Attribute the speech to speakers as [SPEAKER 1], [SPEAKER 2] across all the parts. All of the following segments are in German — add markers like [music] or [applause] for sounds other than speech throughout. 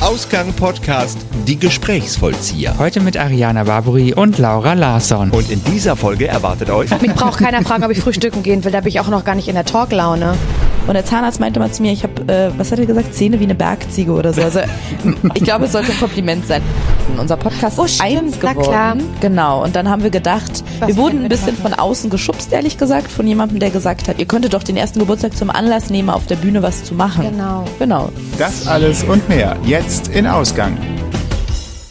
[SPEAKER 1] Ausgang Podcast Die Gesprächsvollzieher.
[SPEAKER 2] Heute mit Ariana Barbary und Laura Larsson.
[SPEAKER 1] Und in dieser Folge erwartet euch
[SPEAKER 3] Mich braucht keiner fragen, ob ich frühstücken gehen will. Da bin ich auch noch gar nicht in der Talklaune.
[SPEAKER 4] Und der Zahnarzt meinte mal zu mir, ich habe, äh, was hat er gesagt, Zähne wie eine Bergziege oder so. Also ich glaube, es sollte ein Kompliment sein. Unser Podcast
[SPEAKER 3] Oh,
[SPEAKER 4] ist
[SPEAKER 3] stimmt,
[SPEAKER 4] eins
[SPEAKER 3] na
[SPEAKER 4] geworden.
[SPEAKER 3] klar.
[SPEAKER 4] Genau. Und dann haben wir gedacht,
[SPEAKER 3] Was
[SPEAKER 4] wir wurden
[SPEAKER 3] können
[SPEAKER 4] ein
[SPEAKER 3] wir
[SPEAKER 4] bisschen
[SPEAKER 3] machen?
[SPEAKER 4] von außen geschubst, ehrlich gesagt, von jemandem, der gesagt hat, ihr könntet doch den ersten Geburtstag zum Anlass nehmen, auf der Bühne was zu machen.
[SPEAKER 3] Genau.
[SPEAKER 4] Genau.
[SPEAKER 5] Das alles und mehr jetzt in Ausgang.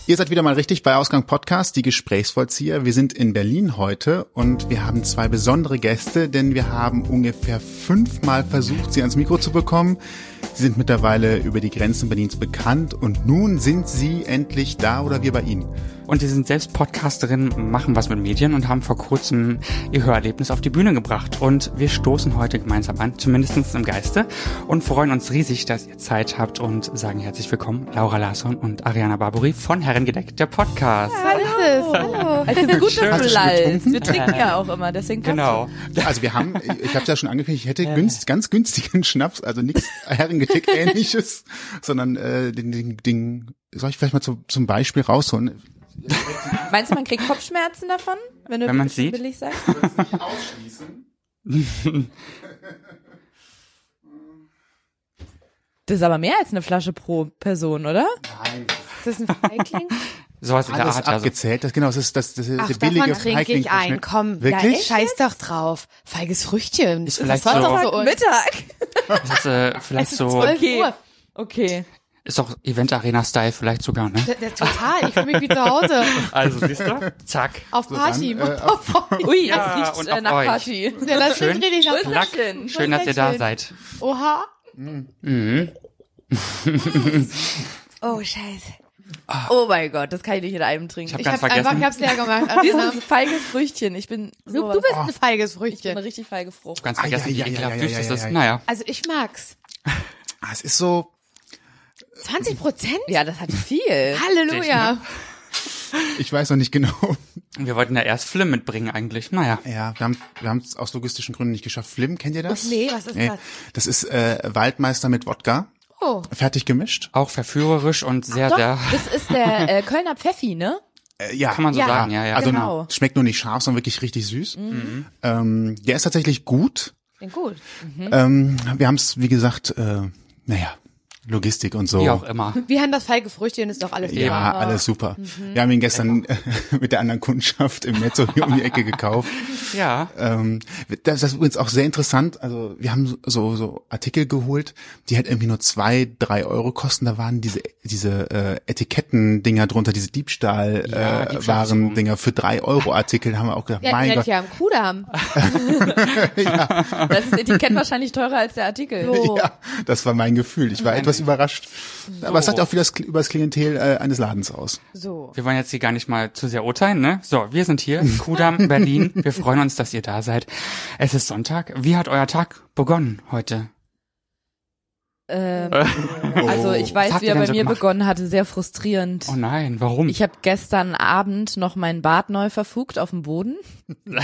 [SPEAKER 5] Ihr seid wieder mal richtig bei Ausgang Podcast, die Gesprächsvollzieher. Wir sind in Berlin heute und wir haben zwei besondere Gäste, denn wir haben ungefähr fünfmal versucht, sie ans Mikro zu bekommen. Sie sind mittlerweile über die Grenzen Berlins bekannt und nun sind sie endlich da oder wir bei ihnen.
[SPEAKER 2] Und sie sind selbst Podcasterinnen, machen was mit Medien und haben vor kurzem ihr Hörerlebnis auf die Bühne gebracht. Und wir stoßen heute gemeinsam an, zumindest im Geiste, und freuen uns riesig, dass ihr Zeit habt und sagen herzlich willkommen Laura Larsson und Ariana Barbary von Herrengedeck, der Podcast.
[SPEAKER 3] Hallo. Hallo.
[SPEAKER 4] Es ist gut, dass
[SPEAKER 5] Hast du
[SPEAKER 4] du
[SPEAKER 5] schon
[SPEAKER 4] lallst.
[SPEAKER 5] getrunken?
[SPEAKER 4] Wir trinken ja auch immer, deswegen passt
[SPEAKER 2] Genau.
[SPEAKER 5] Also wir [laughs] haben, ich habe es ja schon angekündigt, ich hätte günst, ganz günstigen Schnaps, also nichts Herrengedeck ähnliches, sondern äh, den, den, den, soll ich vielleicht mal zu, zum Beispiel rausholen?
[SPEAKER 4] es. Meinst du, man kriegt Kopfschmerzen davon, wenn du
[SPEAKER 2] Wenn man's sieht.
[SPEAKER 4] billig sagst? Das ist aber mehr als eine Flasche pro Person, oder?
[SPEAKER 3] Ist [laughs] das ein Feigling?
[SPEAKER 2] Sowas in der
[SPEAKER 5] Alles
[SPEAKER 2] Art. Also.
[SPEAKER 5] abgezählt, das genau, das ist das, das, das
[SPEAKER 3] Ach,
[SPEAKER 5] der billige
[SPEAKER 3] davon trinke ich ein. Komm,
[SPEAKER 5] Feigling-Verschnitt.
[SPEAKER 3] Ja,
[SPEAKER 5] Wirklich?
[SPEAKER 3] scheiß doch drauf. Feiges Früchtchen.
[SPEAKER 2] Ist
[SPEAKER 3] Das
[SPEAKER 2] vielleicht
[SPEAKER 3] sonst
[SPEAKER 2] so-
[SPEAKER 3] auch so un-
[SPEAKER 4] Mittag.
[SPEAKER 2] Das ist
[SPEAKER 3] [laughs]
[SPEAKER 2] äh, vielleicht
[SPEAKER 3] Es ist
[SPEAKER 2] so,
[SPEAKER 3] 12
[SPEAKER 4] Okay.
[SPEAKER 3] Uhr.
[SPEAKER 4] Okay.
[SPEAKER 2] ist doch Event-Arena-Style vielleicht sogar, ne?
[SPEAKER 3] D- d- Total, ich fühle mich wie zu Hause.
[SPEAKER 2] Also, siehst du? Zack.
[SPEAKER 3] Auf Party.
[SPEAKER 5] dann, äh,
[SPEAKER 4] Ui,
[SPEAKER 2] Ja,
[SPEAKER 4] das
[SPEAKER 2] und
[SPEAKER 4] riecht
[SPEAKER 2] auf
[SPEAKER 4] äh, nach
[SPEAKER 2] euch.
[SPEAKER 4] [laughs] Party.
[SPEAKER 3] Ja, das
[SPEAKER 2] Schön.
[SPEAKER 3] klingt richtig nach-
[SPEAKER 2] Lack.
[SPEAKER 4] schön.
[SPEAKER 2] Schön, dass ihr da seid.
[SPEAKER 3] Oha. Oh, scheiße.
[SPEAKER 4] Oh mein Gott, das kann ich nicht in einem trinken.
[SPEAKER 2] hab
[SPEAKER 4] Ich
[SPEAKER 2] ganz
[SPEAKER 4] hab
[SPEAKER 3] Hab einfach, ich hab's leer gemacht. Also,
[SPEAKER 4] dieses feiges Früchtchen. Ich bin
[SPEAKER 3] du,
[SPEAKER 4] so
[SPEAKER 3] du bist ein feiges
[SPEAKER 4] eine
[SPEAKER 3] Früchtchen.
[SPEAKER 4] richtig feige Frucht.
[SPEAKER 2] Ganz
[SPEAKER 5] Ah,
[SPEAKER 2] vergessen,
[SPEAKER 5] ja, ja,
[SPEAKER 2] wie
[SPEAKER 5] ja,
[SPEAKER 2] ekelhaft
[SPEAKER 5] ja,
[SPEAKER 2] süß
[SPEAKER 5] ja,
[SPEAKER 2] das
[SPEAKER 5] ja,
[SPEAKER 2] ist.
[SPEAKER 5] ja.
[SPEAKER 2] Naja.
[SPEAKER 3] Also ich mag's.
[SPEAKER 5] Ah, es ist so,
[SPEAKER 3] 20 Prozent?
[SPEAKER 4] Ja, das hat viel.
[SPEAKER 3] Halleluja.
[SPEAKER 5] ich weiß noch nicht genau. [laughs]
[SPEAKER 2] Wir wollten ja erst Flim mitbringen eigentlich. Naja.
[SPEAKER 5] Ja, wir haben wir haben es aus logistischen Gründen nicht geschafft. Flim, kennt ihr das?
[SPEAKER 3] Nee, was ist das?
[SPEAKER 5] Das ist äh, Waldmeister mit Wodka,
[SPEAKER 3] Oh.
[SPEAKER 5] fertig gemischt.
[SPEAKER 2] Auch verführerisch und sehr,
[SPEAKER 4] Doch,
[SPEAKER 2] sehr,
[SPEAKER 4] das ist der äh, Kölner Pfeffi, ne?
[SPEAKER 5] Äh, ja,
[SPEAKER 2] kann man so
[SPEAKER 3] Ja.
[SPEAKER 2] sagen, ja, ja.
[SPEAKER 5] also
[SPEAKER 4] genau.
[SPEAKER 5] schmeckt nur nicht scharf, sondern wirklich richtig süß.
[SPEAKER 3] Mhm.
[SPEAKER 5] Ähm, der ist tatsächlich gut.
[SPEAKER 3] Klingt gut.
[SPEAKER 5] Ähm, wir haben es, wie gesagt, äh, naja, Logistik und so.
[SPEAKER 2] wie auch immer.
[SPEAKER 3] Wir haben das feige Früchtchen, ist doch alles
[SPEAKER 5] Ja, alles super. Wir haben ihn gestern äh, [laughs] mit der anderen Kundschaft im Netzo hier um die Ecke gekauft.
[SPEAKER 2] Ja.
[SPEAKER 5] Ähm, das, das ist übrigens auch sehr interessant. Also wir haben so, so Artikel geholt, die halt irgendwie nur zwei, drei Euro kosten. Da waren diese, diese äh, Etiketten-Dinger drunter, diese
[SPEAKER 2] Ja,
[SPEAKER 5] Diebstahl-Waren-Dinger
[SPEAKER 2] Diebstahl-
[SPEAKER 5] für drei Euro-Artikel. Da haben wir auch gedacht,
[SPEAKER 3] Ja,
[SPEAKER 5] mein
[SPEAKER 3] ihr hättet
[SPEAKER 5] Gott.
[SPEAKER 3] ja am Kudamm.
[SPEAKER 4] Das ist Etikett wahrscheinlich teurer als der Artikel.
[SPEAKER 3] So.
[SPEAKER 5] Ja, das war mein Gefühl. Ich war etwas überrascht. Aber es sagt auch viel das, über das Klientel äh, eines Ladens aus.
[SPEAKER 3] So.
[SPEAKER 2] Wir wollen jetzt hier gar nicht mal zu sehr urteilen, ne? So, wir
[SPEAKER 3] [laughs]
[SPEAKER 2] sind hier, Kudam, Berlin. Wir freuen uns, dass ihr da seid. Es ist Sonntag. Wie hat euer Tag begonnen heute?
[SPEAKER 4] Ähm, also ich
[SPEAKER 2] Was
[SPEAKER 4] weiß,
[SPEAKER 2] habt
[SPEAKER 4] wie
[SPEAKER 2] Oh.
[SPEAKER 4] er
[SPEAKER 2] ihr denn
[SPEAKER 4] bei
[SPEAKER 2] so
[SPEAKER 4] mir
[SPEAKER 2] gemacht?
[SPEAKER 4] begonnen hatte, sehr frustrierend.
[SPEAKER 2] Oh nein, warum?
[SPEAKER 4] Ich habe gestern Abend noch mein Bad neu verfugt auf dem Boden. Und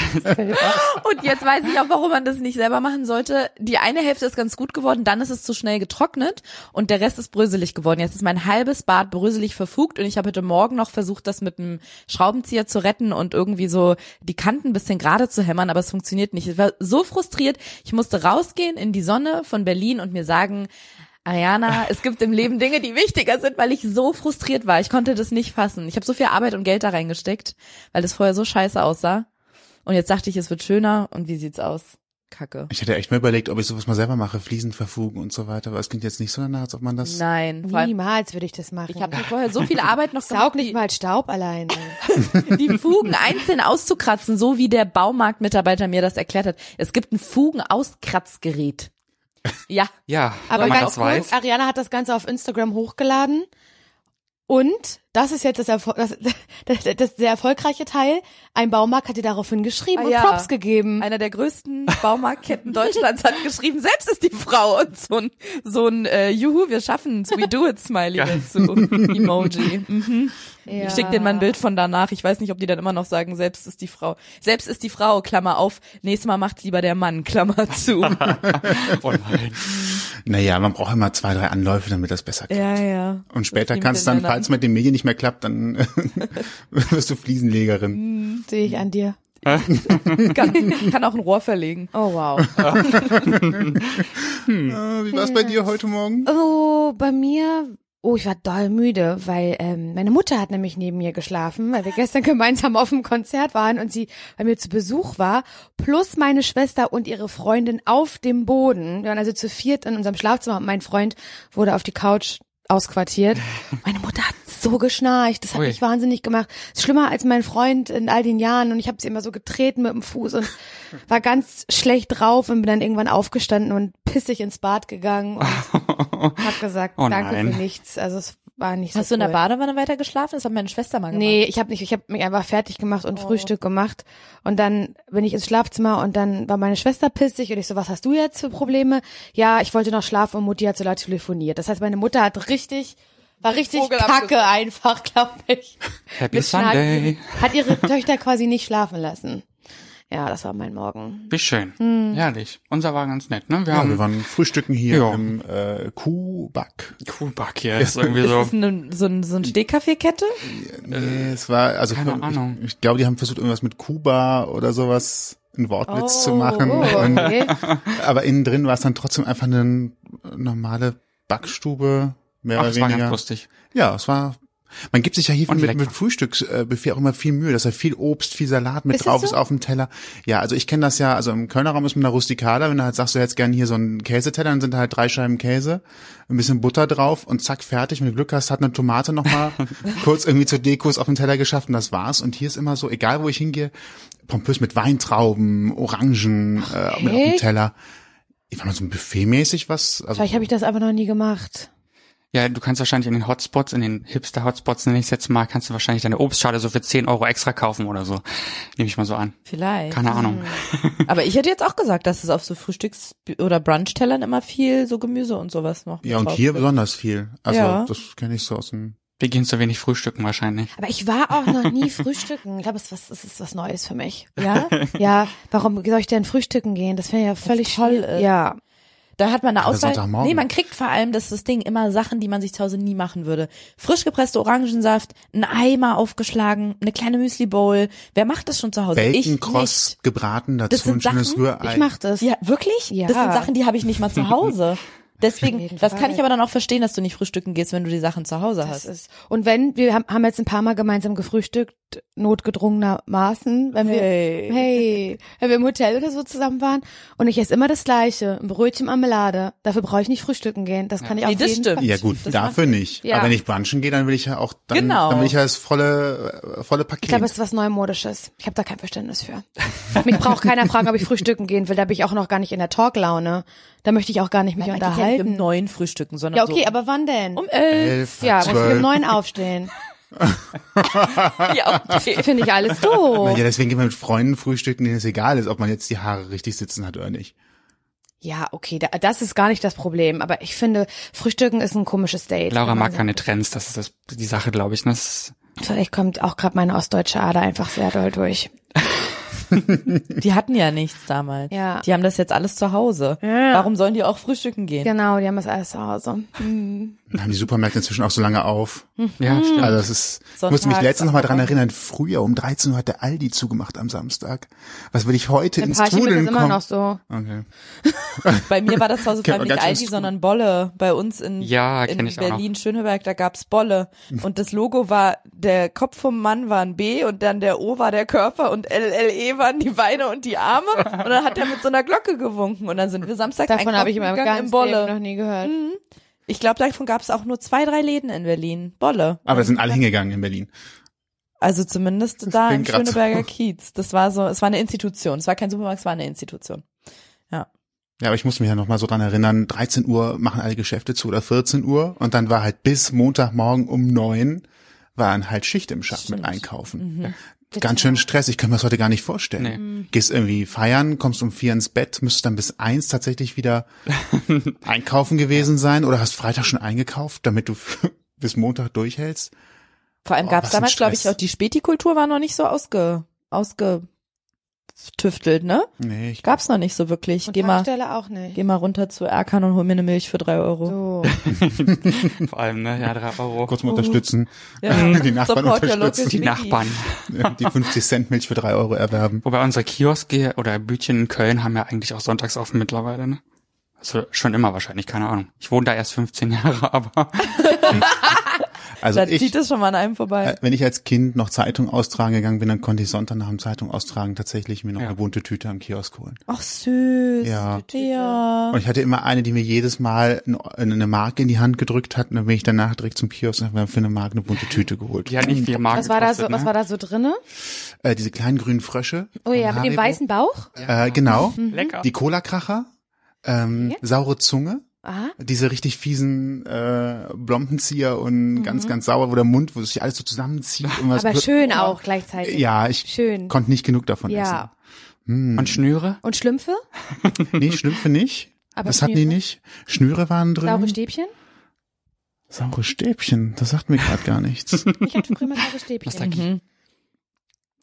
[SPEAKER 4] jetzt weiß ich auch, warum man das nicht selber machen sollte. Die eine Hälfte ist ganz gut geworden, dann ist es zu schnell getrocknet und der Rest ist bröselig geworden. Jetzt ist mein halbes Bad bröselig verfugt und ich habe heute Morgen noch versucht, das mit einem Schraubenzieher zu retten und irgendwie so die Kanten ein bisschen gerade zu hämmern, aber es funktioniert nicht. Ich war so frustriert. Ich musste rausgehen in die Sonne von Berlin und mir sagen,
[SPEAKER 3] [laughs]
[SPEAKER 4] Ariana, es gibt im Leben Dinge, die wichtiger sind, weil ich so frustriert war. Ich konnte das nicht fassen. Ich habe so viel Arbeit und Geld da reingesteckt, weil es vorher so scheiße aussah. Und jetzt dachte ich, es wird schöner. Und wie sieht's aus? Kacke.
[SPEAKER 5] Ich hätte echt mal überlegt, ob ich sowas mal selber mache, Fliesen verfugen und so weiter, aber es klingt jetzt nicht so danach, als ob man das.
[SPEAKER 4] Nein, vor allem,
[SPEAKER 3] Niemals würde ich das machen.
[SPEAKER 4] ich habe mir vorher so viel
[SPEAKER 3] [laughs]
[SPEAKER 4] Arbeit noch
[SPEAKER 3] Saug
[SPEAKER 4] gemacht,
[SPEAKER 3] nicht mal Staub alleine.
[SPEAKER 4] die, die Fugen einzeln auszukratzen, so wie der Baumarktmitarbeiter mir das erklärt hat. Es gibt ein Fugenauskratzgerät. Ja,
[SPEAKER 2] ja,
[SPEAKER 3] Aber
[SPEAKER 2] wenn man
[SPEAKER 3] ganz
[SPEAKER 2] das
[SPEAKER 3] kurz,
[SPEAKER 2] weiß.
[SPEAKER 3] Ariana hat das Ganze auf Instagram hochgeladen und Das ist jetzt das, Erfol das, [laughs] das, das, das sehr erfolgreiche Teil. Ein Baumarkt hat dir daraufhin geschrieben
[SPEAKER 4] Ah
[SPEAKER 3] und
[SPEAKER 4] ja. Also,
[SPEAKER 3] Props gegeben.
[SPEAKER 4] Einer der größten Baumarktketten Deutschlands hat geschrieben, selbst ist die Frau und so ein, so ein äh, Juhu, wir schaffen's, we do it, Smiley dazu. Emoji. Mhm. Ich schick dir mal ein Bild von danach. Ich weiß nicht, ob die dann immer noch sagen, selbst ist die Frau. Selbst ist die Frau, Klammer auf. Nächstes Mal macht's lieber der Mann, Klammer zu.
[SPEAKER 2] Oh nein.
[SPEAKER 5] Naja, man braucht immer zwei, drei Anläufe, damit das besser klappt.
[SPEAKER 4] ja, ja.
[SPEAKER 5] Und später
[SPEAKER 4] die
[SPEAKER 5] kannst du dann,
[SPEAKER 4] miteinander.
[SPEAKER 5] falls mit den Medien nicht mehr klappt, dann [laughs] äh, wirst du Fliesenlegerin.
[SPEAKER 3] Sehe ich an dir.
[SPEAKER 4] Kann, kann auch ein Rohr verlegen.
[SPEAKER 3] Oh wow.
[SPEAKER 5] Äh, wie war's bei dir heute Morgen?
[SPEAKER 3] Oh, bei mir. Oh, ich war doll müde, weil ähm, meine Mutter hat nämlich neben mir geschlafen, weil wir gestern [laughs] gemeinsam auf dem Konzert waren und sie bei mir zu Besuch war, plus meine Schwester und ihre Freundin auf dem Boden. Wir waren also zu viert in unserem Schlafzimmer und mein Freund wurde auf die Couch ausquartiert. Oh, Meine Mutter hat so geschnarcht, das hat
[SPEAKER 2] Ui.
[SPEAKER 3] mich wahnsinnig gemacht. Ist schlimmer als mein Freund in all den Jahren und ich habe sie immer so getreten mit dem Fuß
[SPEAKER 2] [laughs]
[SPEAKER 3] und war ganz schlecht drauf und bin dann irgendwann aufgestanden und pissig ins Bad gegangen
[SPEAKER 2] [laughs]
[SPEAKER 3] und hab gesagt,
[SPEAKER 2] Oh
[SPEAKER 3] danke
[SPEAKER 2] nein.
[SPEAKER 3] für nichts. Also es war nicht
[SPEAKER 4] Hast
[SPEAKER 3] so
[SPEAKER 4] du in der
[SPEAKER 3] cool.
[SPEAKER 4] Badewanne weitergeschlafen? Das hat meine Schwester mal gemacht. Oh.
[SPEAKER 3] Nee, ich habe nicht, ich habe mich einfach fertig gemacht und Frühstück gemacht und dann bin ich ins Schlafzimmer und dann war meine Schwester pissig und ich so, was hast du jetzt für Probleme? Ja, ich wollte noch schlafen und Mutti hat so laut telefoniert. Das heißt, meine Mutter hat richtig war richtig
[SPEAKER 4] Vogel
[SPEAKER 3] Kacke einfach, [laughs] glaube ich.
[SPEAKER 2] Happy
[SPEAKER 3] Mit Schnack-
[SPEAKER 2] Sunday.
[SPEAKER 3] Hat ihre Töchter quasi nicht schlafen lassen. Ja, das war mein Morgen.
[SPEAKER 2] Wie schön. Herrlich. Unser war ganz nett, ne? Wir
[SPEAKER 5] Hm. Ja,
[SPEAKER 2] haben
[SPEAKER 5] wir waren frühstücken hier
[SPEAKER 2] Ja.
[SPEAKER 5] im äh, Kuhback.
[SPEAKER 2] Kuhback hier. Ist irgendwie
[SPEAKER 4] Ist
[SPEAKER 2] so.
[SPEAKER 4] das eine, so ein, so ein Stehkaffeekette?
[SPEAKER 5] Nee, es war, also
[SPEAKER 2] Äh, keine
[SPEAKER 5] ich,
[SPEAKER 2] Ahnung.
[SPEAKER 5] Ich, glaube, die haben versucht, irgendwas mit Kuba oder sowas, einen Wortwitz zu machen.
[SPEAKER 3] Oh,
[SPEAKER 5] Und,
[SPEAKER 3] okay.
[SPEAKER 5] aber innen drin war es dann trotzdem einfach eine normale Backstube, mehr
[SPEAKER 2] Ach,
[SPEAKER 5] oder
[SPEAKER 2] das war ganz
[SPEAKER 5] weniger.
[SPEAKER 2] lustig.
[SPEAKER 5] Ja, es war. Man gibt sich ja hier
[SPEAKER 2] Und
[SPEAKER 5] mit,
[SPEAKER 2] lecker.
[SPEAKER 5] mit Frühstücksbuffet auch immer viel Mühe, dass da viel Obst, viel Salat mit
[SPEAKER 4] Ist das
[SPEAKER 5] drauf
[SPEAKER 4] so?
[SPEAKER 5] ist auf dem Teller. Ja, also ich kenne das ja, also im Kölner Raum ist man da rustikaler, wenn du halt sagst, du hättest gerne hier so einen Käseteller, dann sind da halt drei Scheiben Käse, ein bisschen Butter drauf und zack, fertig. Wenn du Glück hast, hat eine Tomate
[SPEAKER 2] [laughs]
[SPEAKER 5] nochmal kurz irgendwie zur Dekos auf den Teller geschafft und das war's. Und hier ist immer so, egal wo ich hingehe, pompös mit Weintrauben, Orangen äh, mit auf dem
[SPEAKER 3] echt?
[SPEAKER 5] Teller. Ich war mal so ein Buffet-mäßig was. Also,
[SPEAKER 3] Vielleicht habe ich das einfach noch nie gemacht.
[SPEAKER 2] Ja, du kannst wahrscheinlich in den Hotspots, in den Hipster-Hotspots, nenne ich es jetzt mal, kannst du wahrscheinlich deine Obstschale so für 10 Euro extra kaufen oder so. Nehme ich mal so an.
[SPEAKER 4] Vielleicht.
[SPEAKER 2] Keine Ahnung.
[SPEAKER 5] Hm.
[SPEAKER 4] Aber ich hätte jetzt auch gesagt, dass es auf so Frühstücks- oder Brunchtellern immer viel so Gemüse und sowas noch. mit
[SPEAKER 5] ja, und
[SPEAKER 4] drauf
[SPEAKER 5] hier
[SPEAKER 4] wird.
[SPEAKER 5] besonders viel. Also
[SPEAKER 4] Ja.
[SPEAKER 5] das kenne ich so aus dem
[SPEAKER 2] Wir gehen zu wenig frühstücken wahrscheinlich.
[SPEAKER 3] Aber ich war auch noch nie frühstücken. Ich glaube, es ist was, es ist was Neues für mich.
[SPEAKER 4] Ja,
[SPEAKER 3] Ja, warum soll ich denn frühstücken gehen? Das wäre ja völlig
[SPEAKER 4] toll
[SPEAKER 3] schwierig.
[SPEAKER 4] ist.
[SPEAKER 3] Ja.
[SPEAKER 4] da hat man eine
[SPEAKER 5] Gerade
[SPEAKER 4] Auswahl.
[SPEAKER 5] Sonntagmorgen.
[SPEAKER 4] Nee, man kriegt vor allem, das ist das Ding, immer Sachen, die man sich zu Hause nie machen würde. Frisch gepresste Orangensaft, ein Eimer aufgeschlagen, eine kleine Müsli-Bowl. Wer macht das schon zu Hause? ich
[SPEAKER 5] Bacon
[SPEAKER 4] nicht.
[SPEAKER 5] Cross gebraten,
[SPEAKER 4] Das
[SPEAKER 5] dazu
[SPEAKER 4] sind
[SPEAKER 5] ein schönes
[SPEAKER 4] Sachen,
[SPEAKER 5] Rührei.
[SPEAKER 3] Ich mach das.
[SPEAKER 4] Ja, wirklich?
[SPEAKER 3] Ja.
[SPEAKER 4] Das sind Sachen, die habe ich nicht mal
[SPEAKER 3] [laughs]
[SPEAKER 4] zu Hause.
[SPEAKER 3] Auf
[SPEAKER 4] Deswegen,
[SPEAKER 3] jeden
[SPEAKER 4] das kann
[SPEAKER 3] Fall.
[SPEAKER 4] ich aber dann auch verstehen, dass du nicht frühstücken gehst, wenn du die Sachen zu Hause
[SPEAKER 3] Das
[SPEAKER 4] hast.
[SPEAKER 3] ist. Und wenn, wir haben- haben jetzt ein paar Mal gemeinsam gefrühstückt, notgedrungenermaßen, wenn wir,
[SPEAKER 4] Hey.
[SPEAKER 3] hey, wenn wir im Hotel oder so zusammen waren. Und ich esse immer das Gleiche, ein Brötchen Marmelade. Dafür brauche ich nicht frühstücken gehen. Das kann ich
[SPEAKER 4] Nee,
[SPEAKER 3] auf
[SPEAKER 4] das
[SPEAKER 3] jeden
[SPEAKER 4] stimmt.
[SPEAKER 3] Fall.
[SPEAKER 5] Ja gut, dafür nicht.
[SPEAKER 3] Ja.
[SPEAKER 5] Aber wenn ich brunchen gehe, dann will ich ja auch dann,
[SPEAKER 4] Genau.
[SPEAKER 5] dann will ich ja das volle äh, volle Paket.
[SPEAKER 3] Ich glaube, es ist was Neumodisches. Ich habe da kein Verständnis für. Mich braucht keiner fragen, ob ich frühstücken gehen will. Da bin ich auch noch gar nicht in der Talklaune. Da möchte ich auch gar nicht mich
[SPEAKER 4] Man geht ja nicht im
[SPEAKER 3] unterhalten.
[SPEAKER 4] neuen Frühstücken, sondern
[SPEAKER 3] Ja, okay,
[SPEAKER 4] so
[SPEAKER 3] aber wann denn?
[SPEAKER 4] um elf.
[SPEAKER 5] Elf,
[SPEAKER 3] ja, muss ich um
[SPEAKER 5] zwölf.
[SPEAKER 3] neun
[SPEAKER 4] [laughs]
[SPEAKER 3] aufstehen.
[SPEAKER 4] Ja, okay.
[SPEAKER 3] Finde ich alles doof.
[SPEAKER 5] Ja, deswegen gehen wir mit Freunden frühstücken, denen es egal ist, ob man jetzt die Haare richtig sitzen hat oder nicht.
[SPEAKER 3] Ja, okay, da, das ist gar nicht das Problem. Aber ich finde, Frühstücken ist ein komisches Date.
[SPEAKER 2] Laura mag keine Trends, das ist das, die Sache, glaube ich. ne? Das,
[SPEAKER 3] Vielleicht kommt auch gerade meine ostdeutsche Ader einfach sehr doll durch.
[SPEAKER 4] Die hatten ja nichts damals.
[SPEAKER 3] Ja.
[SPEAKER 4] Die haben das jetzt alles zu Hause.
[SPEAKER 3] Ja.
[SPEAKER 4] Warum sollen die auch frühstücken gehen?
[SPEAKER 3] Genau, die haben das alles zu Hause.
[SPEAKER 5] Dann haben die Supermärkte inzwischen auch so lange auf.
[SPEAKER 2] ja, stimmt.
[SPEAKER 5] Also das ist, ich muss mich
[SPEAKER 4] Sonntags
[SPEAKER 5] letztens nochmal dran
[SPEAKER 4] auch.
[SPEAKER 5] erinnern, früher um 13 Uhr hat der Aldi zugemacht am Samstag. Was will ich heute
[SPEAKER 3] Im
[SPEAKER 5] ins
[SPEAKER 3] Parchim ist
[SPEAKER 5] Trudeln
[SPEAKER 3] das immer
[SPEAKER 5] kommen?
[SPEAKER 3] noch so.
[SPEAKER 5] Okay.
[SPEAKER 4] Bei mir war das
[SPEAKER 2] [laughs]
[SPEAKER 4] zu Hause vor
[SPEAKER 5] Kennt
[SPEAKER 4] allem
[SPEAKER 5] man
[SPEAKER 4] nicht
[SPEAKER 5] ganz schön
[SPEAKER 4] Aldi,
[SPEAKER 5] gut.
[SPEAKER 4] sondern Bolle. Bei uns in,
[SPEAKER 2] Ja,
[SPEAKER 4] in
[SPEAKER 2] kenn ich auch noch.
[SPEAKER 4] Berlin-Schöneberg, da gab's Bolle. Und das Logo war, der Kopf vom Mann war ein B und dann der O war der Körper und LLE waren die Beine und die Arme. Und dann hat er mit so einer Glocke gewunken. Und dann sind wir Samstag
[SPEAKER 3] Davon habe ich in
[SPEAKER 4] einkaufen
[SPEAKER 3] meinem
[SPEAKER 4] gegangen
[SPEAKER 3] ganzen Leben
[SPEAKER 4] im Bolle. Mhm.
[SPEAKER 3] noch nie
[SPEAKER 4] Hm,
[SPEAKER 3] gehört.
[SPEAKER 4] Ich glaube, davon gab's auch nur zwei, drei Läden in Berlin. Bolle.
[SPEAKER 5] Aber da sind alle hingegangen in Berlin.
[SPEAKER 4] Also zumindest da im
[SPEAKER 5] klingt grad so.
[SPEAKER 4] Schöneberger Kiez. Das war so, es war eine Institution. Es war kein Supermarkt, es war eine Institution.
[SPEAKER 5] Ja, aber ich muss mich ja nochmal so dran erinnern, 13 Uhr machen alle Geschäfte zu oder 14 Uhr und dann war halt bis Montagmorgen um 9 waren halt Schicht im Schacht mit
[SPEAKER 4] Mhm.
[SPEAKER 5] Einkaufen. Ganz schön stressig, ich kann mir das heute gar nicht vorstellen. Gehst irgendwie feiern, kommst um vier ins Bett, müsstest dann bis eins tatsächlich wieder einkaufen gewesen sein oder hast Freitag schon eingekauft, damit du [laughs] bis Montag durchhältst.
[SPEAKER 4] Vor allem
[SPEAKER 5] Oh,
[SPEAKER 4] gab's
[SPEAKER 5] was ein
[SPEAKER 4] damals, glaube ich,
[SPEAKER 5] Stress.
[SPEAKER 4] auch die Spätikultur war noch nicht so ausge, ausgetüftelt, ne?
[SPEAKER 5] Nee, ich
[SPEAKER 4] Gab's noch nicht so wirklich.
[SPEAKER 3] Und
[SPEAKER 4] geh mal,
[SPEAKER 3] Tankstelle auch nicht.
[SPEAKER 4] geh mal runter zu Erkan und hol mir eine Milch für drei Euro.
[SPEAKER 3] So.
[SPEAKER 2] [laughs] Vor allem, ne? Ja, drei Euro.
[SPEAKER 5] Hm. kurz mal unterstützen,
[SPEAKER 4] Oh. Ja.
[SPEAKER 5] [laughs] die Nachbarn
[SPEAKER 4] Support your
[SPEAKER 5] unterstützen,
[SPEAKER 2] Die Nachbarn.
[SPEAKER 5] die 50 Cent Milch für drei Euro erwerben.
[SPEAKER 2] Wobei unsere Kioske oder Bütchen in Köln haben ja eigentlich auch sonntags offen mittlerweile, ne? Also schon immer wahrscheinlich, keine Ahnung. Ich wohne da erst 15 [laughs] Jahre, aber
[SPEAKER 5] Also
[SPEAKER 4] Da
[SPEAKER 5] ich,
[SPEAKER 4] zieht es schon mal an einem vorbei.
[SPEAKER 5] Äh, Wenn ich als Kind noch Zeitung austragen gegangen bin, dann konnte ich Sonntag nach dem Zeitung austragen tatsächlich mir noch
[SPEAKER 2] Ja.
[SPEAKER 5] eine bunte Tüte am Kiosk holen.
[SPEAKER 4] Ach süß.
[SPEAKER 5] Ja.
[SPEAKER 4] Ja.
[SPEAKER 3] Oh.
[SPEAKER 5] Und ich hatte immer eine, die mir jedes Mal n- eine Marke in die Hand gedrückt hat. Und dann bin ich danach direkt zum Kiosk und habe mir für eine Marke eine bunte Tüte geholt.
[SPEAKER 2] die hat nicht viel Marken
[SPEAKER 3] Was war da so,
[SPEAKER 2] gekostet,
[SPEAKER 3] was
[SPEAKER 2] ne?
[SPEAKER 3] war da so drinne?
[SPEAKER 5] Äh, diese kleinen grünen Frösche.
[SPEAKER 3] Oh ja,
[SPEAKER 5] von
[SPEAKER 3] mit dem
[SPEAKER 5] Haribo.
[SPEAKER 3] weißen Mhm. Bauch?
[SPEAKER 5] Äh, genau.
[SPEAKER 2] Lecker.
[SPEAKER 5] Die Cola-Kracher. Ähm, Saure Zunge.
[SPEAKER 3] Ah,
[SPEAKER 5] Diese richtig fiesen äh, Blompenzieher und ganz, ganz sauer, wo der Mund, wo sich alles so zusammenzieht. und was
[SPEAKER 3] Mhm. aber
[SPEAKER 5] wird-
[SPEAKER 3] schön auch gleichzeitig.
[SPEAKER 5] Ja, ich
[SPEAKER 3] Schön.
[SPEAKER 5] konnte nicht genug davon essen.
[SPEAKER 3] Ja.
[SPEAKER 2] Und Schnüre?
[SPEAKER 3] Und Schlümpfe?
[SPEAKER 5] Nee, Schlümpfe nicht.
[SPEAKER 3] Aber
[SPEAKER 5] das hatten die
[SPEAKER 3] Schnüre?
[SPEAKER 5] nicht. Schnüre waren drin.
[SPEAKER 3] Saure Stäbchen?
[SPEAKER 5] Saure Stäbchen, das sagt mir gerade gar nichts.
[SPEAKER 3] Ich hatte früher mal saure Stäbchen.
[SPEAKER 4] Mhm.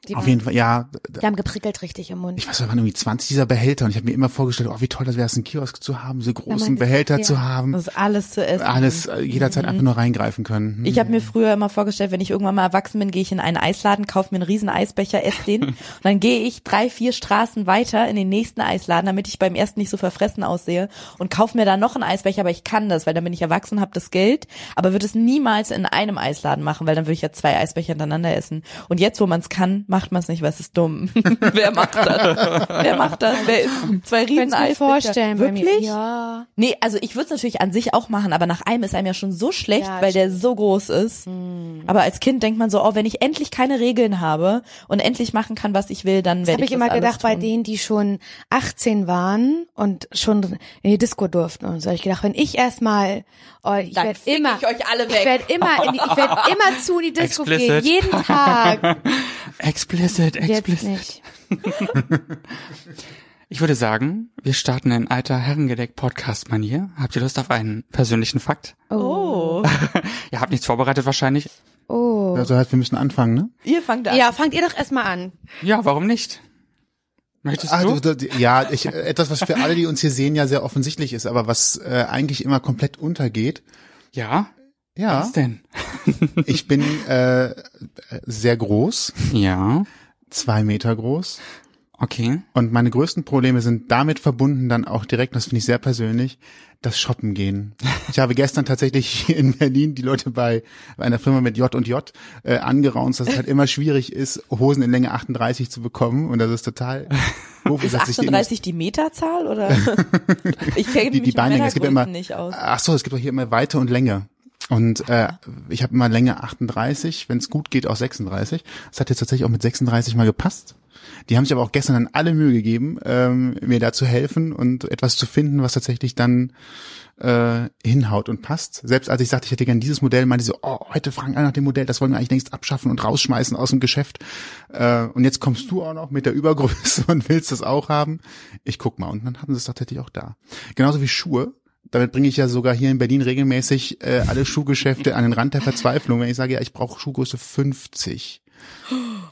[SPEAKER 3] Die,
[SPEAKER 5] Auf
[SPEAKER 3] waren,
[SPEAKER 5] jeden Fall, ja. d-
[SPEAKER 3] die haben geprickelt richtig im Mund.
[SPEAKER 5] Ich weiß, da waren irgendwie 20 dieser Behälter und ich habe mir immer vorgestellt, oh, wie toll das wäre, es einen Kiosk zu haben, so großen
[SPEAKER 3] meinst du,
[SPEAKER 5] Behälter
[SPEAKER 3] ja.
[SPEAKER 5] zu haben.
[SPEAKER 4] Das ist alles zu essen.
[SPEAKER 5] Alles äh, jederzeit einfach nur reingreifen können. Hm.
[SPEAKER 4] Ich habe mir früher immer vorgestellt, wenn ich irgendwann mal erwachsen bin, gehe ich in einen Eisladen, kaufe mir einen riesen Eisbecher, esse den und dann gehe ich drei, vier Straßen weiter in den nächsten Eisladen, damit ich beim ersten nicht so verfressen aussehe und kaufe mir da noch einen Eisbecher, aber ich kann das, weil dann bin ich erwachsen, habe das Geld, aber würde es niemals in einem Eisladen machen, weil dann würde ich ja zwei Eisbecher hintereinander essen. Und jetzt, wo man es kann, macht man es nicht, weil es ist dumm. [laughs] Wer macht das? Wer macht das? Wer isst zwei
[SPEAKER 3] Ich
[SPEAKER 4] riesen
[SPEAKER 3] könnte es mir
[SPEAKER 4] Eisbecher?
[SPEAKER 3] vorstellen
[SPEAKER 4] Wirklich?
[SPEAKER 3] bei mir. Ja.
[SPEAKER 4] Nee, also ich würde es natürlich an sich auch machen, aber nach einem ist einem ja schon so schlecht,
[SPEAKER 3] Ja, Hm.
[SPEAKER 4] weil der so groß ist. Aber als Kind denkt man so, oh, wenn ich endlich keine Regeln habe und endlich machen kann, was ich will, dann
[SPEAKER 3] Das
[SPEAKER 4] werde
[SPEAKER 3] habe
[SPEAKER 4] ich
[SPEAKER 3] ich immer
[SPEAKER 4] das
[SPEAKER 3] gedacht, bei
[SPEAKER 4] alles tun.
[SPEAKER 3] denen, die schon 18 waren und schon in die Disco durften und so. Ich gedacht, wenn ich erstmal, oh, ich
[SPEAKER 4] Dann
[SPEAKER 3] werde
[SPEAKER 4] fick
[SPEAKER 3] immer,
[SPEAKER 4] ich euch alle
[SPEAKER 3] ich
[SPEAKER 4] weg.
[SPEAKER 3] werde immer, in die, ich
[SPEAKER 4] [laughs]
[SPEAKER 3] werde immer zu in die Disco
[SPEAKER 2] Explicit.
[SPEAKER 3] gehen, jeden
[SPEAKER 5] [laughs]
[SPEAKER 3] Tag.
[SPEAKER 2] Explicit,
[SPEAKER 3] Jetzt
[SPEAKER 2] explicit.
[SPEAKER 3] nicht.
[SPEAKER 2] Ich würde sagen, wir starten in alter Herrengedeck-Podcast-Manier. Habt ihr Lust auf einen persönlichen Fakt?
[SPEAKER 4] Oh,
[SPEAKER 2] Ihr habt nichts vorbereitet wahrscheinlich.
[SPEAKER 3] Oh.
[SPEAKER 5] Also halt, wir müssen anfangen, ne?
[SPEAKER 4] ihr fangt an.
[SPEAKER 3] Ja, fangt ihr doch erstmal an.
[SPEAKER 2] Ja, warum nicht? Möchtest
[SPEAKER 5] Ah,
[SPEAKER 2] du?
[SPEAKER 5] du, du, ja, ich, äh, etwas, was für alle, die uns hier sehen, ja sehr offensichtlich ist, aber was äh, eigentlich immer komplett untergeht.
[SPEAKER 2] Ja?
[SPEAKER 5] Ja,
[SPEAKER 2] Was denn?
[SPEAKER 5] ich bin äh, sehr groß,
[SPEAKER 2] Ja.
[SPEAKER 5] zwei Meter groß.
[SPEAKER 2] Okay.
[SPEAKER 5] Und meine größten Probleme sind damit verbunden dann auch direkt, und das finde ich sehr persönlich, das Shoppen gehen. Ich habe gestern tatsächlich hier in Berlin die Leute bei einer Firma mit J und J äh, angeraunt, dass es halt immer schwierig ist, Hosen in Länge 38 zu bekommen. Und das ist total doof.
[SPEAKER 4] Ist
[SPEAKER 5] dass sich die-
[SPEAKER 4] 38 die Meterzahl
[SPEAKER 5] [laughs]
[SPEAKER 4] oder? Ich kenne
[SPEAKER 5] die,
[SPEAKER 4] mich
[SPEAKER 5] die
[SPEAKER 4] mit
[SPEAKER 5] Beinlänge. Es gibt ja immer,
[SPEAKER 4] Männergrößen nicht aus.
[SPEAKER 5] ach so, es gibt auch hier immer Weite und Länge. Und äh, ich habe immer Länge 38, wenn es gut geht, auch 36. Das hat jetzt tatsächlich auch mit 36 mal gepasst. Die haben sich aber auch gestern dann alle Mühe gegeben, ähm, mir da zu helfen und etwas zu finden, was tatsächlich dann äh, hinhaut und passt. Selbst als ich sagte, ich hätte gern dieses Modell, meinte sie so, oh, heute fragen alle nach dem Modell, das wollen wir eigentlich längst abschaffen und rausschmeißen aus dem Geschäft. Äh, und jetzt kommst du auch noch mit der Übergröße [laughs] und willst das auch haben. Ich guck mal. Und dann hatten sie es tatsächlich auch da. Genauso wie Schuhe. Damit bringe ich ja sogar hier in Berlin regelmäßig äh, alle Schuhgeschäfte an den Rand der Verzweiflung, wenn ich sage, ja, ich brauche Schuhgröße 50.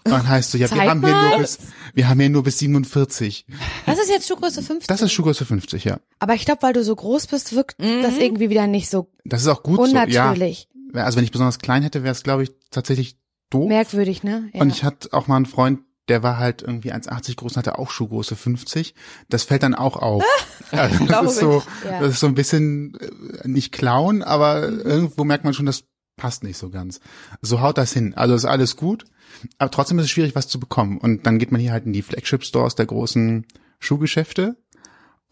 [SPEAKER 5] Dann heißt so, ja, wir
[SPEAKER 3] Zeig
[SPEAKER 5] haben, hier nur
[SPEAKER 3] mal.
[SPEAKER 5] bis, wir haben hier nur bis 47.
[SPEAKER 3] Das ist jetzt Schuhgröße 50.
[SPEAKER 5] Das ist Schuhgröße 50, ja.
[SPEAKER 3] Aber ich glaube, weil du so groß bist, wirkt
[SPEAKER 4] Mhm.
[SPEAKER 3] das irgendwie wieder nicht so
[SPEAKER 5] Das ist auch gut so,
[SPEAKER 3] unnatürlich.
[SPEAKER 5] ja. Also wenn ich besonders klein hätte, wäre es, glaube ich, tatsächlich doof.
[SPEAKER 3] Merkwürdig, ne? Ja.
[SPEAKER 5] Und ich hatte auch mal einen Freund, der war halt irgendwie 1,80 groß und hatte auch Schuhgröße 50. Das fällt dann
[SPEAKER 3] [laughs]
[SPEAKER 5] auch auf. Also das,
[SPEAKER 4] Glaube
[SPEAKER 5] ist so,
[SPEAKER 3] ich. Ja.
[SPEAKER 5] das ist so ein bisschen äh, nicht klauen, aber irgendwo merkt man schon, das passt nicht so ganz. So haut das hin. Also ist alles gut, aber trotzdem ist es schwierig, was zu bekommen. Und dann geht man hier halt in die Flagship-Stores der großen Schuhgeschäfte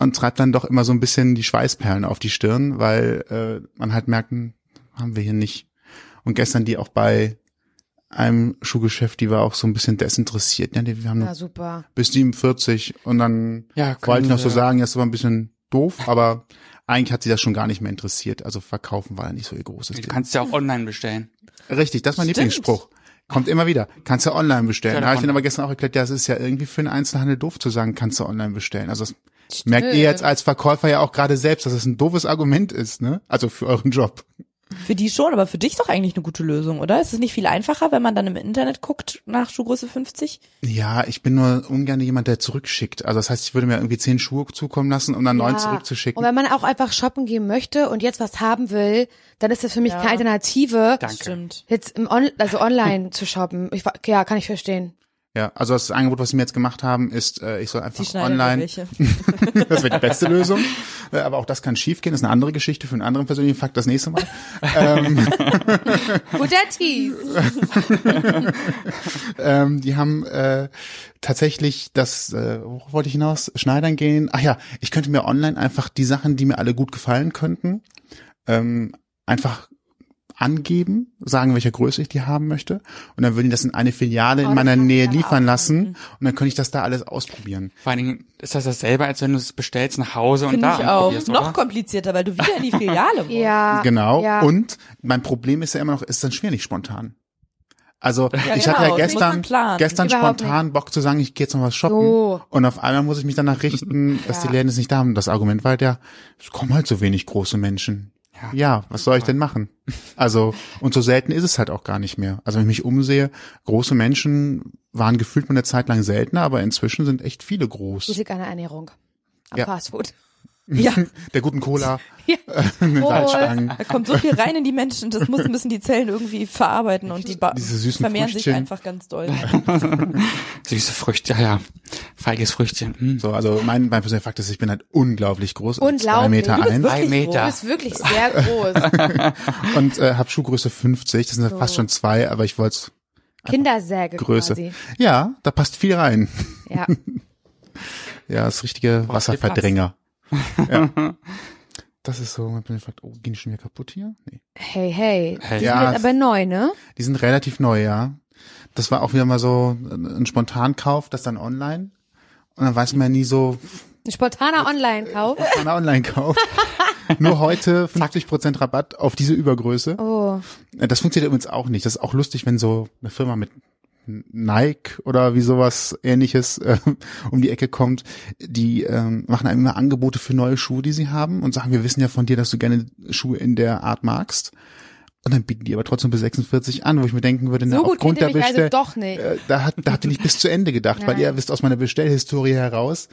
[SPEAKER 5] und treibt dann doch immer so ein bisschen die Schweißperlen auf die Stirn, weil äh, man halt merkt, hm, haben wir hier nicht. Und gestern die auch bei einem Schuhgeschäft, die war auch so ein bisschen desinteressiert. Ja, die, wir haben nur
[SPEAKER 3] Na super.
[SPEAKER 5] bis 47 und dann
[SPEAKER 2] Ja,
[SPEAKER 5] wollte ich noch so
[SPEAKER 2] können wir-
[SPEAKER 5] sagen, das war ein bisschen doof, aber eigentlich hat sie das schon gar nicht mehr interessiert. Also verkaufen war ja nicht so ihr großes
[SPEAKER 2] Du
[SPEAKER 5] Ding.
[SPEAKER 2] kannst ja auch online bestellen.
[SPEAKER 5] Richtig, das ist mein Lieblingsspruch. Kommt immer wieder. Kannst du online bestellen.
[SPEAKER 2] Ja,
[SPEAKER 5] da habe ich
[SPEAKER 2] online.
[SPEAKER 5] dann aber gestern auch erklärt, das ist ja irgendwie für den Einzelhandel doof zu sagen, kannst du online bestellen. Also das merkt ihr jetzt als Verkäufer ja auch gerade selbst, dass es das ein doofes Argument ist, ne? Also für euren Job.
[SPEAKER 4] Für die schon, aber für dich doch eigentlich eine gute Lösung, oder? Ist es nicht viel einfacher, wenn man dann im Internet guckt nach Schuhgröße 50?
[SPEAKER 5] Ja, ich bin nur ungern jemand, der zurückschickt. Also das heißt, ich würde mir irgendwie zehn Schuhe zukommen lassen, um dann neun
[SPEAKER 3] Ja.
[SPEAKER 5] zurückzuschicken.
[SPEAKER 3] Und wenn man auch einfach shoppen gehen möchte und jetzt was haben will, dann ist das für mich keine Alternative,
[SPEAKER 2] Danke.
[SPEAKER 4] Stimmt.
[SPEAKER 3] jetzt im On also online zu shoppen. Ich, wa- ja, kann ich verstehen.
[SPEAKER 5] Ja, also das Angebot, was sie mir jetzt gemacht haben, ist, äh, ich soll
[SPEAKER 4] Die
[SPEAKER 5] einfach
[SPEAKER 4] schneiden
[SPEAKER 5] online.
[SPEAKER 4] welche.
[SPEAKER 5] [laughs] Das wäre die beste Lösung. Äh, Aber auch das kann schiefgehen. Das ist eine andere Geschichte für einen anderen persönlichen Fakt das nächste Mal.
[SPEAKER 3] Guter Tease.
[SPEAKER 5] Ähm, die haben äh, tatsächlich das, äh, worauf wollte ich hinaus? Schneidern gehen. Ach ja, ich könnte mir online einfach die Sachen, die mir alle gut gefallen könnten, ähm, einfach angeben, sagen, welche Größe ich die haben möchte. Und dann würden die das in eine Filiale in meiner Nähe liefern lassen. Und dann könnte ich das da alles ausprobieren.
[SPEAKER 2] Vor allen Dingen ist das dasselbe, als wenn du es bestellst nach Hause und
[SPEAKER 4] Finde
[SPEAKER 2] da
[SPEAKER 4] ich auch.
[SPEAKER 2] anprobierst, oder?
[SPEAKER 4] Noch komplizierter, weil du wieder in
[SPEAKER 3] [laughs]
[SPEAKER 4] die Filiale musst.
[SPEAKER 3] Ja.
[SPEAKER 5] Genau.
[SPEAKER 3] Ja.
[SPEAKER 5] Und mein Problem ist ja immer noch, ist dann schwierig spontan. Also ich
[SPEAKER 4] genau,
[SPEAKER 5] hatte ja
[SPEAKER 4] du musst
[SPEAKER 5] gestern,
[SPEAKER 4] planen.
[SPEAKER 5] gestern
[SPEAKER 3] Überhaupt
[SPEAKER 5] spontan Bock zu sagen, ich gehe jetzt noch was shoppen.
[SPEAKER 3] So.
[SPEAKER 5] Und auf einmal muss ich mich
[SPEAKER 3] [laughs]
[SPEAKER 5] danach richten, dass
[SPEAKER 3] Ja.
[SPEAKER 5] die Läden es nicht da haben. Das Argument war halt ja, es kommen halt so wenig große Menschen. Ja, was soll ich denn machen? Also, und so selten ist es halt auch gar nicht mehr. Also wenn ich mich umsehe, große Menschen waren gefühlt mal eine Zeit lang seltener, aber inzwischen sind echt viele
[SPEAKER 3] Das
[SPEAKER 5] groß.
[SPEAKER 3] liegt an der Ernährung. Am
[SPEAKER 5] Ja.
[SPEAKER 3] Fastfood. Oh,
[SPEAKER 4] Ja,
[SPEAKER 5] [laughs] Der guten Cola,
[SPEAKER 3] Ja.
[SPEAKER 5] den
[SPEAKER 3] Wohl.
[SPEAKER 5] Salzstangen.
[SPEAKER 4] da kommt so viel rein in die Menschen, das muss, müssen die Zellen irgendwie verarbeiten und die ba-
[SPEAKER 5] Diese süßen
[SPEAKER 4] vermehren sich
[SPEAKER 5] Früchtchen.
[SPEAKER 4] einfach ganz doll.
[SPEAKER 2] Süße Früchte, ja, ja. Feiges Früchtchen. Mm.
[SPEAKER 5] So, also mein, mein persönlicher Fakt ist, ich bin halt unglaublich groß. also Zwei
[SPEAKER 3] Unglaublich.
[SPEAKER 5] Meter
[SPEAKER 3] Du bist
[SPEAKER 5] eins
[SPEAKER 2] Drei
[SPEAKER 3] Du
[SPEAKER 2] Meter.
[SPEAKER 3] bist wirklich sehr
[SPEAKER 5] [laughs]
[SPEAKER 3] groß.
[SPEAKER 5] und äh, habe Schuhgröße 50. Das sind ja fast schon zwei, aber ich wollte
[SPEAKER 3] Kindersäge
[SPEAKER 5] Größe.
[SPEAKER 3] quasi.
[SPEAKER 5] Ja, da passt viel rein.
[SPEAKER 3] Ja.
[SPEAKER 5] Ja, das richtige
[SPEAKER 2] Boah,
[SPEAKER 5] Wasserverdränger. Ja. Das ist so, man bin fragt, oh, gehen die schon wieder kaputt hier? Nee.
[SPEAKER 3] Hey, hey.
[SPEAKER 2] Hey.
[SPEAKER 3] Die
[SPEAKER 5] Ja,
[SPEAKER 3] sind
[SPEAKER 5] es-
[SPEAKER 3] jetzt aber neu, ne?
[SPEAKER 5] Die sind relativ neu, ja. Das war auch wieder mal so ein ein Spontankauf, das dann online. Und dann weiß man ja nie so,
[SPEAKER 3] Ein spontaner Online-Kauf.
[SPEAKER 5] ein Online-Kauf. Nur heute 50% Rabatt auf diese Übergröße.
[SPEAKER 3] Oh.
[SPEAKER 5] Äh, Das funktioniert übrigens auch nicht. Das ist auch lustig, wenn so eine Firma mit Nike oder wie sowas ähnliches [laughs] äh, um die Ecke kommt, die ähm, machen einem immer Angebote für neue Schuhe, die sie haben und sagen, wir wissen ja von dir, dass du gerne Schuhe in der Art magst. Und dann bieten die aber trotzdem bis 46 an, wo ich mir denken würde, na,
[SPEAKER 3] So gut
[SPEAKER 5] Genau, aufgrund
[SPEAKER 3] kennt ihr
[SPEAKER 5] der
[SPEAKER 3] mich also
[SPEAKER 5] Bestell,
[SPEAKER 3] doch nicht.
[SPEAKER 5] äh, da, hat, da habt ihr nicht bis zu Ende gedacht, weil
[SPEAKER 3] Nein.
[SPEAKER 5] ihr wisst aus meiner Bestellhistorie heraus,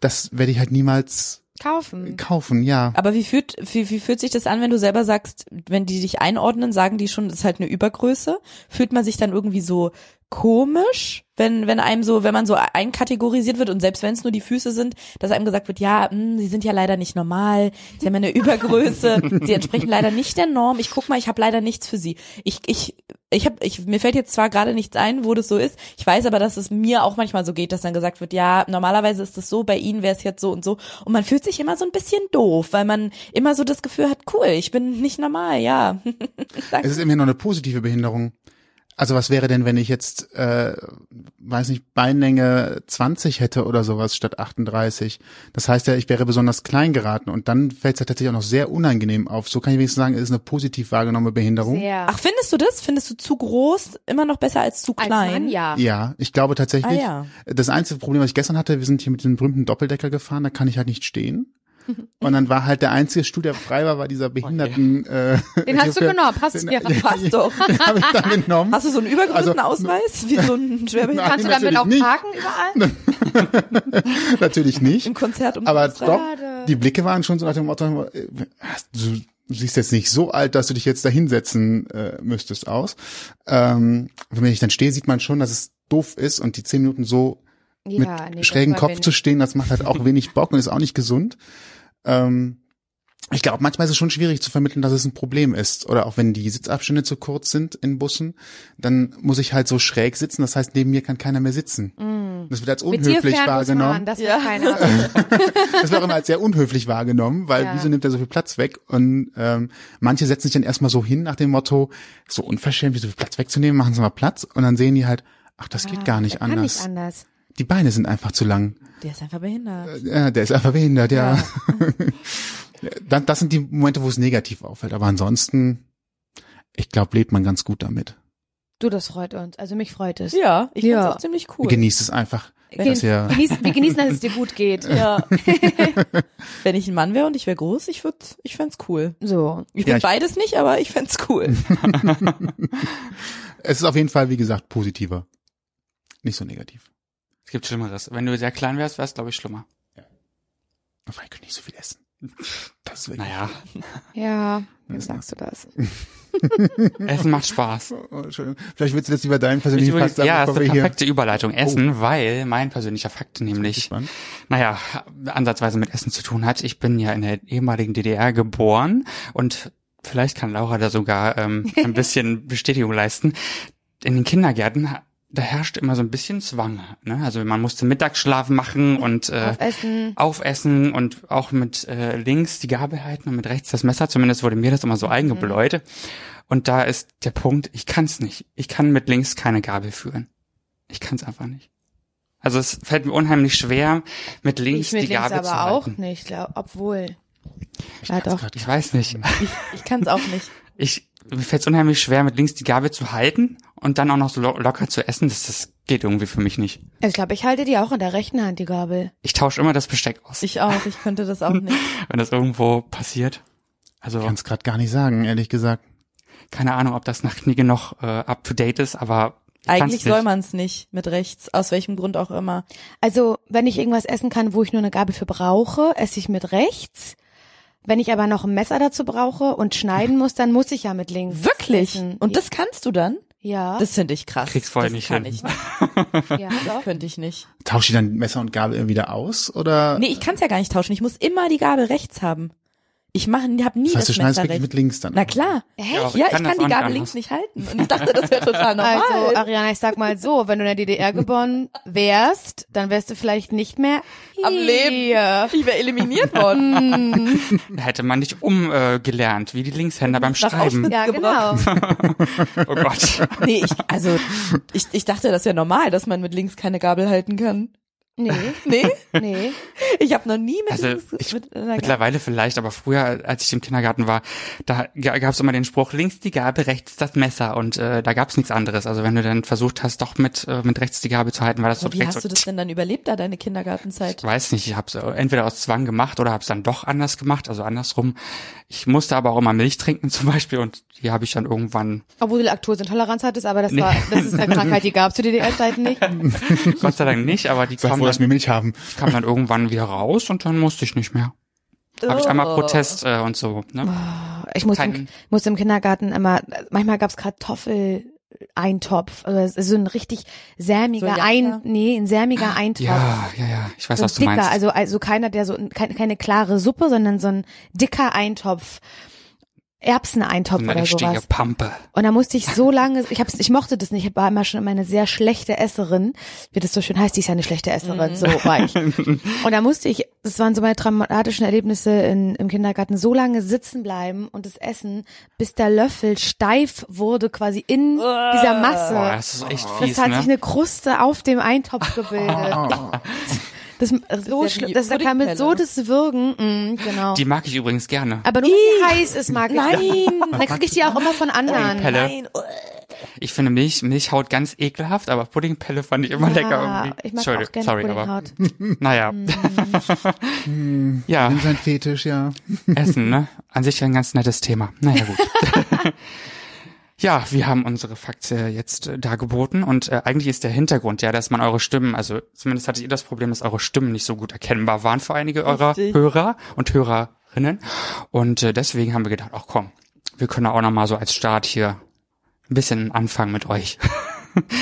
[SPEAKER 5] das werde ich halt niemals
[SPEAKER 3] Kaufen.
[SPEAKER 5] kaufen, ja.
[SPEAKER 4] Aber wie fühlt, wie, wie fühlt sich das an, wenn du selber sagst, wenn die dich einordnen, sagen die schon, das ist halt eine Übergröße? Fühlt man sich dann irgendwie so komisch, wenn, wenn einem so, wenn man so einkategorisiert wird und selbst wenn es nur die Füße sind, dass einem gesagt wird, ja, mh, sie sind ja leider nicht normal, sie haben ja eine Übergröße, sie entsprechen leider nicht der Norm. Ich guck mal, ich habe leider nichts für sie. Ich, ich, ich habe, ich, mir fällt jetzt zwar gerade nichts ein, wo das so ist. Ich weiß aber, dass es mir auch manchmal so geht, dass dann gesagt wird, ja, normalerweise ist es so, bei ihnen wäre es jetzt so und so. Und man fühlt sich immer so ein bisschen doof, weil man immer so das Gefühl hat, cool, ich bin nicht normal, ja.
[SPEAKER 5] Es ist immerhin noch eine positive Behinderung. Also was wäre denn, wenn ich jetzt, äh, weiß nicht, Beinlänge 20 hätte oder sowas statt 38? Das heißt ja, ich wäre besonders klein geraten und dann fällt es ja tatsächlich auch noch sehr unangenehm auf. So kann ich wenigstens sagen, es ist eine positiv wahrgenommene Behinderung.
[SPEAKER 3] Sehr.
[SPEAKER 4] Ach, findest du das? Findest du zu groß immer noch besser als zu
[SPEAKER 3] als
[SPEAKER 4] klein?
[SPEAKER 3] Mann, ja.
[SPEAKER 5] Ja, ich glaube tatsächlich,
[SPEAKER 4] Ah,
[SPEAKER 5] das einzige Problem, was ich gestern hatte, wir sind hier mit dem berühmten Doppeldecker gefahren, da kann ich halt
[SPEAKER 4] [laughs]
[SPEAKER 5] nicht stehen. Und dann war halt der einzige Stuhl, der frei war, war
[SPEAKER 4] Oh,
[SPEAKER 5] dieser behinderten. Äh, [laughs]
[SPEAKER 3] Den hast du genommen. Passt
[SPEAKER 5] Den- [laughs]
[SPEAKER 3] mir. [laughs]
[SPEAKER 4] Passt doch.
[SPEAKER 5] Den habe ich
[SPEAKER 4] [laughs]
[SPEAKER 5] dann genommen.
[SPEAKER 4] Hast du so einen übergrößten
[SPEAKER 5] Also, [laughs]
[SPEAKER 4] Ausweis? Wie so ein Schwerbehinderter
[SPEAKER 3] Kannst du
[SPEAKER 5] Nein,
[SPEAKER 3] damit auch
[SPEAKER 5] natürlich
[SPEAKER 3] parken
[SPEAKER 5] [laughs]
[SPEAKER 3] überall?
[SPEAKER 5] Natürlich nicht.
[SPEAKER 4] im Konzert
[SPEAKER 3] Hm,
[SPEAKER 4] um
[SPEAKER 5] Aber
[SPEAKER 4] Kreuzfahrt?
[SPEAKER 5] doch, die Blicke waren schon so nach dem Motto, äh, du siehst jetzt nicht so alt, dass du dich jetzt da hinsetzen äh, müsstest aus. Ähm, wenn ich dann stehe, sieht man schon, dass es doof ist und die zehn Minuten so
[SPEAKER 3] Ja,
[SPEAKER 5] mit
[SPEAKER 3] nee,
[SPEAKER 5] schrägen
[SPEAKER 3] das war
[SPEAKER 5] Kopf zu stehen, das macht halt
[SPEAKER 3] [laughs]
[SPEAKER 5] auch wenig Bock und ist auch nicht gesund. Ähm, ich glaube, manchmal ist es schon schwierig zu vermitteln, dass es ein Problem ist. Oder auch wenn die Sitzabstände zu kurz sind in Bussen, dann muss ich halt so schräg sitzen. Das heißt, neben mir kann keiner mehr sitzen. Das wird als
[SPEAKER 3] Mm. Mit dir
[SPEAKER 5] unhöflich
[SPEAKER 3] fern muss
[SPEAKER 5] wahrgenommen.
[SPEAKER 3] man, das
[SPEAKER 4] Ja.
[SPEAKER 3] ist [laughs] keiner.
[SPEAKER 5] Das wird auch immer als sehr unhöflich wahrgenommen, weil
[SPEAKER 3] Ja.
[SPEAKER 5] wieso nimmt er so viel Platz weg? Und ähm, manche setzen sich dann erstmal so hin nach dem Motto, so unverschämt, wie so viel Platz wegzunehmen, machen sie mal Platz. Und dann sehen die halt, ach, das geht gar nicht
[SPEAKER 3] Kann
[SPEAKER 5] anders.
[SPEAKER 3] nicht anders.
[SPEAKER 5] Die Beine sind einfach zu lang. Äh,
[SPEAKER 4] Der ist einfach behindert.
[SPEAKER 5] Ja, der ist einfach behindert, ja. [laughs] Dann- Das sind die Momente, wo es negativ auffällt. Aber ansonsten, Ich glaube, lebt man ganz gut damit.
[SPEAKER 3] Du, das freut uns. Also mich freut es.
[SPEAKER 4] Ja, ich
[SPEAKER 3] Ja.
[SPEAKER 4] find's auch ziemlich cool.
[SPEAKER 5] Genießt es einfach. dass ihr-
[SPEAKER 3] genießen, wir genießen, dass es dir gut geht.
[SPEAKER 4] ja. Wenn ich ein Mann wäre und ich wäre groß, ich würde, ich fänd's cool.
[SPEAKER 3] [laughs] So.
[SPEAKER 4] Ich
[SPEAKER 5] Ja,
[SPEAKER 4] bin
[SPEAKER 5] ich-
[SPEAKER 4] beides nicht, aber ich fänd's
[SPEAKER 5] [laughs]
[SPEAKER 4] cool.
[SPEAKER 5] Es ist auf jeden Fall, wie gesagt, positiver. Nicht so negativ.
[SPEAKER 2] Es gibt Schlimmeres. Wenn du sehr klein wärst, wär's, glaube ich, schlimmer.
[SPEAKER 5] Oh, Vielleicht könnte ich so viel essen. Das ist wirklich.
[SPEAKER 2] Naja,
[SPEAKER 3] Ja, wie
[SPEAKER 5] Ist
[SPEAKER 3] sagst du das?
[SPEAKER 5] Äh.
[SPEAKER 2] Essen
[SPEAKER 5] [laughs]
[SPEAKER 2] macht Spaß.
[SPEAKER 5] Oh, Entschuldigung. Vielleicht willst du jetzt über deinen
[SPEAKER 2] Ich
[SPEAKER 5] persönlichen
[SPEAKER 2] übrigens,
[SPEAKER 5] Fakt sagen,
[SPEAKER 2] ja, das
[SPEAKER 5] bevor
[SPEAKER 2] ist eine
[SPEAKER 5] wir hier-
[SPEAKER 2] perfekte Überleitung. Essen, weil mein persönlicher Fakt nämlich,
[SPEAKER 5] Spannend.
[SPEAKER 2] naja, ansatzweise mit Essen zu tun hat. Ich bin ja in der ehemaligen DDR geboren und vielleicht kann Laura da sogar ähm, ein bisschen Bestätigung leisten. In den Kindergärten, da herrschte immer so ein bisschen Zwang. Ne? Also man musste Mittagsschlaf machen und äh,
[SPEAKER 3] Aufessen.
[SPEAKER 2] aufessen und auch mit äh, links die Gabel halten und mit rechts das Messer. Zumindest wurde mir das immer so
[SPEAKER 3] Mhm.
[SPEAKER 2] eingebläut. Und da ist der Punkt, ich kann es nicht. Ich kann mit links keine Gabel führen. Ich kann es einfach nicht. Also es fällt mir unheimlich schwer, mit links
[SPEAKER 3] Ich mit
[SPEAKER 2] die
[SPEAKER 3] links
[SPEAKER 2] Gabel zu
[SPEAKER 3] aber auch
[SPEAKER 2] halten.
[SPEAKER 3] nicht, glaub, obwohl.
[SPEAKER 5] Ich
[SPEAKER 3] Ja,
[SPEAKER 5] kann's
[SPEAKER 3] doch.
[SPEAKER 5] grad
[SPEAKER 2] Ich weiß
[SPEAKER 3] Mhm.
[SPEAKER 2] nicht.
[SPEAKER 4] Ich kann's auch
[SPEAKER 3] [laughs]
[SPEAKER 4] nicht.
[SPEAKER 2] Ich, mir fällt es unheimlich schwer, mit links die Gabel zu halten und dann auch noch so lo locker zu essen. Das, das geht irgendwie für mich nicht.
[SPEAKER 3] Also Ich glaube, ich halte die auch in der rechten Hand, die Gabel.
[SPEAKER 2] Ich tausche immer das Besteck aus,
[SPEAKER 4] Ich auch, ich könnte das auch nicht.
[SPEAKER 2] wenn das irgendwo passiert. Also
[SPEAKER 5] Ich kann es gerade gar nicht sagen, ehrlich gesagt.
[SPEAKER 2] keine Ahnung, ob das nach Knigge noch äh, up to date ist, aber ich kann's
[SPEAKER 4] Eigentlich
[SPEAKER 2] nicht.
[SPEAKER 4] soll man's nicht mit rechts, aus welchem Grund auch immer.
[SPEAKER 3] Also, wenn ich irgendwas essen kann, wo ich nur eine Gabel für brauche, esse ich mit rechts. Wenn ich aber noch ein Messer dazu brauche und schneiden muss, dann muss ich ja mit links.
[SPEAKER 4] Wirklich?
[SPEAKER 3] Essen.
[SPEAKER 4] Und das kannst du dann?
[SPEAKER 3] Ja.
[SPEAKER 4] Das finde ich krass.
[SPEAKER 2] Krieg's voll
[SPEAKER 4] das
[SPEAKER 2] nicht
[SPEAKER 4] kann
[SPEAKER 2] hin.
[SPEAKER 3] [laughs]
[SPEAKER 4] ich nicht.
[SPEAKER 3] ja doch.
[SPEAKER 4] Das könnte ich nicht.
[SPEAKER 5] Tauscht ihr dann Messer und Gabel wieder aus? Oder
[SPEAKER 4] Nee, ich kann's ja gar nicht tauschen. Ich muss immer die Gabel rechts haben. Ich mache, hab nie
[SPEAKER 5] das
[SPEAKER 4] das,
[SPEAKER 5] heißt, du schneidest
[SPEAKER 4] Messer
[SPEAKER 5] wirklich
[SPEAKER 4] rechts.
[SPEAKER 5] mit links dann?
[SPEAKER 4] Na klar.
[SPEAKER 3] Hey,
[SPEAKER 2] aber
[SPEAKER 4] Ja, ich kann,
[SPEAKER 2] kann das auch
[SPEAKER 4] die
[SPEAKER 2] nicht
[SPEAKER 4] Gabel
[SPEAKER 2] anders.
[SPEAKER 4] links nicht halten. Und ich dachte, das
[SPEAKER 3] [laughs]
[SPEAKER 4] wäre total normal.
[SPEAKER 3] Also, Ariana, ich sag mal so, wenn du in der
[SPEAKER 2] [laughs]
[SPEAKER 3] DDR geboren wärst, dann wärst du vielleicht nicht mehr
[SPEAKER 4] Am
[SPEAKER 3] hier.
[SPEAKER 4] Leben. Ich
[SPEAKER 3] [laughs]
[SPEAKER 4] wäre eliminiert
[SPEAKER 3] Hm.
[SPEAKER 4] worden.
[SPEAKER 2] Da hätte man dich umgelernt, wie die Linkshänder beim
[SPEAKER 4] Nach
[SPEAKER 2] Schreiben.
[SPEAKER 4] Auschwitz.
[SPEAKER 3] Ja, genau.
[SPEAKER 4] Gebrochen.
[SPEAKER 2] Oh
[SPEAKER 4] [laughs]
[SPEAKER 2] Gott.
[SPEAKER 4] Nee, ich, also ich, ich dachte, das wäre normal, dass man mit links keine Gabel halten kann.
[SPEAKER 3] Nee,
[SPEAKER 4] [laughs] Nee,
[SPEAKER 3] [laughs] nee.
[SPEAKER 4] ich habe noch nie mit
[SPEAKER 2] Also,
[SPEAKER 4] links
[SPEAKER 2] ich-
[SPEAKER 4] mit einer Gabel.
[SPEAKER 2] Mittlerweile vielleicht, aber früher, als ich im Kindergarten war, da gab es immer den Spruch, links die Gabel, rechts das Messer und äh, da gab es nichts anderes. Also wenn du dann versucht hast, doch mit, äh, mit rechts die Gabel zu halten, war das so
[SPEAKER 4] Aber Wie
[SPEAKER 2] direkt
[SPEAKER 4] hast
[SPEAKER 2] so,
[SPEAKER 4] du das denn dann überlebt, da deine Kindergartenzeit?
[SPEAKER 2] ich weiß nicht, ich habe es entweder aus Zwang gemacht oder habe es dann doch anders gemacht, also andersrum. Ich musste aber auch immer Milch trinken zum Beispiel und die habe ich dann irgendwann
[SPEAKER 3] Obwohl du Laktoseintoleranz hattest, aber das
[SPEAKER 2] Nee.
[SPEAKER 3] war, das
[SPEAKER 2] [laughs]
[SPEAKER 3] ist eine Krankheit, die gab's zu DDR-Zeiten nicht.
[SPEAKER 2] Gott sei Dank nicht, aber die
[SPEAKER 5] Sei
[SPEAKER 2] kam
[SPEAKER 5] froh, dass wir
[SPEAKER 2] dann,
[SPEAKER 5] Milch haben.
[SPEAKER 2] kam dann irgendwann wieder raus und dann musste ich nicht mehr. Habe ich einmal
[SPEAKER 4] Oh.
[SPEAKER 2] Protest äh, und so. Ne?
[SPEAKER 3] Ich musste, im,
[SPEAKER 2] Kein,
[SPEAKER 3] musste im Kindergarten immer, manchmal gab's Kartoffeleintopf, also so ein richtig sämiger
[SPEAKER 4] So Jacke?
[SPEAKER 3] ein, nee, ein sämiger Eintopf.
[SPEAKER 2] ja, ja, ja. Ich weiß,
[SPEAKER 3] so ein
[SPEAKER 2] was du
[SPEAKER 3] dicker,
[SPEAKER 2] meinst.
[SPEAKER 3] also also keiner, der so kein, keine klare Suppe, sondern so ein dicker Eintopf, Erbseneintopf
[SPEAKER 2] eine
[SPEAKER 3] oder
[SPEAKER 2] richtige
[SPEAKER 3] sowas.
[SPEAKER 2] Pampe.
[SPEAKER 3] Und da musste ich so lange, ich hab's, ich mochte das nicht, ich war immer schon immer eine sehr schlechte Esserin, wie das so schön heißt, die ist ja eine schlechte Esserin, so war ich.
[SPEAKER 2] Mhm.
[SPEAKER 3] Und da musste ich, das waren so meine traumatischen Erlebnisse in, im Kindergarten, so lange sitzen bleiben und das Essen, bis der Löffel steif wurde, quasi in dieser
[SPEAKER 2] Boah,
[SPEAKER 3] Masse.
[SPEAKER 2] das ist echt
[SPEAKER 3] Das
[SPEAKER 2] fies,
[SPEAKER 3] hat sich
[SPEAKER 2] ne?
[SPEAKER 3] eine Kruste auf dem Eintopf gebildet.
[SPEAKER 5] Oh,
[SPEAKER 3] Das, das, so
[SPEAKER 4] ja
[SPEAKER 3] schlimm,
[SPEAKER 4] wie
[SPEAKER 3] das da kann mit
[SPEAKER 4] Puddingpelle.
[SPEAKER 3] so das Wirken, mm, genau.
[SPEAKER 2] Die mag ich übrigens gerne.
[SPEAKER 3] Aber nur wenn die heiß ist, mag ich.
[SPEAKER 4] Nein.
[SPEAKER 3] Und dann krieg ich die auch immer von anderen.
[SPEAKER 2] Puddingpelle.
[SPEAKER 4] Nein, oh.
[SPEAKER 2] Ich finde Milch, Milchhaut ganz ekelhaft, aber Puddingpelle fand ich immer Oh, lecker.
[SPEAKER 3] Ja,
[SPEAKER 2] Irgendwie.
[SPEAKER 3] ich mag auch
[SPEAKER 2] Entschuldigung,
[SPEAKER 3] gerne
[SPEAKER 2] sorry, aber [laughs]
[SPEAKER 3] Puddinghaut. Mm.
[SPEAKER 2] naja. [laughs] ja,
[SPEAKER 5] sein Fetisch, ja.
[SPEAKER 2] Essen, ne? An sich ein ganz nettes Thema. Naja, gut. Ja, wir haben unsere Fakte jetzt äh, dargeboten und äh, eigentlich ist der Hintergrund ja, dass man eure Stimmen, also zumindest hatte ich das Problem, dass eure Stimmen nicht so gut erkennbar waren für einige eurer
[SPEAKER 4] Richtig.
[SPEAKER 2] Hörer und Hörerinnen und äh, deswegen haben wir gedacht, ach komm, wir können auch noch mal so als Start hier ein bisschen anfangen mit euch, [laughs]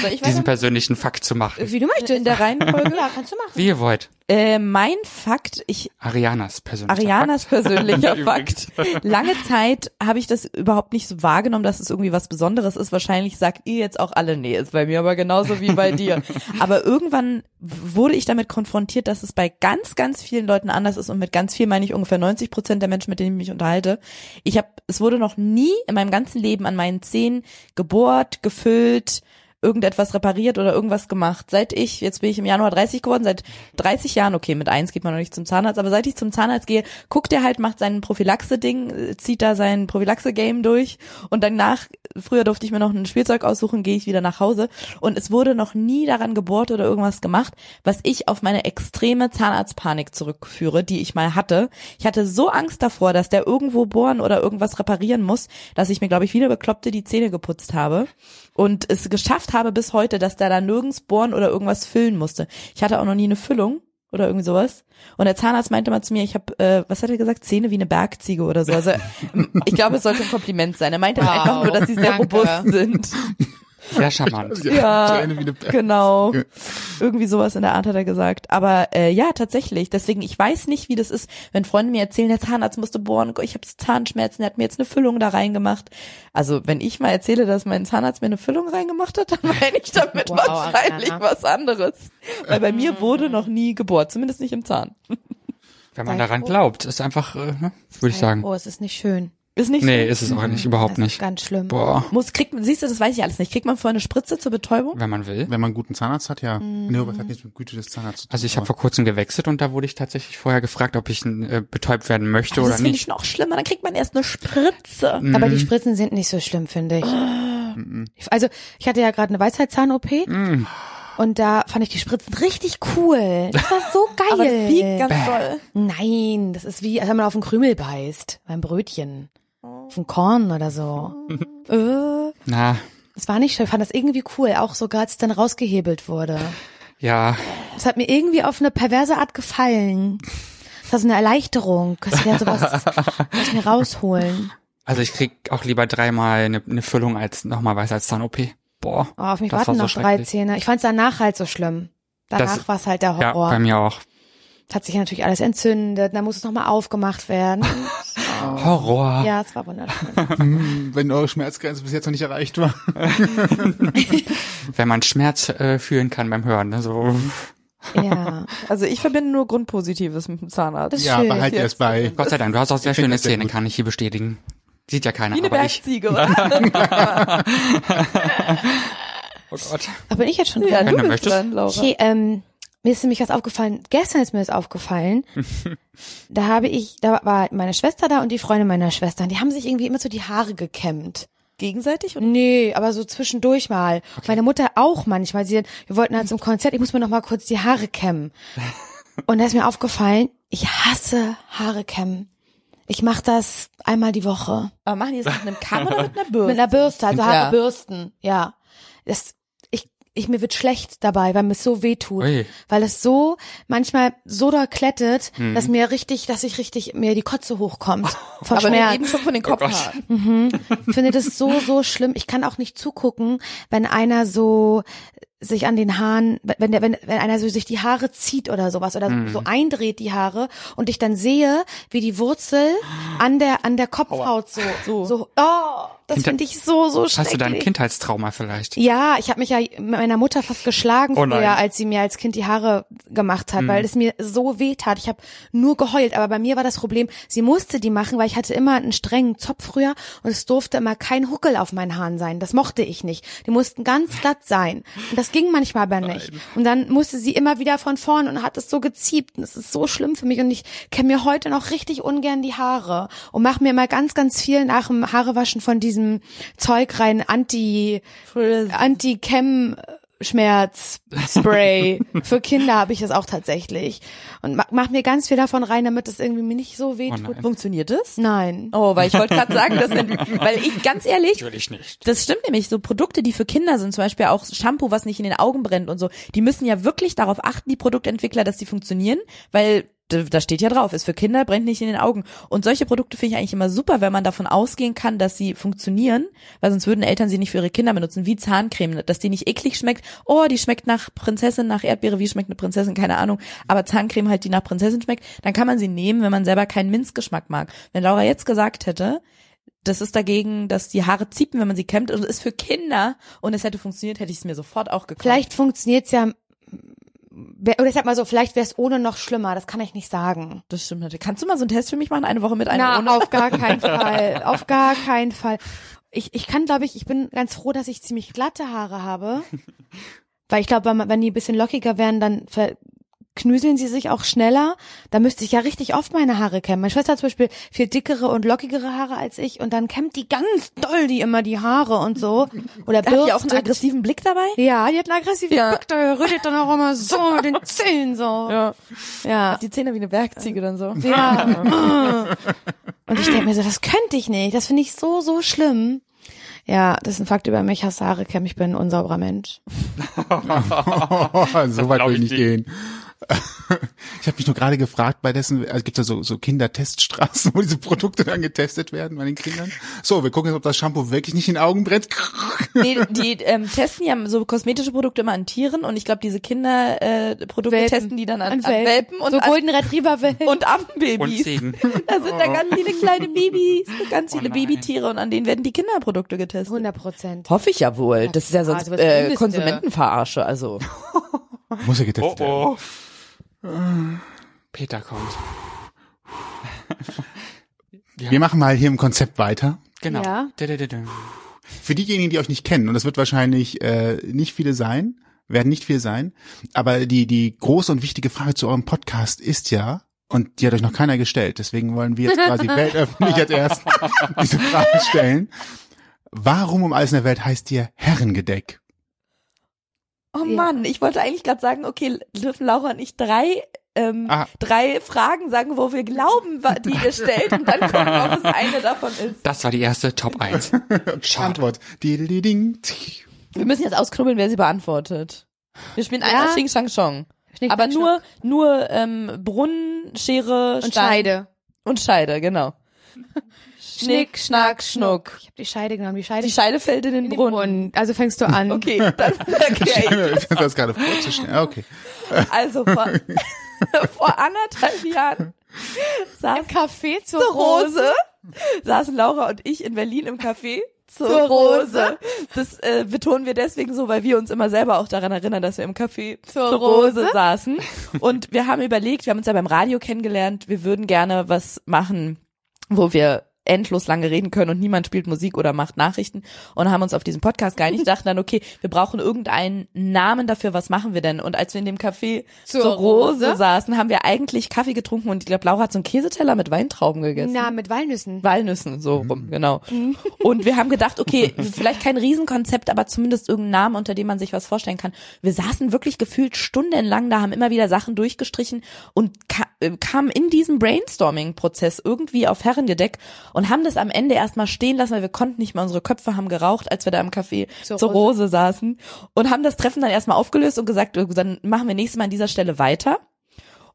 [SPEAKER 4] So, ich
[SPEAKER 2] diesen
[SPEAKER 4] weiß
[SPEAKER 2] persönlichen Fakt zu machen.
[SPEAKER 3] Wie du
[SPEAKER 4] noch,
[SPEAKER 3] möchtest.
[SPEAKER 4] in der Reihenfolge.
[SPEAKER 3] Ja, kannst du machen.
[SPEAKER 2] Wie ihr wollt.
[SPEAKER 4] äh, mein Fakt, ich
[SPEAKER 2] Arianas persönlicher
[SPEAKER 4] Arianas [laughs] persönlicher
[SPEAKER 2] Übrigens.
[SPEAKER 4] Fakt. Lange Zeit habe ich das überhaupt nicht so wahrgenommen, dass es irgendwie was Besonderes ist. Wahrscheinlich sagt ihr jetzt auch alle, nee, ist bei mir aber genauso wie bei dir. Aber irgendwann wurde ich damit konfrontiert, dass es bei ganz, ganz vielen Leuten anders ist und mit ganz viel meine ich ungefähr 90 Prozent der Menschen, mit denen ich mich unterhalte. Ich habe, es wurde noch nie in meinem ganzen Leben an meinen Zehen gebohrt, gefüllt, irgendetwas repariert oder irgendwas gemacht. Seit ich, jetzt bin ich im Januar 30 geworden, seit 30 Jahren, okay, mit eins geht man noch nicht zum Zahnarzt, aber seit ich zum Zahnarzt gehe, guckt er halt, macht sein Prophylaxe-Ding, äh, zieht da sein Prophylaxe-Game durch und danach, früher durfte ich mir noch ein Spielzeug aussuchen, gehe ich wieder nach Hause und es wurde noch nie daran gebohrt oder irgendwas gemacht, was ich auf meine extreme Zahnarztpanik zurückführe, die ich mal hatte. Ich hatte so Angst davor, dass der irgendwo bohren oder irgendwas reparieren muss, dass ich mir, glaube ich, wieder bekloppte die Zähne geputzt habe und es geschafft habe bis heute, dass der da nirgends bohren oder irgendwas füllen musste. Ich hatte auch noch nie eine Füllung oder irgendwie sowas. Und der Zahnarzt meinte mal zu mir, ich habe, äh, was hat er gesagt, Zähne wie eine Bergziege oder so. Also m- ich glaube, es sollte ein Kompliment sein. Er meinte halt
[SPEAKER 3] Wow,
[SPEAKER 4] einfach nur, dass sie sehr
[SPEAKER 3] danke.
[SPEAKER 4] robust sind.
[SPEAKER 2] Sehr
[SPEAKER 4] [laughs]
[SPEAKER 2] charmant.
[SPEAKER 4] Ja,
[SPEAKER 5] Zähne wie eine Berg-
[SPEAKER 4] Genau. Irgendwie sowas in der Art hat er gesagt. Aber äh, ja, tatsächlich. Deswegen, ich weiß nicht, wie das ist, wenn Freunde mir erzählen, der Zahnarzt musste bohren, ich habe Zahnschmerzen, der hat mir jetzt eine Füllung da reingemacht. Also, wenn ich mal erzähle, dass mein Zahnarzt mir eine Füllung reingemacht hat, dann [laughs] meine ich damit
[SPEAKER 3] Wow, Mhm.
[SPEAKER 4] wahrscheinlich
[SPEAKER 3] Ariana.
[SPEAKER 4] was anderes. Weil bei mir wurde noch nie gebohrt, zumindest nicht im Zahn.
[SPEAKER 2] Wenn man
[SPEAKER 3] Sei
[SPEAKER 2] daran
[SPEAKER 3] froh.
[SPEAKER 2] glaubt, ist einfach, äh, ne, würde ich sagen.
[SPEAKER 3] Oh, es ist nicht schön.
[SPEAKER 4] Ist nicht
[SPEAKER 2] Nee,
[SPEAKER 4] so.
[SPEAKER 2] ist es auch nicht,
[SPEAKER 3] das
[SPEAKER 2] überhaupt
[SPEAKER 3] Ist
[SPEAKER 2] nicht.
[SPEAKER 3] ganz schlimm.
[SPEAKER 2] Boah,
[SPEAKER 4] Muss, kriegt, man- siehst du, das weiß ich alles nicht. Kriegt man vorher eine Spritze zur Betäubung?
[SPEAKER 2] wenn man will.
[SPEAKER 5] Wenn man einen guten Zahnarzt hat, ja.
[SPEAKER 4] Mhm.
[SPEAKER 5] Nee, aber es hat nichts mit Güte des Zahnarztes zu tun.
[SPEAKER 2] Also ich habe
[SPEAKER 5] aber-
[SPEAKER 2] vor kurzem gewechselt und da wurde ich tatsächlich vorher gefragt, ob ich äh, betäubt werden möchte
[SPEAKER 4] Also, das
[SPEAKER 2] oder
[SPEAKER 4] finde
[SPEAKER 2] nicht.
[SPEAKER 4] ich noch schlimmer, dann kriegt man erst eine Spritze.
[SPEAKER 3] Aber
[SPEAKER 2] mm.
[SPEAKER 3] die Spritzen sind nicht so schlimm, finde ich. Ich- Also, ich hatte ja gerade eine Weisheitszahn-OP.
[SPEAKER 2] Mm.
[SPEAKER 3] Und da fand ich die Spritzen richtig cool. Das war
[SPEAKER 2] [laughs]
[SPEAKER 3] so geil.
[SPEAKER 4] Aber das biegt ganz doll.
[SPEAKER 3] Nein, das ist wie, als wenn man auf einen Krümel beißt. Beim Brötchen. Auf ein Korn oder so. äh,
[SPEAKER 2] Na,
[SPEAKER 3] es war nicht schön. Ich fand das irgendwie cool. Auch sogar, als es dann rausgehebelt wurde.
[SPEAKER 2] ja,
[SPEAKER 3] Das hat mir irgendwie auf eine perverse Art gefallen. Das war so eine Erleichterung. Dass ich dachte,
[SPEAKER 2] [laughs]
[SPEAKER 3] was, was mir rausholen.
[SPEAKER 2] also ich krieg auch lieber dreimal eine, eine Füllung als nochmal weiß als Zahn-OP. Boah,
[SPEAKER 3] Oh, auf mich
[SPEAKER 2] Das
[SPEAKER 3] warten
[SPEAKER 2] war
[SPEAKER 3] noch
[SPEAKER 2] so
[SPEAKER 3] drei
[SPEAKER 2] schrecklich.
[SPEAKER 3] Zähne. Ich fand's danach halt so schlimm. Danach
[SPEAKER 2] Das-
[SPEAKER 3] war's halt der
[SPEAKER 2] ja,
[SPEAKER 3] Horror.
[SPEAKER 2] bei mir auch.
[SPEAKER 3] Es hat sich ja natürlich alles entzündet, dann muss es nochmal aufgemacht werden.
[SPEAKER 2] [laughs] Horror.
[SPEAKER 3] ja, es war wunderschön.
[SPEAKER 5] Wenn eure Schmerzgrenze bis jetzt noch nicht erreicht war.
[SPEAKER 2] Wenn man Schmerz äh, fühlen kann beim Hören. Ne? So,
[SPEAKER 3] Ja,
[SPEAKER 4] Also ich verbinde nur Grundpositives mit dem Zahnarzt.
[SPEAKER 3] das ist
[SPEAKER 5] Ja,
[SPEAKER 3] schön.
[SPEAKER 2] halt
[SPEAKER 5] behalt ihr
[SPEAKER 4] Ja.
[SPEAKER 5] es bei.
[SPEAKER 2] Gott sei Dank, du hast auch sehr
[SPEAKER 5] finde
[SPEAKER 2] schöne
[SPEAKER 5] das sehr
[SPEAKER 2] Szenen,
[SPEAKER 5] gut.
[SPEAKER 2] kann ich hier bestätigen. Sieht ja keiner,
[SPEAKER 4] Wie eine
[SPEAKER 2] aber ich. [laughs]
[SPEAKER 4] Bergziege, oder?
[SPEAKER 2] Oh Gott.
[SPEAKER 3] Da bin ich jetzt schon
[SPEAKER 4] ja,
[SPEAKER 3] dran.
[SPEAKER 2] Wenn
[SPEAKER 4] du
[SPEAKER 2] du
[SPEAKER 4] bist
[SPEAKER 2] möchtest.
[SPEAKER 4] dran, Laura.
[SPEAKER 3] Okay, ähm, mir ist nämlich was aufgefallen. Gestern ist mir das aufgefallen.
[SPEAKER 2] [laughs]
[SPEAKER 3] da habe ich, da war meine Schwester da und die Freunde meiner Schwester. Und die haben sich irgendwie immer so die Haare gekämmt.
[SPEAKER 4] Gegenseitig? Und
[SPEAKER 3] Nee, aber so zwischendurch mal. Meine Mutter auch manchmal. Sie, wir wollten halt zum Konzert, ich muss mir noch mal kurz die Haare
[SPEAKER 4] [laughs]
[SPEAKER 3] kämmen. Und da ist mir aufgefallen, ich hasse Haare kämmen. Ich mache das einmal die Woche.
[SPEAKER 4] aber machen die das mit einem Kamm oder mit einer Bürste?
[SPEAKER 3] Mit einer Bürste, also
[SPEAKER 4] Ja.
[SPEAKER 3] Haare bürsten, ja. Das, ich, ich, mir wird schlecht dabei, weil mir es so weh tut.
[SPEAKER 2] Ui.
[SPEAKER 3] Weil es so, manchmal so doll klettet,
[SPEAKER 4] Hm.
[SPEAKER 3] dass mir richtig, dass ich richtig, mir die Kotze
[SPEAKER 4] [laughs]
[SPEAKER 3] hochkommt. Vor
[SPEAKER 4] aber wir
[SPEAKER 3] Schmerz.
[SPEAKER 4] reden schon von den
[SPEAKER 2] Oh
[SPEAKER 4] Kopfhaaren.
[SPEAKER 3] Ich finde das so, so schlimm. Ich kann auch nicht zugucken, wenn einer so sich an den Haaren, wenn der, wenn, wenn einer so sich die Haare zieht oder sowas oder
[SPEAKER 2] Mhm.
[SPEAKER 3] so eindreht die Haare und ich dann sehe, wie die Wurzel an der, an der Kopfhaut so, so, so, oh, das
[SPEAKER 2] Hinter-
[SPEAKER 3] finde ich so, so schrecklich.
[SPEAKER 2] Hast du da ein Kindheitstrauma vielleicht?
[SPEAKER 3] Ja, ich habe mich ja mit meiner Mutter fast geschlagen
[SPEAKER 2] Oh nein.
[SPEAKER 3] früher, als sie mir als Kind die Haare gemacht hat, weil es mir so weh tat. Ich habe nur geheult, aber bei mir war das Problem, sie musste die machen, weil ich hatte immer einen strengen Zopf früher und es durfte immer kein Huckel auf meinen Haaren sein. Das mochte ich nicht. Die mussten ganz glatt sein. Und das ging manchmal aber nicht. Und dann musste sie immer wieder von vorn und hat es so geziebt. Und es ist so schlimm für mich und ich kämme mir heute noch richtig ungern die Haare und mache mir immer ganz, ganz viel nach dem Haarewaschen von diesem Zeug rein, Anti- Anti-Chem-Schmerz-Spray. Für Kinder habe ich das auch tatsächlich. Und ma mach mir ganz viel davon rein, damit es irgendwie mir nicht so weh
[SPEAKER 2] Oh
[SPEAKER 3] tut.
[SPEAKER 2] nein.
[SPEAKER 4] Funktioniert das?
[SPEAKER 3] Nein.
[SPEAKER 4] Oh, weil ich wollte gerade sagen, das
[SPEAKER 2] [laughs]
[SPEAKER 4] sind, weil ich ganz ehrlich,
[SPEAKER 2] Natürlich nicht.
[SPEAKER 4] das stimmt nämlich, so Produkte, die für Kinder sind, zum Beispiel auch Shampoo, was nicht in den Augen brennt und so, die müssen ja wirklich darauf achten, die Produktentwickler, dass die funktionieren, weil d- da steht ja drauf, ist für Kinder, brennt nicht in den Augen. Und solche Produkte finde ich eigentlich immer super, wenn man davon ausgehen kann, dass sie funktionieren, weil sonst würden Eltern sie nicht für ihre Kinder benutzen, wie Zahncreme, dass die nicht eklig schmeckt. Oh, die schmeckt nach Prinzessin, nach Erdbeere, wie schmeckt eine Prinzessin, keine Ahnung. Aber Zahncreme halt, die nach Prinzessin schmeckt, dann kann man sie nehmen, wenn man selber keinen Minzgeschmack mag. Wenn Laura jetzt gesagt hätte, das ist dagegen, dass die Haare ziepen, wenn man sie kämmt. Und ist für Kinder. Und es hätte funktioniert, hätte ich es mir sofort auch gekauft.
[SPEAKER 3] Vielleicht funktioniert's ja. wer- Oder ich sag mal so, vielleicht wäre es ohne noch schlimmer. Das kann ich nicht sagen.
[SPEAKER 4] Das stimmt [laughs] natürlich. Kannst du mal so einen Test für mich machen? Eine Woche mit
[SPEAKER 3] Na,
[SPEAKER 4] einer ohne?
[SPEAKER 3] auf gar keinen Fall. Auf gar keinen Fall. ich, ich kann, glaube ich, ich bin ganz froh, dass ich ziemlich glatte Haare habe. Weil ich glaube, wenn wenn die ein bisschen lockiger werden, dann verknüseln sie sich auch schneller. Da müsste ich ja richtig oft meine Haare kämmen. Meine Schwester hat zum Beispiel viel dickere und lockigere Haare als ich und dann kämmt die ganz doll die immer die Haare und so. Oder
[SPEAKER 4] Hat die auch
[SPEAKER 3] bürstet.
[SPEAKER 4] einen aggressiven Blick dabei?
[SPEAKER 3] Ja, die hat einen aggressiven
[SPEAKER 4] Ja.
[SPEAKER 3] Blick, da rüttelt dann auch immer so mit den Zähnen so.
[SPEAKER 4] Ja.
[SPEAKER 3] Ja.
[SPEAKER 4] Die Zähne wie eine Werkziege dann so.
[SPEAKER 3] Ja. Und ich denke mir so, das könnte ich nicht. Das finde ich so, so schlimm. Ja, das ist ein Fakt über mich. Hast Haare, Cam, ich bin ein unsauberer Mensch.
[SPEAKER 5] [laughs] so weit
[SPEAKER 2] glaub
[SPEAKER 5] will ich
[SPEAKER 2] ich
[SPEAKER 5] nicht gehen. [laughs] Ich habe mich nur gerade gefragt, bei dessen, also gibt es da so, so Kinderteststraßen, wo diese Produkte dann getestet werden bei den Kindern? So, wir gucken jetzt, ob das Shampoo wirklich nicht in den Augen brennt.
[SPEAKER 4] [laughs] Nee, die ähm, testen ja so kosmetische Produkte immer an Tieren und ich glaube, diese Kinderprodukte äh, Produkte
[SPEAKER 3] Welpen.
[SPEAKER 4] testen die dann an, an Welpen, und,
[SPEAKER 3] so
[SPEAKER 4] an,
[SPEAKER 3] Golden Retriever Welpen.
[SPEAKER 4] und
[SPEAKER 2] Und
[SPEAKER 4] Affenbabys.
[SPEAKER 2] Ziegen.
[SPEAKER 4] Da sind da ganz viele kleine Babys, ganz
[SPEAKER 2] Oh
[SPEAKER 4] viele
[SPEAKER 2] nein.
[SPEAKER 4] Babytiere und an denen werden die Kinderprodukte getestet.
[SPEAKER 3] 100 Prozent.
[SPEAKER 6] Hoffe ich ja wohl. Das ist ja sonst
[SPEAKER 3] Ah, sowas
[SPEAKER 6] äh,
[SPEAKER 3] Mindeste.
[SPEAKER 6] Konsumentenverarsche. Also
[SPEAKER 5] [laughs] Muss ja
[SPEAKER 2] Oh
[SPEAKER 5] getestet werden.
[SPEAKER 2] oh.
[SPEAKER 5] [laughs]
[SPEAKER 2] Peter kommt.
[SPEAKER 5] Wir machen mal hier im Konzept weiter.
[SPEAKER 2] Genau.
[SPEAKER 3] Ja.
[SPEAKER 2] Dü-dü-dü-dü.
[SPEAKER 5] Für diejenigen, die euch nicht kennen, und das wird wahrscheinlich äh, nicht viele sein, werden nicht viele sein, aber die, die große und wichtige Frage zu eurem Podcast ist ja, und die hat euch noch keiner gestellt, deswegen wollen wir jetzt
[SPEAKER 4] [laughs]
[SPEAKER 5] quasi weltöffentlich als erst diese Frage stellen. Warum um alles in der Welt heißt ihr Herrengedeck?
[SPEAKER 4] Oh
[SPEAKER 3] Ja.
[SPEAKER 4] Mann, ich wollte eigentlich gerade sagen, okay, dürfen Laura und ich drei ähm,
[SPEAKER 5] Ah.
[SPEAKER 4] drei Fragen sagen, wo wir glauben, wa- die ihr stellt und dann gucken, ob es eine davon ist.
[SPEAKER 2] Das war die erste Top 1.
[SPEAKER 5] Antwort. Didididing.
[SPEAKER 4] Wir müssen jetzt ausknubbeln, wer sie beantwortet. Wir spielen
[SPEAKER 3] Ja.
[SPEAKER 4] einmal Xing Shang Chong. Aber nur, nur ähm, Brunnen, Schere,
[SPEAKER 3] und
[SPEAKER 4] Stein
[SPEAKER 3] Scheide.
[SPEAKER 4] Und Scheide, [laughs] genau. Schnick, Schnack, Schnuck.
[SPEAKER 3] Ich habe die Scheide genommen. Die Scheide
[SPEAKER 4] Die Scheide fällt in den,
[SPEAKER 3] in den
[SPEAKER 4] Brunnen.
[SPEAKER 3] Brunnen. Also fängst du an.
[SPEAKER 4] Okay, dann okay.
[SPEAKER 5] [laughs] Das war gerade vorzustellen. Ah, Okay.
[SPEAKER 4] Also vor, [laughs] vor anderthalb Jahren saß
[SPEAKER 3] Im Café zur
[SPEAKER 4] zur
[SPEAKER 3] Rose.
[SPEAKER 4] Rose saßen Laura und ich in Berlin im Café zur,
[SPEAKER 3] Zur Rose.
[SPEAKER 4] Rose. Das äh, betonen wir deswegen so, weil wir uns immer selber auch daran erinnern, dass wir im Café zur,
[SPEAKER 3] Zur
[SPEAKER 4] Rose.
[SPEAKER 3] Rose.
[SPEAKER 4] saßen. Und wir haben überlegt, wir haben uns ja beim Radio kennengelernt, wir würden gerne was machen, wo wir endlos lange reden können und niemand spielt Musik oder macht Nachrichten und haben uns auf diesen
[SPEAKER 3] [laughs]
[SPEAKER 4] Podcast geeinigt, dachten dann, okay, wir brauchen irgendeinen Namen dafür, was machen wir denn? Und als wir in dem Café zur,
[SPEAKER 3] Zur
[SPEAKER 4] Rose,
[SPEAKER 3] Rose
[SPEAKER 4] saßen, haben wir eigentlich Kaffee getrunken und ich glaube, Laura hat so einen Käseteller mit Weintrauben gegessen.
[SPEAKER 3] Na, mit Walnüssen.
[SPEAKER 4] Walnüssen, so rum, genau. [laughs] Und wir haben gedacht, okay, vielleicht kein Riesenkonzept, aber zumindest irgendeinen Namen, unter dem man sich was vorstellen kann. Wir saßen wirklich gefühlt stundenlang da, haben immer wieder Sachen durchgestrichen und ka äh, kamen in diesem Brainstorming-Prozess irgendwie auf Herrengedeck und haben das am Ende erstmal stehen lassen, weil wir konnten nicht mehr, unsere Köpfe haben geraucht, als wir da im Café zur,
[SPEAKER 3] Zur
[SPEAKER 4] Rose. saßen und haben das Treffen dann erstmal aufgelöst und gesagt, äh, dann machen wir nächstes Mal an dieser Stelle weiter.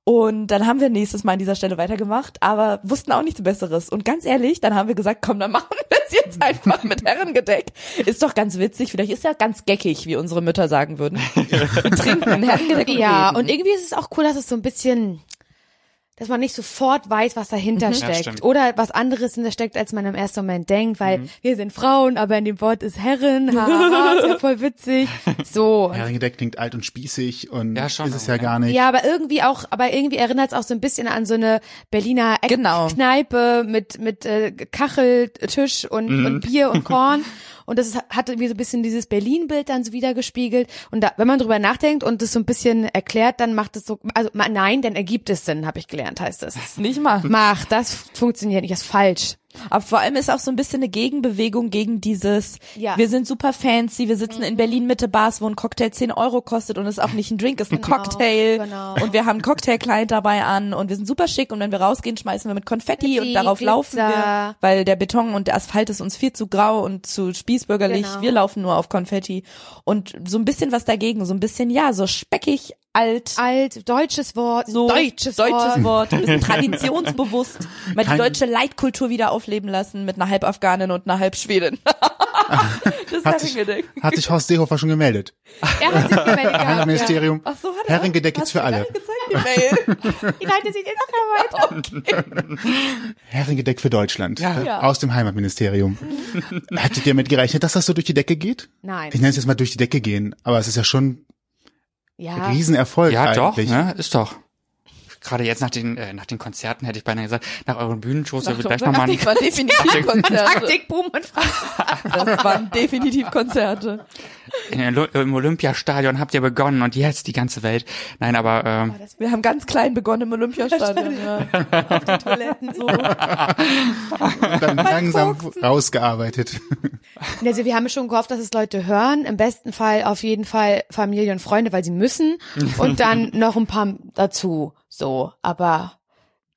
[SPEAKER 4] Und dann haben wir nächstes Mal an dieser Stelle weitergemacht, aber wussten auch nichts Besseres. Und ganz ehrlich, dann haben wir gesagt, komm, dann machen wir es jetzt einfach mit Herrengedeck. Ist doch ganz witzig, vielleicht ist ja ganz geckig, wie unsere Mütter sagen würden. Wir trinken ein Herrengedeck und
[SPEAKER 3] Ja,
[SPEAKER 4] reden.
[SPEAKER 3] und irgendwie ist es auch cool, dass es so ein bisschen, dass man nicht sofort weiß, was dahinter steckt.
[SPEAKER 2] stimmt.
[SPEAKER 3] oder was anderes hinter steckt, als man im ersten Moment denkt, weil wir sind Frauen, aber in dem Wort ist Herren. Ha, ha, ist ja voll witzig. So. ne?
[SPEAKER 5] Herrengedeck klingt alt und spießig und
[SPEAKER 2] Ja, schon,
[SPEAKER 5] ist es ja
[SPEAKER 2] aber,
[SPEAKER 5] gar nicht.
[SPEAKER 3] Ja, aber irgendwie auch, aber irgendwie erinnert es auch so ein bisschen an so eine Berliner Eck
[SPEAKER 4] Genau.
[SPEAKER 3] Kneipe mit mit äh, Kachel, Tisch und,
[SPEAKER 4] Mhm.
[SPEAKER 3] und Bier und Korn. [laughs] Und das ist, hat irgendwie so ein bisschen dieses Berlin-Bild dann so wiedergespiegelt. Und da, wenn man drüber nachdenkt und das so ein bisschen erklärt, dann macht es so, also ma- nein, dann ergibt es Sinn, habe ich gelernt, heißt es.
[SPEAKER 4] [laughs] nicht machen.
[SPEAKER 3] Mach, das funktioniert nicht, das ist falsch.
[SPEAKER 4] Aber vor allem ist auch so ein bisschen eine Gegenbewegung gegen dieses,
[SPEAKER 3] Ja. Mhm.
[SPEAKER 4] wir sind super fancy, wir sitzen in Berlin-Mitte-Bars, wo ein Cocktail 10 Euro kostet und es ist auch nicht ein Drink, ist ein
[SPEAKER 3] Genau,
[SPEAKER 4] Cocktail.
[SPEAKER 3] genau.
[SPEAKER 4] Und wir haben ein Cocktailkleid dabei an und wir sind super schick und wenn wir rausgehen, schmeißen wir mit Konfetti und
[SPEAKER 3] Konfetti,
[SPEAKER 4] darauf
[SPEAKER 3] Glitzer.
[SPEAKER 4] laufen wir, weil der Beton und der Asphalt ist uns viel zu grau und zu spießbürgerlich.
[SPEAKER 3] Genau.
[SPEAKER 4] Wir laufen nur auf Konfetti und so ein bisschen was dagegen, so ein bisschen, ja, so speckig, alt
[SPEAKER 3] Alt, deutsches Wort,
[SPEAKER 4] so
[SPEAKER 3] deutsches,
[SPEAKER 4] deutsches
[SPEAKER 3] Wort.
[SPEAKER 4] Wort, ein
[SPEAKER 3] [laughs]
[SPEAKER 4] bisschen traditionsbewusst, mal die
[SPEAKER 5] Kein-
[SPEAKER 4] deutsche Leitkultur wieder aufleben lassen mit einer Halbafghanin und einer Halbschwedin. [laughs] das
[SPEAKER 5] Hat
[SPEAKER 4] habe
[SPEAKER 5] sich,
[SPEAKER 4] ich mir gedacht.
[SPEAKER 5] hat sich Horst Seehofer schon gemeldet.
[SPEAKER 3] Er hat sich
[SPEAKER 4] [laughs]
[SPEAKER 3] gemeldet gehabt, ja.
[SPEAKER 5] Heimatministerium.
[SPEAKER 4] Ach so, hat er.
[SPEAKER 5] Herrengedeck
[SPEAKER 4] Hast
[SPEAKER 5] ist für
[SPEAKER 4] du
[SPEAKER 5] alle.
[SPEAKER 4] gerade Gezeigt,
[SPEAKER 5] [laughs]
[SPEAKER 4] die Mail.
[SPEAKER 3] Die Leute sich jetzt auch weiter.
[SPEAKER 4] [laughs]
[SPEAKER 5] Herrengedeck für Deutschland. äh,
[SPEAKER 2] Ja.
[SPEAKER 4] Ja.
[SPEAKER 5] Aus dem Heimatministerium. Hättet ihr damit gerechnet, dass das so durch die Decke geht? Ich
[SPEAKER 3] Nein.
[SPEAKER 5] nenne es jetzt mal durch die Decke gehen, aber es ist ja schon ein
[SPEAKER 3] Ja.
[SPEAKER 5] Riesenerfolg [laughs]
[SPEAKER 2] Ja, doch,
[SPEAKER 5] eigentlich.
[SPEAKER 2] ne? Ist doch. Gerade jetzt nach den, äh, nach den Konzerten hätte ich beinahe gesagt, nach euren Bühnenshows, wir gleich
[SPEAKER 4] Ach,
[SPEAKER 2] nochmal
[SPEAKER 4] das war definitiv Konzerte.
[SPEAKER 3] Taktik, Boom und Franz.
[SPEAKER 4] Das waren definitiv
[SPEAKER 3] [laughs]
[SPEAKER 4] Konzerte.
[SPEAKER 2] In der Lo- Im Olympiastadion habt ihr begonnen und jetzt die ganze Welt. Nein, aber ähm,
[SPEAKER 4] Wir haben ganz klein begonnen im Olympiastadion. Ja.
[SPEAKER 3] Toiletten so.
[SPEAKER 5] Und dann langsam rausgearbeitet.
[SPEAKER 3] Also wir haben schon gehofft, dass es Leute hören. Im besten Fall auf jeden Fall Familie und Freunde, weil sie müssen. Und
[SPEAKER 5] [laughs]
[SPEAKER 3] dann noch ein paar dazu. So. Aber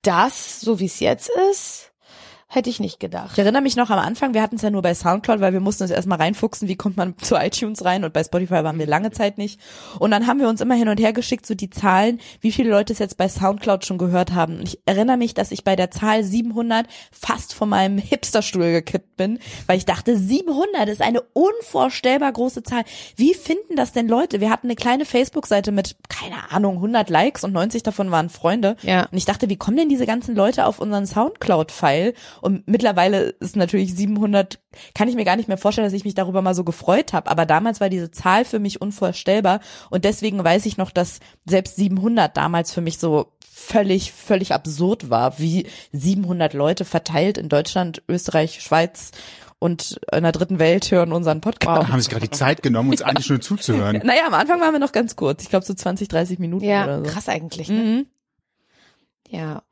[SPEAKER 3] das, so wie es jetzt ist, hätte ich nicht
[SPEAKER 4] Ich
[SPEAKER 3] gedacht.
[SPEAKER 4] erinnere mich noch am Anfang, wir hatten es ja nur bei Soundcloud, weil wir mussten uns erstmal reinfuchsen, wie kommt man [laughs] zu iTunes rein und bei Spotify waren wir lange Zeit nicht. Und dann haben wir uns immer hin und her geschickt, so die Zahlen, wie viele Leute es jetzt bei Soundcloud schon gehört haben. Und ich erinnere mich, dass ich bei der Zahl 700 fast von meinem Hipsterstuhl gekippt bin, weil ich dachte, 700 ist eine unvorstellbar große Zahl. Wie finden das denn Leute? Wir hatten eine kleine Facebook-Seite mit, keine Ahnung, 100 Likes und 90 davon waren Freunde.
[SPEAKER 3] Ja.
[SPEAKER 4] Und ich dachte, wie kommen denn diese ganzen Leute auf unseren Soundcloud-File? Und mittlerweile ist natürlich 700, kann ich mir gar nicht mehr vorstellen, dass ich mich darüber mal so gefreut habe. Aber damals war diese Zahl für mich unvorstellbar. Und deswegen weiß ich noch, dass selbst 700 damals für mich so völlig, völlig absurd war, wie 700 Leute verteilt in Deutschland, Österreich, Schweiz und in der dritten Welt hören unseren Podcast.
[SPEAKER 5] Haben sich gerade die Zeit genommen, uns eine
[SPEAKER 4] [laughs]
[SPEAKER 5] Stunde zuzuhören.
[SPEAKER 4] Naja, am Anfang waren wir noch ganz kurz. Ich glaube so 20, 30 Minuten
[SPEAKER 3] Ja,
[SPEAKER 4] oder so.
[SPEAKER 3] krass eigentlich. Ne?
[SPEAKER 4] Mhm.
[SPEAKER 3] Ja.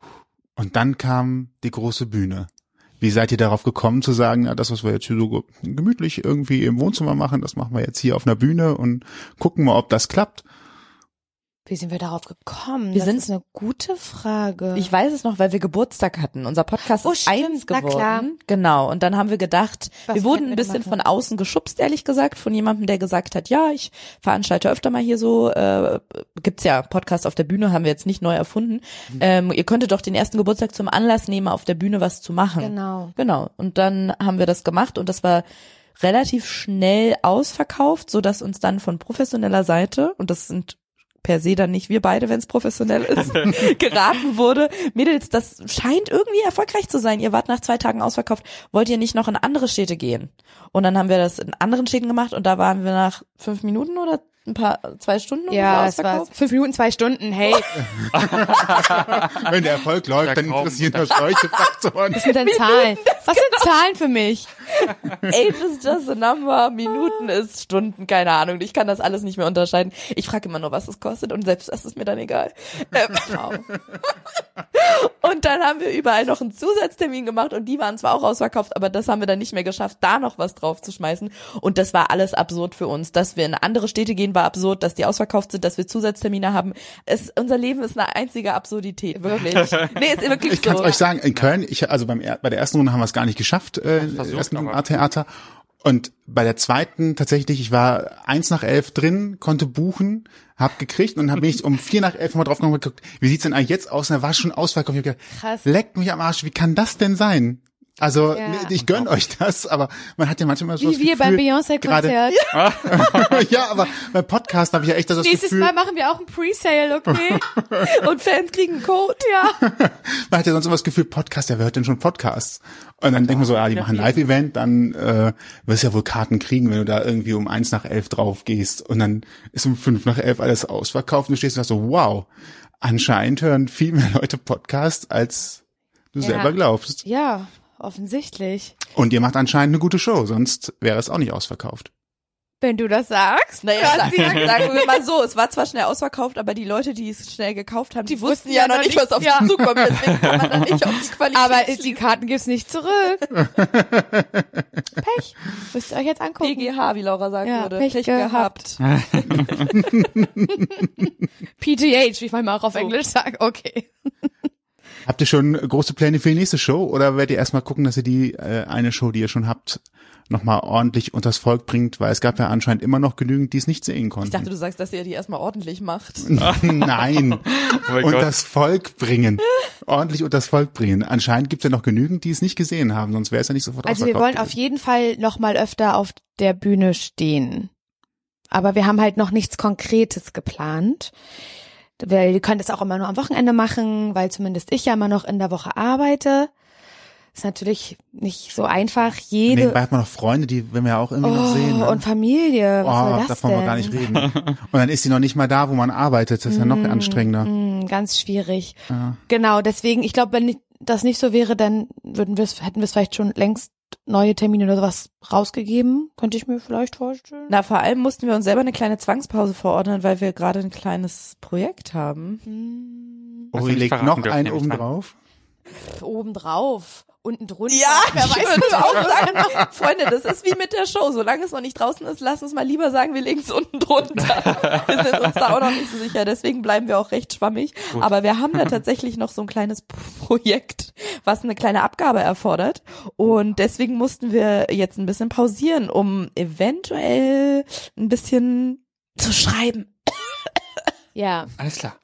[SPEAKER 5] Und dann kam die große Bühne. Wie seid ihr darauf gekommen zu sagen, ja, das, was wir jetzt hier so ge- gemütlich irgendwie im Wohnzimmer machen, das machen wir jetzt hier auf einer Bühne und gucken mal, ob das
[SPEAKER 2] [laughs]
[SPEAKER 5] klappt.
[SPEAKER 3] Wie sind wir darauf gekommen?
[SPEAKER 4] Wir
[SPEAKER 3] das
[SPEAKER 4] sind-
[SPEAKER 3] ist eine gute Frage.
[SPEAKER 4] Ich weiß es noch, weil wir Geburtstag hatten. Unser Podcast
[SPEAKER 3] Oh,
[SPEAKER 4] ist
[SPEAKER 3] stimmt,
[SPEAKER 4] eins
[SPEAKER 3] na
[SPEAKER 4] geworden.
[SPEAKER 3] klar.
[SPEAKER 4] Genau. Und dann haben wir gedacht,
[SPEAKER 3] Was
[SPEAKER 4] wir wurden
[SPEAKER 3] hätten
[SPEAKER 4] ein
[SPEAKER 3] wir
[SPEAKER 4] bisschen
[SPEAKER 3] gemacht?
[SPEAKER 4] von außen geschubst, ehrlich gesagt, von jemandem, der gesagt hat, ja, ich veranstalte öfter mal hier so, äh, gibt's ja Podcast auf der Bühne, haben wir jetzt nicht neu erfunden.
[SPEAKER 3] Mhm.
[SPEAKER 4] Ähm, ihr könntet doch den ersten Geburtstag zum Anlass nehmen, auf der Bühne was zu machen.
[SPEAKER 3] Genau.
[SPEAKER 4] Genau. Und dann haben wir das gemacht und das war relativ schnell ausverkauft, so dass uns dann von professioneller Seite, und das sind per se dann nicht wir beide, wenn es professionell ist, geraten wurde, Mädels, das scheint irgendwie erfolgreich zu sein. Ihr wart nach zwei Tagen ausverkauft. Wollt ihr nicht noch in andere Städte gehen? Und dann haben wir das in anderen Städten gemacht und da waren wir nach fünf Minuten oder ein paar, zwei Stunden oder so
[SPEAKER 3] Ja, es war
[SPEAKER 4] ausverkauft.
[SPEAKER 3] fünf Minuten, zwei Stunden.
[SPEAKER 4] [laughs]
[SPEAKER 3] Hey,
[SPEAKER 5] Wenn der Erfolg läuft, dann
[SPEAKER 2] Verkaufen.
[SPEAKER 5] interessieren das solche Faktoren.
[SPEAKER 3] was sind denn Zahlen? Was sind
[SPEAKER 4] genau.
[SPEAKER 3] Zahlen für mich?
[SPEAKER 4] Age is just a number, Minuten ist Stunden, keine Ahnung. Ich kann das alles nicht mehr unterscheiden. Ich frage immer nur, was es kostet und selbst das ist mir dann egal. Ähm, und dann haben wir überall noch einen Zusatztermin gemacht und die waren zwar auch ausverkauft, aber das haben wir dann nicht mehr geschafft, da noch was draufzuschmeißen. Und das war alles absurd für uns. Dass wir in andere Städte gehen, war absurd, dass die ausverkauft sind, dass wir Zusatztermine haben. Es, unser Leben ist eine einzige Absurdität,
[SPEAKER 5] [laughs]
[SPEAKER 4] wirklich. Nee, ist wirklich
[SPEAKER 5] Ich
[SPEAKER 4] so.
[SPEAKER 5] kann es euch sagen, in Köln, ich, also beim, er- bei der ersten Runde haben wir es gar nicht geschafft, äh,
[SPEAKER 2] versucht,
[SPEAKER 5] ersten
[SPEAKER 2] aber-
[SPEAKER 5] A-Theater. Und bei der zweiten tatsächlich, ich war eins nach elf drin, konnte buchen, hab gekriegt und dann
[SPEAKER 3] [laughs]
[SPEAKER 5] bin ich um vier nach elf mal draufgekommen und geguckt, wie sieht's denn eigentlich jetzt aus? Und da war schon ausverkauft. Ich hab gedacht,
[SPEAKER 3] Krass.
[SPEAKER 5] leckt mich am Arsch, wie kann das denn sein? Also
[SPEAKER 3] Ja.
[SPEAKER 5] ne, ich gönn euch das, aber man hat ja manchmal so
[SPEAKER 3] Wie
[SPEAKER 5] das
[SPEAKER 3] wir beim
[SPEAKER 5] Gefühl, gerade- [laughs]
[SPEAKER 3] Beyoncé-Konzert.
[SPEAKER 5] ja, aber beim Podcast habe ich ja echt das, das
[SPEAKER 3] Nächstes
[SPEAKER 5] Gefühl,
[SPEAKER 3] Mal machen wir auch ein Presale, [laughs] okay?
[SPEAKER 4] Und Fans kriegen einen Code.
[SPEAKER 3] ja.
[SPEAKER 5] man hat ja sonst immer das Gefühl, Podcast, ja, wer hört denn schon Podcasts? Und dann denkt man so, ja, die machen ein Live-Event, dann äh, wirst du ja wohl Karten kriegen, wenn du da irgendwie um eins nach elf drauf gehst und dann ist um fünf nach elf alles ausverkauft und du stehst da so, wow, anscheinend hören viel mehr Leute Podcasts, als du
[SPEAKER 3] Ja.
[SPEAKER 5] selber glaubst.
[SPEAKER 3] Ja, offensichtlich.
[SPEAKER 5] Und ihr macht anscheinend eine gute Show, sonst wäre es auch nicht ausverkauft.
[SPEAKER 3] Wenn du das sagst.
[SPEAKER 4] Naja, sag, sagen wir mal so, es war zwar schnell ausverkauft, aber die Leute, die es schnell gekauft haben, die, wussten ja noch nicht, was auf
[SPEAKER 3] ja.
[SPEAKER 4] die zukommt. Deswegen kann man da nicht auf die Qualität.
[SPEAKER 3] Aber die Karten gibt's nicht [laughs] zurück. Pech. Müsst ihr euch jetzt angucken.
[SPEAKER 4] PGH, wie Laura sagen
[SPEAKER 3] Ja,
[SPEAKER 4] würde.
[SPEAKER 3] Pech gehabt. PGH, wie man mal auch auf Englisch sagt. Okay.
[SPEAKER 5] Habt ihr schon große Pläne für die nächste Show oder werdet ihr erstmal gucken, dass ihr die äh, eine Show, die ihr schon habt, nochmal ordentlich unters Volk bringt, weil es gab ja anscheinend immer noch genügend, die es nicht sehen konnten.
[SPEAKER 4] Ich dachte, du sagst, dass ihr die erstmal ordentlich macht.
[SPEAKER 2] [laughs]
[SPEAKER 5] Nein.
[SPEAKER 2] oh mein
[SPEAKER 5] und
[SPEAKER 2] Gott.
[SPEAKER 5] das Volk bringen. Ordentlich und das Volk bringen. Anscheinend gibt es ja noch genügend, die es nicht gesehen haben, sonst wäre es ja nicht sofort
[SPEAKER 3] Also wir wollen auf
[SPEAKER 5] ausverkauft
[SPEAKER 3] jeden Fall noch mal öfter auf der Bühne stehen. Aber wir haben halt noch nichts Konkretes geplant. Weil wir können das auch immer nur am Wochenende machen, weil zumindest ich ja immer noch in der Woche arbeite. Ist natürlich nicht so einfach.
[SPEAKER 5] gewesen.
[SPEAKER 3] Jede
[SPEAKER 5] Nebenbei hat man noch Freunde, die werden wir ja auch irgendwie noch sehen. Ne?
[SPEAKER 3] Oh, und Familie, was soll
[SPEAKER 5] oh,
[SPEAKER 3] das
[SPEAKER 5] davon
[SPEAKER 3] denn? Mm.
[SPEAKER 5] wir gar nicht reden. Und dann ist sie noch nicht mal da, wo man arbeitet. Das ist ja noch anstrengender.
[SPEAKER 3] Hm, ganz schwierig. Genau, deswegen, ich glaube, wenn nicht- das nicht so wäre, dann würden wir hätten wir es vielleicht schon längst neue Termine oder sowas rausgegeben. Könnte ich mir vielleicht vorstellen.
[SPEAKER 4] Na, vor allem mussten wir uns selber eine kleine Zwangspause verordnen, weil wir gerade ein kleines Projekt haben.
[SPEAKER 3] Hm,
[SPEAKER 2] Was
[SPEAKER 5] Oh,
[SPEAKER 2] wir
[SPEAKER 5] ihr
[SPEAKER 2] nicht
[SPEAKER 5] legt
[SPEAKER 2] verraten
[SPEAKER 5] noch
[SPEAKER 2] dürfen,
[SPEAKER 5] einen
[SPEAKER 2] nämlich
[SPEAKER 5] oben
[SPEAKER 2] dran.
[SPEAKER 5] drauf.
[SPEAKER 3] pf, obendrauf, unten drunter.
[SPEAKER 4] wer weiß ich würde auch sagen, Freunde, das ist wie mit der Show. Solange es noch nicht draußen ist, lass uns mal lieber sagen, wir legen es unten drunter. Wir sind uns da auch noch nicht so sicher, deswegen bleiben wir auch recht schwammig. Aber wir haben da tatsächlich noch so ein kleines Projekt, was eine kleine Abgabe erfordert. Und deswegen mussten wir jetzt ein bisschen pausieren, um eventuell ein bisschen zu schreiben.
[SPEAKER 3] Ja,
[SPEAKER 2] Alles klar.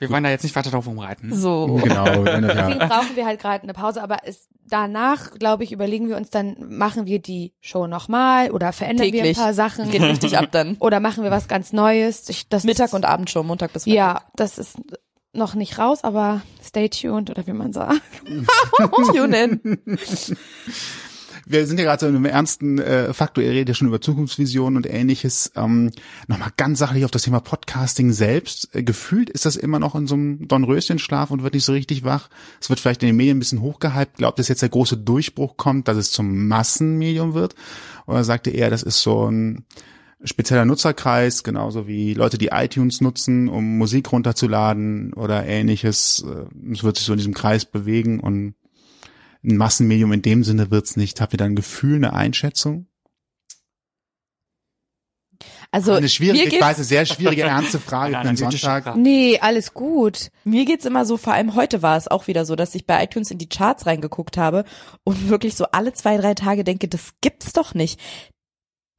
[SPEAKER 2] Wir wollen da jetzt nicht weiter drauf rumreiten.
[SPEAKER 4] So.
[SPEAKER 5] Genau, wenn das ja.
[SPEAKER 3] deswegen brauchen wir halt gerade eine Pause, aber es, danach, glaube ich, überlegen wir uns dann, machen wir die Show nochmal oder verändern wir ein
[SPEAKER 4] Täglich.
[SPEAKER 3] paar Sachen
[SPEAKER 4] Geht richtig ab dann.
[SPEAKER 3] oder machen wir was ganz Neues. Ich, das
[SPEAKER 4] Mittag
[SPEAKER 3] ist,
[SPEAKER 4] und Abendshow, Montag bis Freitag.
[SPEAKER 3] Ja, das ist noch nicht raus, aber stay tuned oder wie man sagt.
[SPEAKER 4] [laughs] Tune in.
[SPEAKER 5] Wir sind ja gerade so in einem ernsten äh, Faktor. Ihr redet ja schon über Zukunftsvisionen und ähnliches. Ähm, Nochmal ganz sachlich auf das Thema Podcasting selbst. Äh, gefühlt ist das immer noch in so einem Dornröschenschlaf und wird nicht so richtig wach. Es wird vielleicht in den Medien ein bisschen hochgehypt. Glaubt, dass jetzt der große Durchbruch kommt, dass es zum Massenmedium wird? Oder sagt ihr eher, das ist so ein spezieller Nutzerkreis, genauso wie Leute, die iTunes nutzen, um Musik runterzuladen oder ähnliches. Äh, Es wird sich so in diesem Kreis bewegen und ein Massenmedium in dem Sinne wird's nicht. Habt ihr da ein Gefühl, eine Einschätzung?
[SPEAKER 4] Also
[SPEAKER 5] eine
[SPEAKER 4] mir
[SPEAKER 5] schwierige, ich
[SPEAKER 4] geht's-
[SPEAKER 5] weiß, eine sehr schwierige, ernste Frage für
[SPEAKER 2] Eine
[SPEAKER 5] den
[SPEAKER 2] analytische
[SPEAKER 5] Sonntag.
[SPEAKER 2] Frage.
[SPEAKER 3] Nee, alles gut.
[SPEAKER 4] Mir geht's immer so, vor allem heute war es auch wieder so, dass ich bei iTunes in die Charts reingeguckt habe und wirklich so alle zwei, drei Tage denke, das gibt's doch nicht.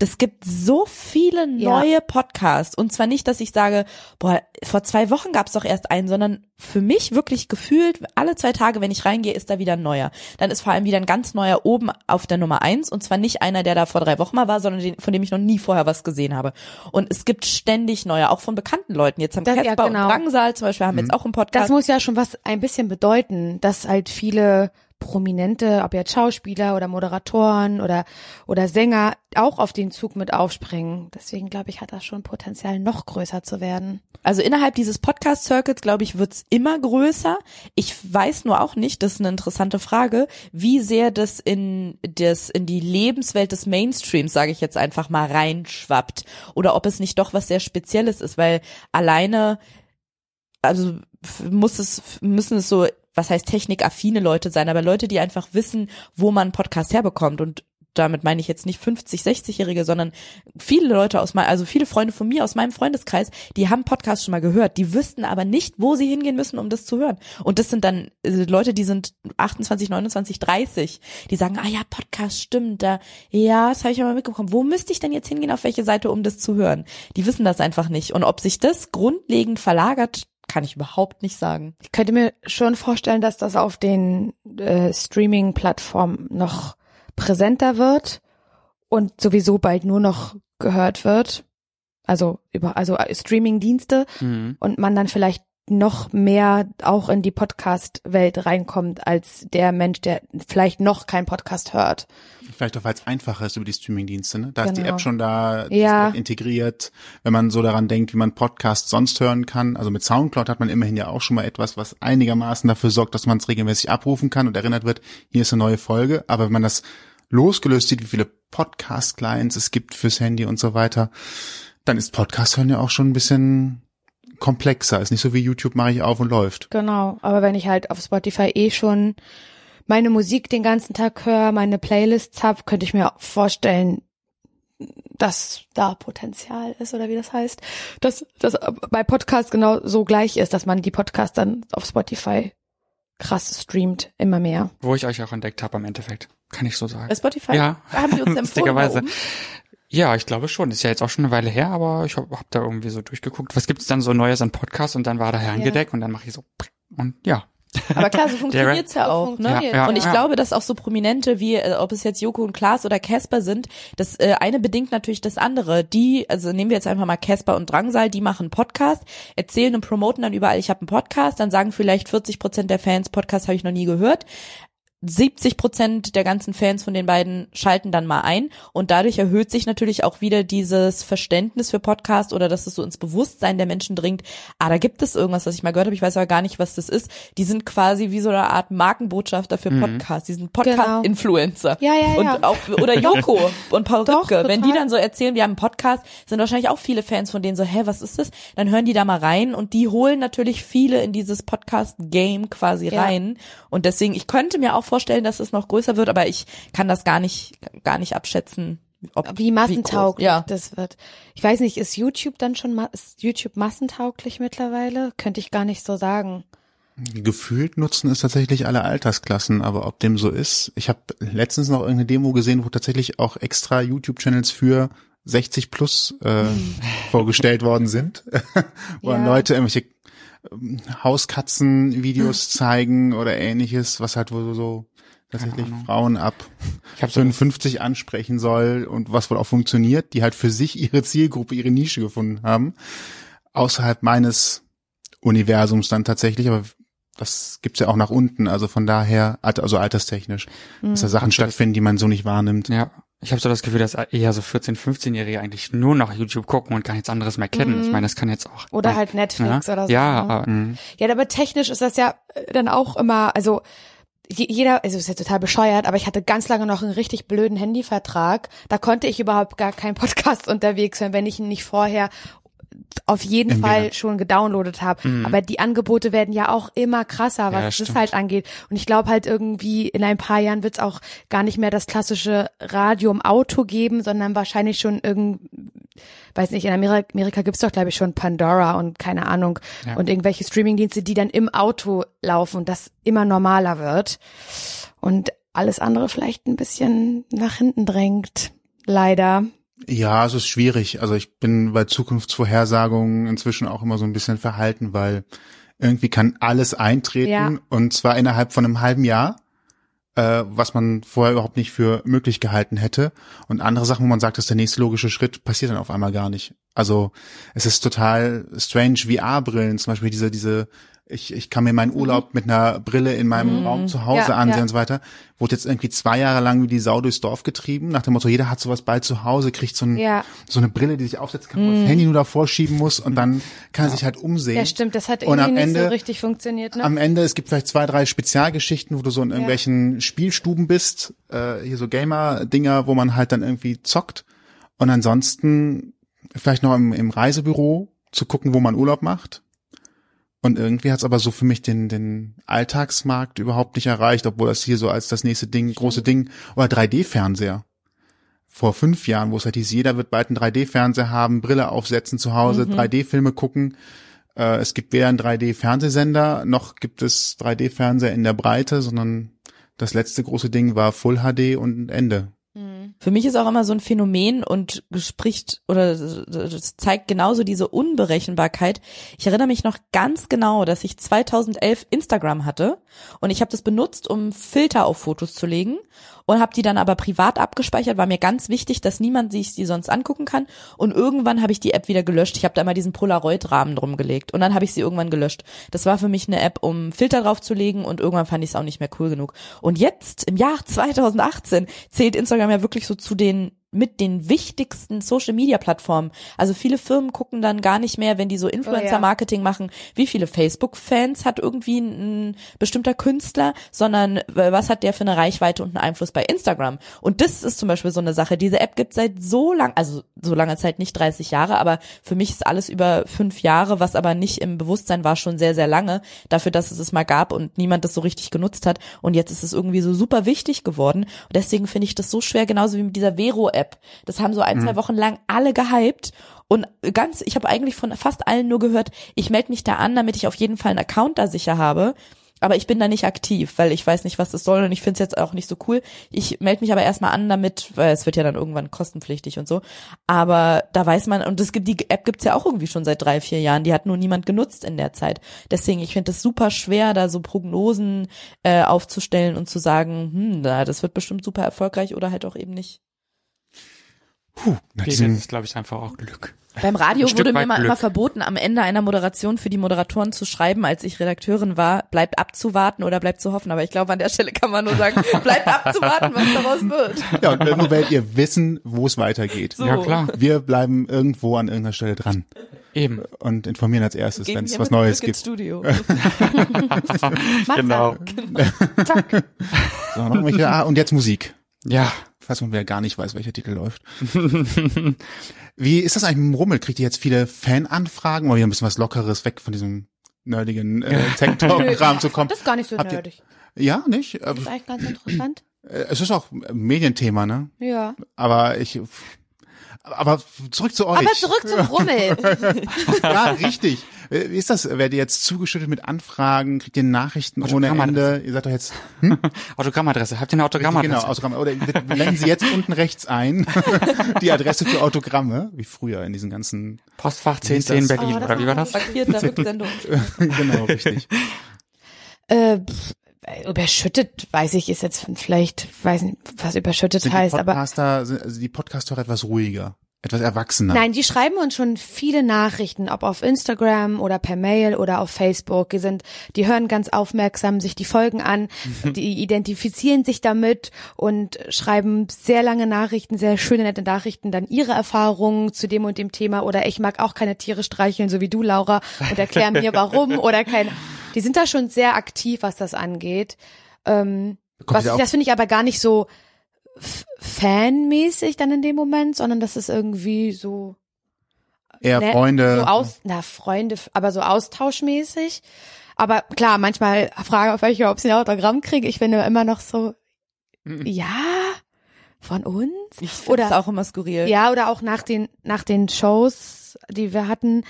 [SPEAKER 4] Das gibt so viele
[SPEAKER 3] Ja.
[SPEAKER 4] neue Podcasts. Und zwar nicht, dass ich sage, boah, vor zwei Wochen gab's doch erst einen, sondern für mich wirklich gefühlt, alle zwei Tage, wenn ich reingehe, ist da wieder ein neuer. Dann ist vor allem wieder ein ganz neuer oben auf der Nummer eins. Und zwar nicht einer, der da vor drei Wochen mal war, sondern den, von dem ich noch nie vorher was gesehen habe. Und es gibt ständig neue, auch von bekannten Leuten. Jetzt haben
[SPEAKER 3] Das- ja,
[SPEAKER 4] Casper
[SPEAKER 3] genau.
[SPEAKER 4] und Drangsal zum Beispiel haben jetzt auch einen Podcast.
[SPEAKER 3] Das muss ja schon was ein bisschen bedeuten, dass halt viele Prominente, ob jetzt Schauspieler oder Moderatoren oder, oder Sänger, auch auf den Zug mit aufspringen. Deswegen glaube ich, hat das schon Potenzial, noch größer zu werden.
[SPEAKER 4] Also innerhalb dieses Podcast-Circuits, glaube ich, wird's immer größer. Ich weiß nur auch nicht, das ist eine interessante Frage, wie sehr das in, das in die Lebenswelt des Mainstreams, sage ich jetzt einfach mal, reinschwappt. Oder ob es nicht doch was sehr Spezielles ist, weil alleine, also f- muss es, müssen es so, was heißt technikaffine Leute sein, aber Leute, die einfach wissen, wo man einen Podcast herbekommt und damit meine ich jetzt nicht 50, 60-Jährige, sondern viele Leute aus mein, also viele Freunde von mir aus meinem Freundeskreis, die haben Podcasts schon mal gehört, die wüssten aber nicht, wo sie hingehen müssen, um das zu hören. Und das sind dann äh, Leute, die sind 28, 29, 30, die sagen, ah ja, Podcast stimmt, da, ja, das habe ich ja mal mitbekommen. Wo müsste ich denn jetzt hingehen, auf welche Seite, um das zu hören? Die wissen das einfach nicht. Und ob sich das grundlegend verlagert, kann ich überhaupt nicht sagen.
[SPEAKER 3] Ich könnte mir schon vorstellen, dass das auf den äh, Streaming-Plattformen noch präsenter wird und sowieso bald nur noch gehört wird. Also über, also äh, Streaming-Dienste.
[SPEAKER 2] Mhm.
[SPEAKER 3] und man dann vielleicht noch mehr auch in die Podcast-Welt reinkommt als der Mensch, der vielleicht noch keinen Podcast hört.
[SPEAKER 5] Vielleicht auch, weil es einfacher ist über die Streamingdienste. Ne? Da ist die
[SPEAKER 3] Genau.
[SPEAKER 5] App schon da die ist
[SPEAKER 3] Ja.
[SPEAKER 5] direkt integriert. Wenn man so daran denkt, wie man Podcasts sonst hören kann. Also mit Soundcloud hat man immerhin ja auch schon mal etwas, was einigermaßen dafür sorgt, dass man es regelmäßig abrufen kann und erinnert wird, hier ist eine neue Folge. Aber wenn man das losgelöst sieht, wie viele Podcast-Clients es gibt fürs Handy und so weiter, dann ist Podcast hören ja auch schon ein bisschen komplexer. Ist nicht so wie YouTube mache ich auf und läuft.
[SPEAKER 3] Genau. Aber wenn ich halt auf Spotify eh schon meine Musik den ganzen Tag höre, meine Playlists hab, könnte ich mir auch vorstellen, dass da Potenzial ist oder wie das heißt, dass das bei Podcasts genau so gleich ist, dass man die Podcasts dann auf Spotify krass streamt, immer mehr.
[SPEAKER 2] Wo ich euch auch entdeckt habe im Endeffekt. Kann ich so sagen.
[SPEAKER 4] Bei Spotify
[SPEAKER 2] Ja.
[SPEAKER 4] haben
[SPEAKER 2] [laughs]
[SPEAKER 4] die uns empfohlen. da
[SPEAKER 2] Lustigerweise.
[SPEAKER 4] oben.
[SPEAKER 2] Ja, ich glaube schon. Ist ja jetzt auch schon eine Weile her, aber ich habe hab da irgendwie so durchgeguckt. Was gibt's dann so Neues an Podcasts? Und dann war da herangedeckt und dann mache ich so und ja.
[SPEAKER 4] Aber klar, so funktioniert's ja
[SPEAKER 3] So
[SPEAKER 4] auch, ne?
[SPEAKER 3] funktioniert,
[SPEAKER 2] Ja, ja.
[SPEAKER 4] Und ich glaube, dass auch so Prominente wie, äh, ob es jetzt Joko und Klaas oder Casper sind, das äh, eine bedingt natürlich das andere. Die, also nehmen wir jetzt einfach mal Casper und Drangsal, die machen einen Podcast, erzählen und promoten dann überall, ich habe einen Podcast, dann sagen vielleicht 40 Prozent der Fans, Podcast habe ich noch nie gehört. 70 Prozent der ganzen Fans von den beiden schalten dann mal ein und dadurch erhöht sich natürlich auch wieder dieses Verständnis für Podcast oder dass es so ins Bewusstsein der Menschen dringt. Ah, da gibt es irgendwas, was ich mal gehört habe. Ich weiß aber gar nicht, was das ist. Die sind quasi wie so eine Art Markenbotschafter für Podcasts. Die sind Podcast-Influencer.
[SPEAKER 3] Genau. Ja, ja, ja.
[SPEAKER 4] Und auch,
[SPEAKER 3] [laughs]
[SPEAKER 4] oder Joko und Paul
[SPEAKER 3] Doch,
[SPEAKER 4] Rübke. Wenn die
[SPEAKER 3] total.
[SPEAKER 4] dann so erzählen, wir haben einen Podcast, sind wahrscheinlich auch viele Fans von denen so, hä, was ist das? Dann hören die da mal rein und die holen natürlich viele in dieses Podcast-Game quasi
[SPEAKER 3] Ja.
[SPEAKER 4] rein. Und deswegen, ich könnte mir auch vorstellen, dass es noch größer wird, aber ich kann das gar nicht, gar nicht abschätzen, ob
[SPEAKER 3] Wie massentauglich
[SPEAKER 4] groß- Ja.
[SPEAKER 3] das wird. Ich weiß nicht, ist YouTube dann schon ma ist YouTube massentauglich mittlerweile? Könnte ich gar nicht so sagen.
[SPEAKER 5] Gefühlt nutzen es tatsächlich alle Altersklassen, aber ob dem so ist, ich habe letztens noch irgendeine Demo gesehen, wo tatsächlich auch extra YouTube-Channels für 60 plus äh, vorgestellt worden sind, wo dann
[SPEAKER 3] Ja.
[SPEAKER 5] Leute irgendwelche ähm, Hauskatzen-Videos zeigen oder ähnliches, was halt wohl so- so tatsächlich Frauen ab
[SPEAKER 2] Ich habe so
[SPEAKER 5] 55 ansprechen soll und was wohl auch funktioniert, die halt für sich ihre Zielgruppe, ihre Nische gefunden haben. Außerhalb meines Universums dann tatsächlich, aber das gibt's ja auch nach unten, also von daher, alt- also alterstechnisch, dass da Sachen stattfinden, die man so nicht wahrnimmt.
[SPEAKER 2] Ja, ich habe so das Gefühl, dass eher so 14-, 15-Jährige eigentlich nur noch YouTube gucken und gar nichts anderes mehr kennen. Ich meine, das kann jetzt auch.
[SPEAKER 3] Mhm. Oder halt Netflix
[SPEAKER 2] ja,
[SPEAKER 3] oder so.
[SPEAKER 2] Ja, äh,
[SPEAKER 3] ne?
[SPEAKER 2] aber
[SPEAKER 5] Mhm.
[SPEAKER 3] Ja, aber technisch ist das ja äh, dann auch immer, also je- jeder, also ist ja total bescheuert, aber ich hatte ganz lange noch einen richtig blöden Handyvertrag. Da konnte ich überhaupt gar keinen Podcast [laughs] unterwegs hören, wenn ich ihn nicht vorher auf jeden
[SPEAKER 5] Im
[SPEAKER 3] Fall
[SPEAKER 5] Internet.
[SPEAKER 3] schon gedownloadet habe. Aber die Angebote werden ja auch immer krasser,
[SPEAKER 2] Ja,
[SPEAKER 3] was das
[SPEAKER 2] stimmt.
[SPEAKER 3] halt angeht. Und ich glaube halt irgendwie, in ein paar Jahren wird's auch gar nicht mehr das klassische Radio im Auto geben, sondern wahrscheinlich schon irgend, weiß nicht, in Amerika, Amerika gibt's doch, glaube ich, schon Pandora und keine Ahnung
[SPEAKER 2] Ja.
[SPEAKER 3] und irgendwelche Streamingdienste, die dann im Auto laufen und das immer normaler wird und alles andere vielleicht ein bisschen nach hinten drängt. Leider.
[SPEAKER 5] Ja, es ist schwierig. Also ich bin bei Zukunftsvorhersagungen inzwischen auch immer so ein bisschen verhalten, weil irgendwie kann alles eintreten
[SPEAKER 3] Ja.
[SPEAKER 5] und zwar innerhalb von einem halben Jahr, äh, was man vorher überhaupt nicht für möglich gehalten hätte. Und andere Sachen, wo man sagt, das ist der nächste logische Schritt, passiert dann auf einmal gar nicht. Also es ist total strange. VR-Brillen, zum Beispiel diese, diese, ich, ich kann mir meinen Urlaub mit einer Brille in meinem Raum zu Hause
[SPEAKER 3] Mhm. Ja,
[SPEAKER 5] ansehen
[SPEAKER 3] ja.
[SPEAKER 5] und so weiter. Wurde jetzt irgendwie zwei Jahre lang wie die Sau durchs Dorf getrieben, nach dem Motto, jeder hat sowas bald zu Hause, kriegt so, ein,
[SPEAKER 3] Ja. Mhm.
[SPEAKER 5] so eine Brille, die sich aufsetzen kann, wo das Handy nur davor schieben muss und dann kann er sich halt umsehen.
[SPEAKER 3] Ja, stimmt, das hat
[SPEAKER 5] Und
[SPEAKER 3] irgendwie
[SPEAKER 5] am
[SPEAKER 3] nicht
[SPEAKER 5] Ende-
[SPEAKER 3] so richtig funktioniert, ne?
[SPEAKER 5] Am Ende, es gibt vielleicht zwei, drei Spezialgeschichten, wo du so in irgendwelchen Spielstuben bist, äh, hier so Gamer-Dinger, wo man halt dann irgendwie zockt. Und ansonsten vielleicht noch im, im Reisebüro zu gucken, wo man Urlaub macht. Und irgendwie hat's aber so für mich den, den Alltagsmarkt überhaupt nicht erreicht, obwohl das hier so als das nächste Ding, große Ding, oder 3D-Fernseher. Vor fünf Jahren, wo es halt hieß, jeder wird bald einen 3D-Fernseher haben, Brille aufsetzen zu Hause, 3D-Filme gucken. Äh, es gibt weder einen 3D-Fernsehsender, noch gibt es 3D-Fernseher in der Breite, sondern das letzte große Ding war Full HD und Ende.
[SPEAKER 4] Für mich ist auch immer so ein Phänomen und spricht oder das zeigt genauso diese Unberechenbarkeit. Ich erinnere mich noch ganz genau, dass ich 2011 Instagram hatte und ich habe das benutzt, um Filter auf Fotos zu legen und habe die dann aber privat abgespeichert, war mir ganz wichtig, dass niemand sich die sonst angucken kann und irgendwann habe ich die App wieder gelöscht. Ich habe da immer diesen Polaroid-Rahmen drum gelegt und dann habe ich sie irgendwann gelöscht. Das war für mich eine App, um Filter draufzulegen und irgendwann fand ich es auch nicht mehr cool genug. Und jetzt im Jahr [laughs] 2018 zählt Instagram ja wirklich so zu den mit den wichtigsten Social Media Plattformen. Also viele Firmen gucken dann gar nicht mehr, wenn die so Influencer Marketing machen, wie viele Facebook Fans hat irgendwie ein, ein bestimmter Künstler, sondern äh, was hat der für eine Reichweite und einen Einfluss bei Instagram? Und das ist zum Beispiel so eine Sache. Diese App gibt seit so lang, also so langer Zeit nicht 30 Jahre, aber für mich ist alles über fünf Jahre, was aber nicht im Bewusstsein war schon sehr sehr lange dafür, dass es es mal gab und niemand das so richtig genutzt hat. Und jetzt ist es irgendwie so super wichtig geworden. Und deswegen finde ich das so schwer, genauso wie mit dieser Vero-App. Das haben so ein, zwei Wochen lang alle gehypt. Und ganz, ich habe eigentlich von fast allen nur gehört, ich melde mich da an, damit ich auf jeden Fall einen Account da sicher habe. Aber ich bin da nicht aktiv, weil ich weiß nicht, was das soll und ich finde es jetzt auch nicht so cool. Ich melde mich aber erstmal an damit, weil es wird ja dann irgendwann kostenpflichtig und so. Aber da weiß man, und es gibt, die App gibt's ja auch irgendwie schon seit drei, vier Jahren, die hat nur niemand genutzt in der Zeit. Deswegen, ich finde es super schwer, da so Prognosen äh, aufzustellen und zu sagen, hm, na, das wird bestimmt super erfolgreich oder halt auch eben nicht.
[SPEAKER 5] Puh, nach
[SPEAKER 2] Viel
[SPEAKER 5] diesem,
[SPEAKER 2] ist, glaube ich, einfach auch Glück.
[SPEAKER 7] Beim Radio
[SPEAKER 2] Stück
[SPEAKER 7] wurde mir
[SPEAKER 2] weit
[SPEAKER 7] mal
[SPEAKER 2] Glück.
[SPEAKER 7] immer verboten, am Ende einer Moderation für die Moderatoren zu schreiben, als ich Redakteurin war, bleibt abzuwarten oder bleibt zu hoffen. Aber ich glaube, an der Stelle kann man nur sagen, bleibt abzuwarten, was daraus wird.
[SPEAKER 5] ja, und irgendwo werdet ihr wissen, wo es weitergeht.
[SPEAKER 2] Ja, klar.
[SPEAKER 5] Wir bleiben irgendwo an irgendeiner Stelle dran
[SPEAKER 2] Eben.
[SPEAKER 5] und informieren als erstes,
[SPEAKER 4] Geben
[SPEAKER 5] wenn es
[SPEAKER 4] wir
[SPEAKER 5] was
[SPEAKER 4] mit
[SPEAKER 5] Neues
[SPEAKER 4] Glück ins
[SPEAKER 5] gibt.
[SPEAKER 4] Studio.
[SPEAKER 3] [laughs]
[SPEAKER 2] Genau.
[SPEAKER 5] So, noch irgendwelche- ah, und jetzt Musik.
[SPEAKER 2] Ja.
[SPEAKER 5] Falls man wer gar nicht weiß, welcher Titel läuft. Wie ist das eigentlich mit dem Rummel? Kriegt ihr jetzt viele Fananfragen? Mal wieder ein bisschen was Lockeres, weg von diesem nerdigen äh, Tech-Talk-Rahmen zu kommen?
[SPEAKER 3] Das ist gar nicht so
[SPEAKER 5] Habt ihr-
[SPEAKER 3] nerdig.
[SPEAKER 5] Ja, nicht? Ähm, Aber,
[SPEAKER 3] Das ist eigentlich ganz interessant.
[SPEAKER 5] äh, Es ist auch ein Medienthema, ne?
[SPEAKER 3] Ja.
[SPEAKER 5] Aber ich... Aber zurück zu euch.
[SPEAKER 3] Aber zurück zum
[SPEAKER 5] [laughs]
[SPEAKER 3] Rummel.
[SPEAKER 5] ja, richtig. Äh, Wie ist das? Werdet ihr jetzt zugeschüttet mit Anfragen? Kriegt ihr Nachrichten
[SPEAKER 2] Und
[SPEAKER 5] ohne
[SPEAKER 2] Also kann man das?
[SPEAKER 5] Ende? Ihr sagt doch jetzt,
[SPEAKER 2] Autogrammadresse. Habt ihr eine Autogrammadresse?
[SPEAKER 5] genau, Autogramme. Oder blenden Sie jetzt unten rechts ein [laughs] die Adresse für Autogramme, wie früher in diesen ganzen. [laughs]
[SPEAKER 2] Postfach
[SPEAKER 5] ist das?
[SPEAKER 2] 1010 Berlin,
[SPEAKER 3] Oh, das
[SPEAKER 2] oder wie war das?
[SPEAKER 4] Markierter Rücksendung.
[SPEAKER 7] um.
[SPEAKER 5] genau, richtig.
[SPEAKER 3] äh, pff, überschüttet, weiß ich, ist jetzt vielleicht, weiß nicht, was überschüttet
[SPEAKER 5] Sind
[SPEAKER 3] heißt,
[SPEAKER 5] die
[SPEAKER 3] aber
[SPEAKER 5] Podcaster, sind, also die Podcasthörer etwas ruhiger, etwas erwachsener.
[SPEAKER 3] Nein, die schreiben uns schon viele Nachrichten, ob auf Instagram oder per Mail oder auf Facebook. Die sind, die hören ganz aufmerksam sich die Folgen an,
[SPEAKER 5] Mhm.
[SPEAKER 3] die identifizieren sich damit und schreiben sehr lange Nachrichten, sehr schöne, nette Nachrichten, dann ihre Erfahrungen zu dem und dem Thema oder ich mag auch keine Tiere streicheln, so wie du, Laura, und erklär mir warum
[SPEAKER 5] [laughs]
[SPEAKER 3] oder kein, die sind da schon sehr aktiv, was das angeht. Ähm,
[SPEAKER 5] Kommt
[SPEAKER 3] was
[SPEAKER 5] ihr
[SPEAKER 3] ich,
[SPEAKER 5] auch-
[SPEAKER 3] das finde ich aber gar nicht so f- fanmäßig dann in dem Moment, sondern das ist irgendwie so,
[SPEAKER 5] Eher
[SPEAKER 3] ne,
[SPEAKER 5] Freunde.
[SPEAKER 3] so aus, na Freunde, f- aber so austauschmäßig. Aber klar, manchmal frage auf welche, ob sie ein Autogramm kriege. Ich bin immer noch so, ja, von uns
[SPEAKER 4] Oder ist
[SPEAKER 3] oder
[SPEAKER 4] auch immer skurril.
[SPEAKER 3] ja oder auch nach den nach den Shows, die wir hatten.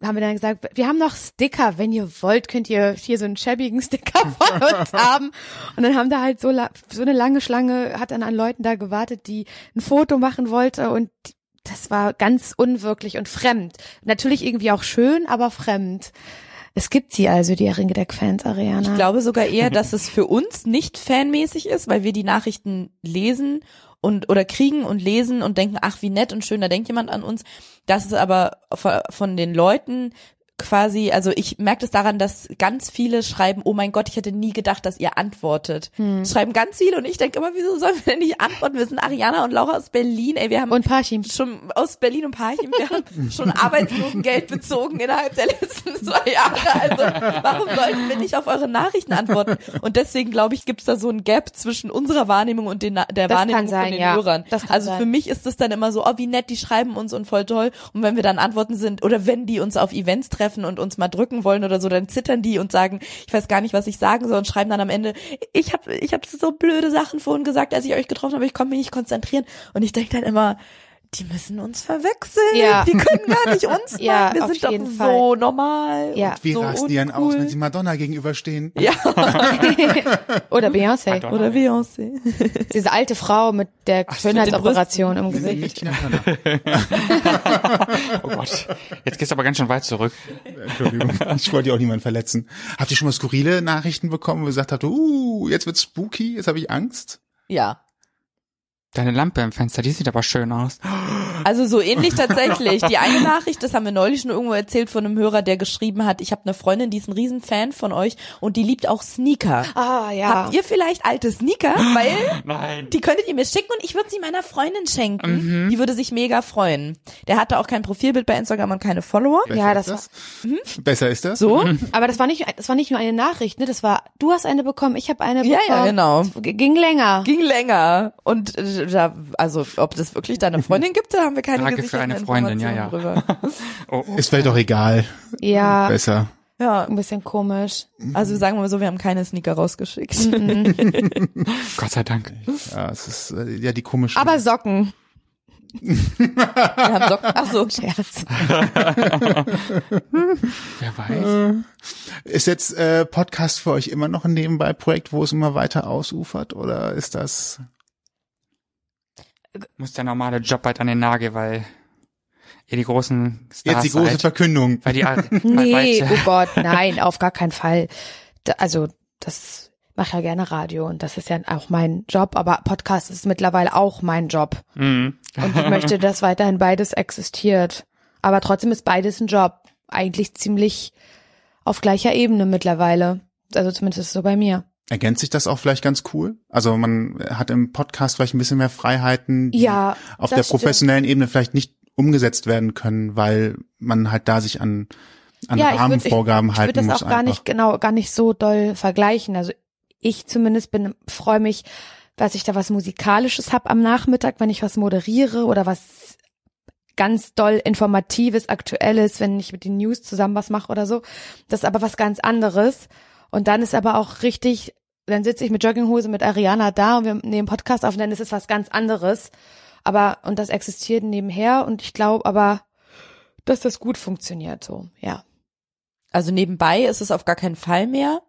[SPEAKER 3] Haben wir dann gesagt, wir haben noch Sticker, wenn ihr wollt, könnt ihr hier so einen schäbigen [laughs] Sticker von uns haben. Und dann haben da halt so, la- so eine lange Schlange, hat dann an Leuten da gewartet, die ein Foto machen wollte und das war ganz unwirklich und fremd. Natürlich irgendwie auch schön, aber fremd. Es gibt sie also, die Ringedeck-Fans, Ariana.
[SPEAKER 4] Ich glaube sogar eher, dass es für uns nicht fanmäßig ist, weil wir die Nachrichten lesen und oder kriegen und lesen und denken, ach wie nett und schön, da denkt jemand an uns. Das ist aber von- von den Leuten quasi, also ich merke das daran, dass ganz viele schreiben, oh mein Gott, ich hätte nie gedacht, dass ihr antwortet. Schreiben ganz viele und ich denke immer, wieso sollen wir denn nicht antworten? Wir sind Ariana und Laura aus Berlin, ey, wir haben
[SPEAKER 3] und Parchim.
[SPEAKER 4] schon aus Berlin und Parchim, wir haben schon Arbeitslosengeld bezogen innerhalb der letzten zwei Jahre. Also warum sollten wir nicht auf eure Nachrichten antworten? Und deswegen glaube ich, gibt's da so ein Gap zwischen unserer Wahrnehmung und den, der
[SPEAKER 3] Das
[SPEAKER 4] Wahrnehmung
[SPEAKER 3] kann sein,
[SPEAKER 4] von den
[SPEAKER 3] ja.
[SPEAKER 4] Hörern.
[SPEAKER 3] Das kann
[SPEAKER 4] also für
[SPEAKER 3] sein.
[SPEAKER 4] mich ist es dann immer so, oh wie nett, die schreiben uns und voll toll. Und wenn wir dann Antworten sind oder wenn die uns auf Events treffen und uns mal drücken wollen oder so, dann zittern die und sagen, ich weiß gar nicht, was ich sagen soll und schreiben dann am Ende, ich habe ich hab so blöde Sachen vorhin gesagt, als ich euch getroffen habe, ich konnte mich nicht konzentrieren. Und ich denke dann immer, die müssen uns verwechseln.
[SPEAKER 3] Ja.
[SPEAKER 4] Die können
[SPEAKER 3] [laughs]
[SPEAKER 4] gar nicht uns meinen.
[SPEAKER 3] Ja,
[SPEAKER 4] Wir
[SPEAKER 3] auf
[SPEAKER 4] sind doch
[SPEAKER 3] jeden
[SPEAKER 4] so normal.
[SPEAKER 3] Ja.
[SPEAKER 4] und
[SPEAKER 5] Wie
[SPEAKER 4] so
[SPEAKER 5] rasten die dann aus,
[SPEAKER 4] uncool.
[SPEAKER 5] wenn sie Madonna gegenüberstehen?
[SPEAKER 4] Ja,
[SPEAKER 3] Oder Beyoncé.
[SPEAKER 2] Madonna.
[SPEAKER 4] oder Beyoncé.
[SPEAKER 3] Diese alte Frau mit der Schönheitsoperation im
[SPEAKER 5] Sind
[SPEAKER 3] Gesicht.
[SPEAKER 5] [laughs] nicht die Madonna.
[SPEAKER 2] Oh Gott. Jetzt gehst du aber ganz schön weit zurück.
[SPEAKER 5] Entschuldigung, [laughs] ich wollte ja auch niemanden verletzen. Habt ihr schon mal skurrile Nachrichten bekommen, wo ihr gesagt habt, uh, jetzt wird's spooky, jetzt habe ich Angst?
[SPEAKER 4] Ja.
[SPEAKER 2] Deine Lampe im Fenster, die sieht aber schön aus.
[SPEAKER 4] Also so ähnlich tatsächlich. Die eine Nachricht, das haben wir neulich schon irgendwo erzählt von einem Hörer, der geschrieben hat, ich habe eine Freundin, die ist ein Riesenfan von euch und die liebt auch Sneaker.
[SPEAKER 3] Ah, ja.
[SPEAKER 4] Habt ihr vielleicht alte Sneaker? Weil
[SPEAKER 2] Nein.
[SPEAKER 4] die könntet ihr mir schicken und ich würde sie meiner Freundin schenken.
[SPEAKER 2] Mhm.
[SPEAKER 4] Die würde sich mega freuen. Der hatte auch kein Profilbild bei Instagram und keine Follower.
[SPEAKER 5] Besser
[SPEAKER 3] Ja,
[SPEAKER 5] ist
[SPEAKER 3] das Mhm.
[SPEAKER 5] das? Besser ist das?
[SPEAKER 4] So?
[SPEAKER 3] Aber das war nicht, das war nicht nur eine Nachricht, ne? Das war, du hast eine bekommen, ich habe eine
[SPEAKER 4] Ja,
[SPEAKER 3] bekommen.
[SPEAKER 4] ja, genau.
[SPEAKER 3] G- Ging länger.
[SPEAKER 4] Ging länger. Und äh, da, also ob das wirklich deine Freundin gibt, da haben wir keine
[SPEAKER 2] Frage für
[SPEAKER 4] gesicherten
[SPEAKER 2] eine Freundin, ja,
[SPEAKER 4] Informationen drüber.
[SPEAKER 2] Oh, oh.
[SPEAKER 5] Ist vielleicht auch egal.
[SPEAKER 3] ja,
[SPEAKER 5] Besser.
[SPEAKER 4] Ja,
[SPEAKER 3] ein bisschen komisch.
[SPEAKER 4] also sagen wir mal so, wir haben keine Sneaker rausgeschickt.
[SPEAKER 3] Mhm.
[SPEAKER 2] Gott sei Dank.
[SPEAKER 5] Ja, es ist äh, ja die komische.
[SPEAKER 3] Aber Socken.
[SPEAKER 4] Wir haben Socken. Ach so.
[SPEAKER 3] Scherz.
[SPEAKER 2] Wer weiß.
[SPEAKER 5] Ist jetzt äh, Podcast für euch immer noch ein Nebenbei-Projekt, wo es immer weiter ausufert? Oder ist das
[SPEAKER 2] Muss der normale Job bald an den Nagel, weil ihr die großen Stars
[SPEAKER 3] Ah,
[SPEAKER 5] jetzt die große
[SPEAKER 2] seid.
[SPEAKER 5] Verkündung? [laughs]
[SPEAKER 2] Weil die halt weil
[SPEAKER 3] Nee,
[SPEAKER 2] bald-
[SPEAKER 3] oh Gott, nein, auf gar keinen Fall. Da, also, das, mache ja gerne Radio und das ist ja auch mein Job, aber Podcast ist mittlerweile auch mein Job.
[SPEAKER 2] Mhm.
[SPEAKER 3] Und ich
[SPEAKER 4] [laughs]
[SPEAKER 3] möchte, dass weiterhin beides existiert. Aber trotzdem ist beides ein Job. Eigentlich ziemlich auf gleicher Ebene mittlerweile. Also zumindest ist es so bei mir.
[SPEAKER 5] Ergänzt sich das auch vielleicht ganz cool? Also man hat im Podcast vielleicht ein bisschen mehr Freiheiten, die
[SPEAKER 3] Ja,
[SPEAKER 5] auf der
[SPEAKER 3] das
[SPEAKER 5] professionellen Ebene vielleicht nicht umgesetzt werden können, weil man halt da sich an, an
[SPEAKER 3] Ja, ich würd-
[SPEAKER 5] Rahmenvorgaben
[SPEAKER 3] Ich
[SPEAKER 5] halten
[SPEAKER 3] würde das
[SPEAKER 5] muss.
[SPEAKER 3] auch gar
[SPEAKER 5] einfach.
[SPEAKER 3] nicht genau, gar nicht so doll vergleichen. Also ich zumindest bin freue mich, dass ich da was musikalisches hab am Nachmittag, wenn ich was moderiere oder was ganz doll informatives, aktuelles, wenn ich mit den News zusammen was mache oder so. Das ist aber was ganz anderes. Und dann ist aber auch richtig, dann sitze ich mit Jogginghose mit Ariana da und wir nehmen Podcast auf und dann ist es was ganz anderes. Aber, und das existiert nebenher und ich glaube aber, dass das gut funktioniert so, ja.
[SPEAKER 4] Also nebenbei ist es auf gar keinen Fall mehr,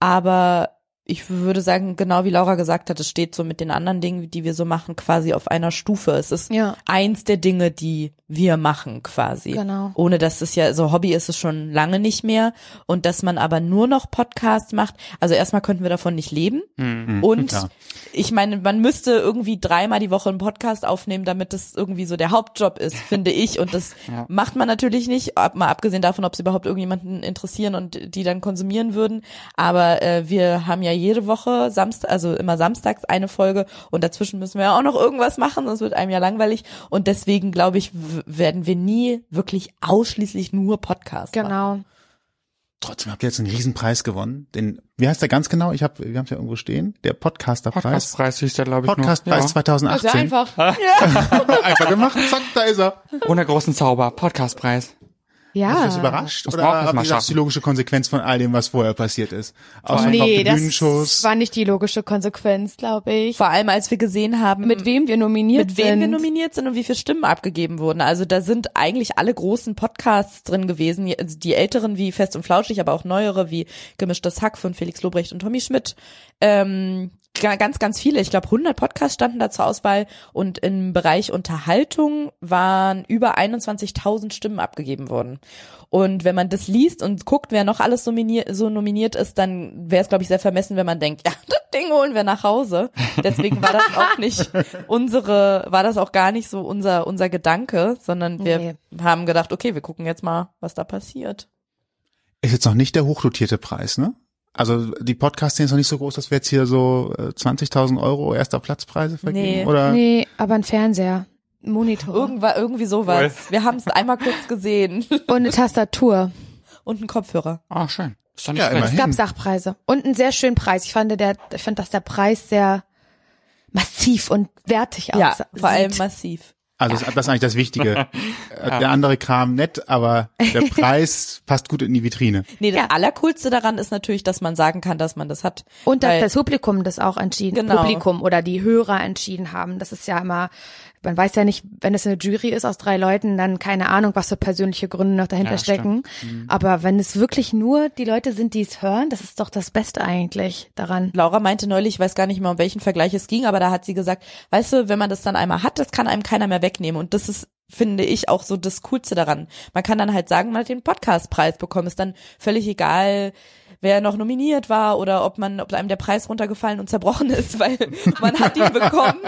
[SPEAKER 4] aber ich würde sagen, genau wie Laura gesagt hat, es steht so mit den anderen Dingen, die wir so machen, quasi auf einer Stufe. Es ist
[SPEAKER 3] Ja.
[SPEAKER 4] eins der Dinge, die wir machen quasi.
[SPEAKER 3] Genau.
[SPEAKER 4] Ohne dass es ja, so Hobby ist es schon lange nicht mehr. Und dass man aber nur noch Podcast macht, also erstmal könnten wir davon nicht leben. Und
[SPEAKER 5] klar.
[SPEAKER 4] ich meine, man müsste irgendwie dreimal die Woche einen Podcast aufnehmen, damit das irgendwie so der Hauptjob ist, finde ich. Und das
[SPEAKER 2] Ja.
[SPEAKER 4] macht man natürlich nicht, ab, mal abgesehen davon, ob es überhaupt irgendjemanden interessieren und die dann konsumieren würden. Aber äh, wir haben ja jede Woche Samstag, also immer samstags eine Folge und dazwischen müssen wir ja auch noch irgendwas machen, sonst wird einem ja langweilig. Und deswegen, glaube ich, w- werden wir nie wirklich ausschließlich nur Podcasts machen.
[SPEAKER 3] Genau.
[SPEAKER 5] Trotzdem habt ihr jetzt einen Riesenpreis gewonnen. Den, wie heißt der ganz genau? Ich hab, wir haben es ja irgendwo stehen. Der Podcasterpreis.
[SPEAKER 2] Podcastpreis hieß der, glaube ich,
[SPEAKER 5] Podcastpreis
[SPEAKER 2] nur.
[SPEAKER 5] 2018.
[SPEAKER 3] Also einfach.
[SPEAKER 5] einfach gemacht, zack, da ist er.
[SPEAKER 2] Ja. Ohne großen Zauber, Podcastpreis.
[SPEAKER 5] Hast du
[SPEAKER 3] Ja.
[SPEAKER 5] das überrascht?
[SPEAKER 2] Muss
[SPEAKER 5] Oder
[SPEAKER 2] man auch erst
[SPEAKER 5] habt
[SPEAKER 2] mal
[SPEAKER 5] ihr gesagt, das ist die
[SPEAKER 2] schaffen.
[SPEAKER 5] logische Konsequenz von all dem, was vorher passiert ist? Außer
[SPEAKER 3] Nee, das
[SPEAKER 5] Bühnenshows.
[SPEAKER 3] war nicht die logische Konsequenz, glaube ich.
[SPEAKER 4] Vor allem, als wir gesehen haben,
[SPEAKER 3] Mit wem wir nominiert
[SPEAKER 4] mit wem wir
[SPEAKER 3] sind.
[SPEAKER 4] nominiert sind und wie viele Stimmen abgegeben wurden. Also da sind eigentlich alle großen Podcasts drin gewesen, Je- also die älteren wie Fest und Flauschig, aber auch neuere wie Gemischtes Hack von Felix Lobrecht und Tommy Schmidt. Ähm, ga- ganz, ganz viele. Ich glaube, 100 Podcasts standen da zur Auswahl und im Bereich Unterhaltung waren über 21.000 Stimmen abgegeben worden. Und wenn man das liest und guckt, wer noch alles nominiert, so nominiert ist, dann wäre es, glaube ich, sehr vermessen, wenn man denkt, [laughs] ja, das Ding holen wir nach Hause. Deswegen war das
[SPEAKER 3] [laughs]
[SPEAKER 4] auch nicht unsere, war das auch gar nicht so unser, unser Gedanke, sondern wir
[SPEAKER 3] Nee.
[SPEAKER 4] haben gedacht, okay, wir gucken jetzt mal, was da passiert.
[SPEAKER 5] Ist jetzt noch nicht der hochdotierte Preis, ne? Also die Podcast-Szene ist noch nicht so groß, dass wir jetzt hier so äh, 20.000 Euro erster Platzpreise vergeben,
[SPEAKER 4] Nee.
[SPEAKER 5] oder?
[SPEAKER 3] Nee, aber ein Fernseher, ein Monitor
[SPEAKER 4] Irgendwa, irgendwie sowas. Wir haben es einmal
[SPEAKER 3] [laughs]
[SPEAKER 4] kurz gesehen.
[SPEAKER 3] und eine Tastatur.
[SPEAKER 4] Und einen Kopfhörer.
[SPEAKER 2] Ah, schön. Ist doch nicht
[SPEAKER 5] Ja,
[SPEAKER 2] schlecht.
[SPEAKER 5] immerhin.
[SPEAKER 3] Es
[SPEAKER 4] Hm.
[SPEAKER 3] gab Sachpreise und einen sehr schönen Preis. Ich fand, der, ich fand dass der Preis sehr massiv und wertig
[SPEAKER 4] Ja,
[SPEAKER 3] aussah.
[SPEAKER 4] vor allem massiv.
[SPEAKER 5] Also das, das ist eigentlich das Wichtige. Äh, Der andere Kram nett, aber der Preis passt gut in die Vitrine.
[SPEAKER 4] Nee, das
[SPEAKER 3] Ja.
[SPEAKER 4] Allercoolste daran ist natürlich, dass man sagen kann, dass man das hat.
[SPEAKER 3] Und dass
[SPEAKER 4] Weil-
[SPEAKER 3] das Publikum das auch entschieden,
[SPEAKER 4] Genau.
[SPEAKER 3] Publikum oder die Hörer entschieden haben. Das ist ja immer, man weiß ja nicht, wenn es eine Jury ist aus drei Leuten, dann keine Ahnung, was für persönliche Gründe noch dahinter
[SPEAKER 2] Ja,
[SPEAKER 3] stecken.
[SPEAKER 2] stimmt. Mhm.
[SPEAKER 3] Aber wenn es wirklich nur die Leute sind, die es hören, das ist doch das Beste eigentlich daran.
[SPEAKER 4] Laura meinte neulich, ich weiß gar nicht mehr, um welchen Vergleich es ging, aber da hat sie gesagt, weißt du, wenn man das dann einmal hat, das kann einem keiner mehr wegnehmen. Und das ist, finde ich, auch so das Coolste daran. Man kann dann halt sagen, man hat den Podcastpreis bekommen. Ist dann völlig egal, wer noch nominiert war oder ob man, ob einem der Preis runtergefallen und zerbrochen [laughs] ist, weil man hat ihn bekommen.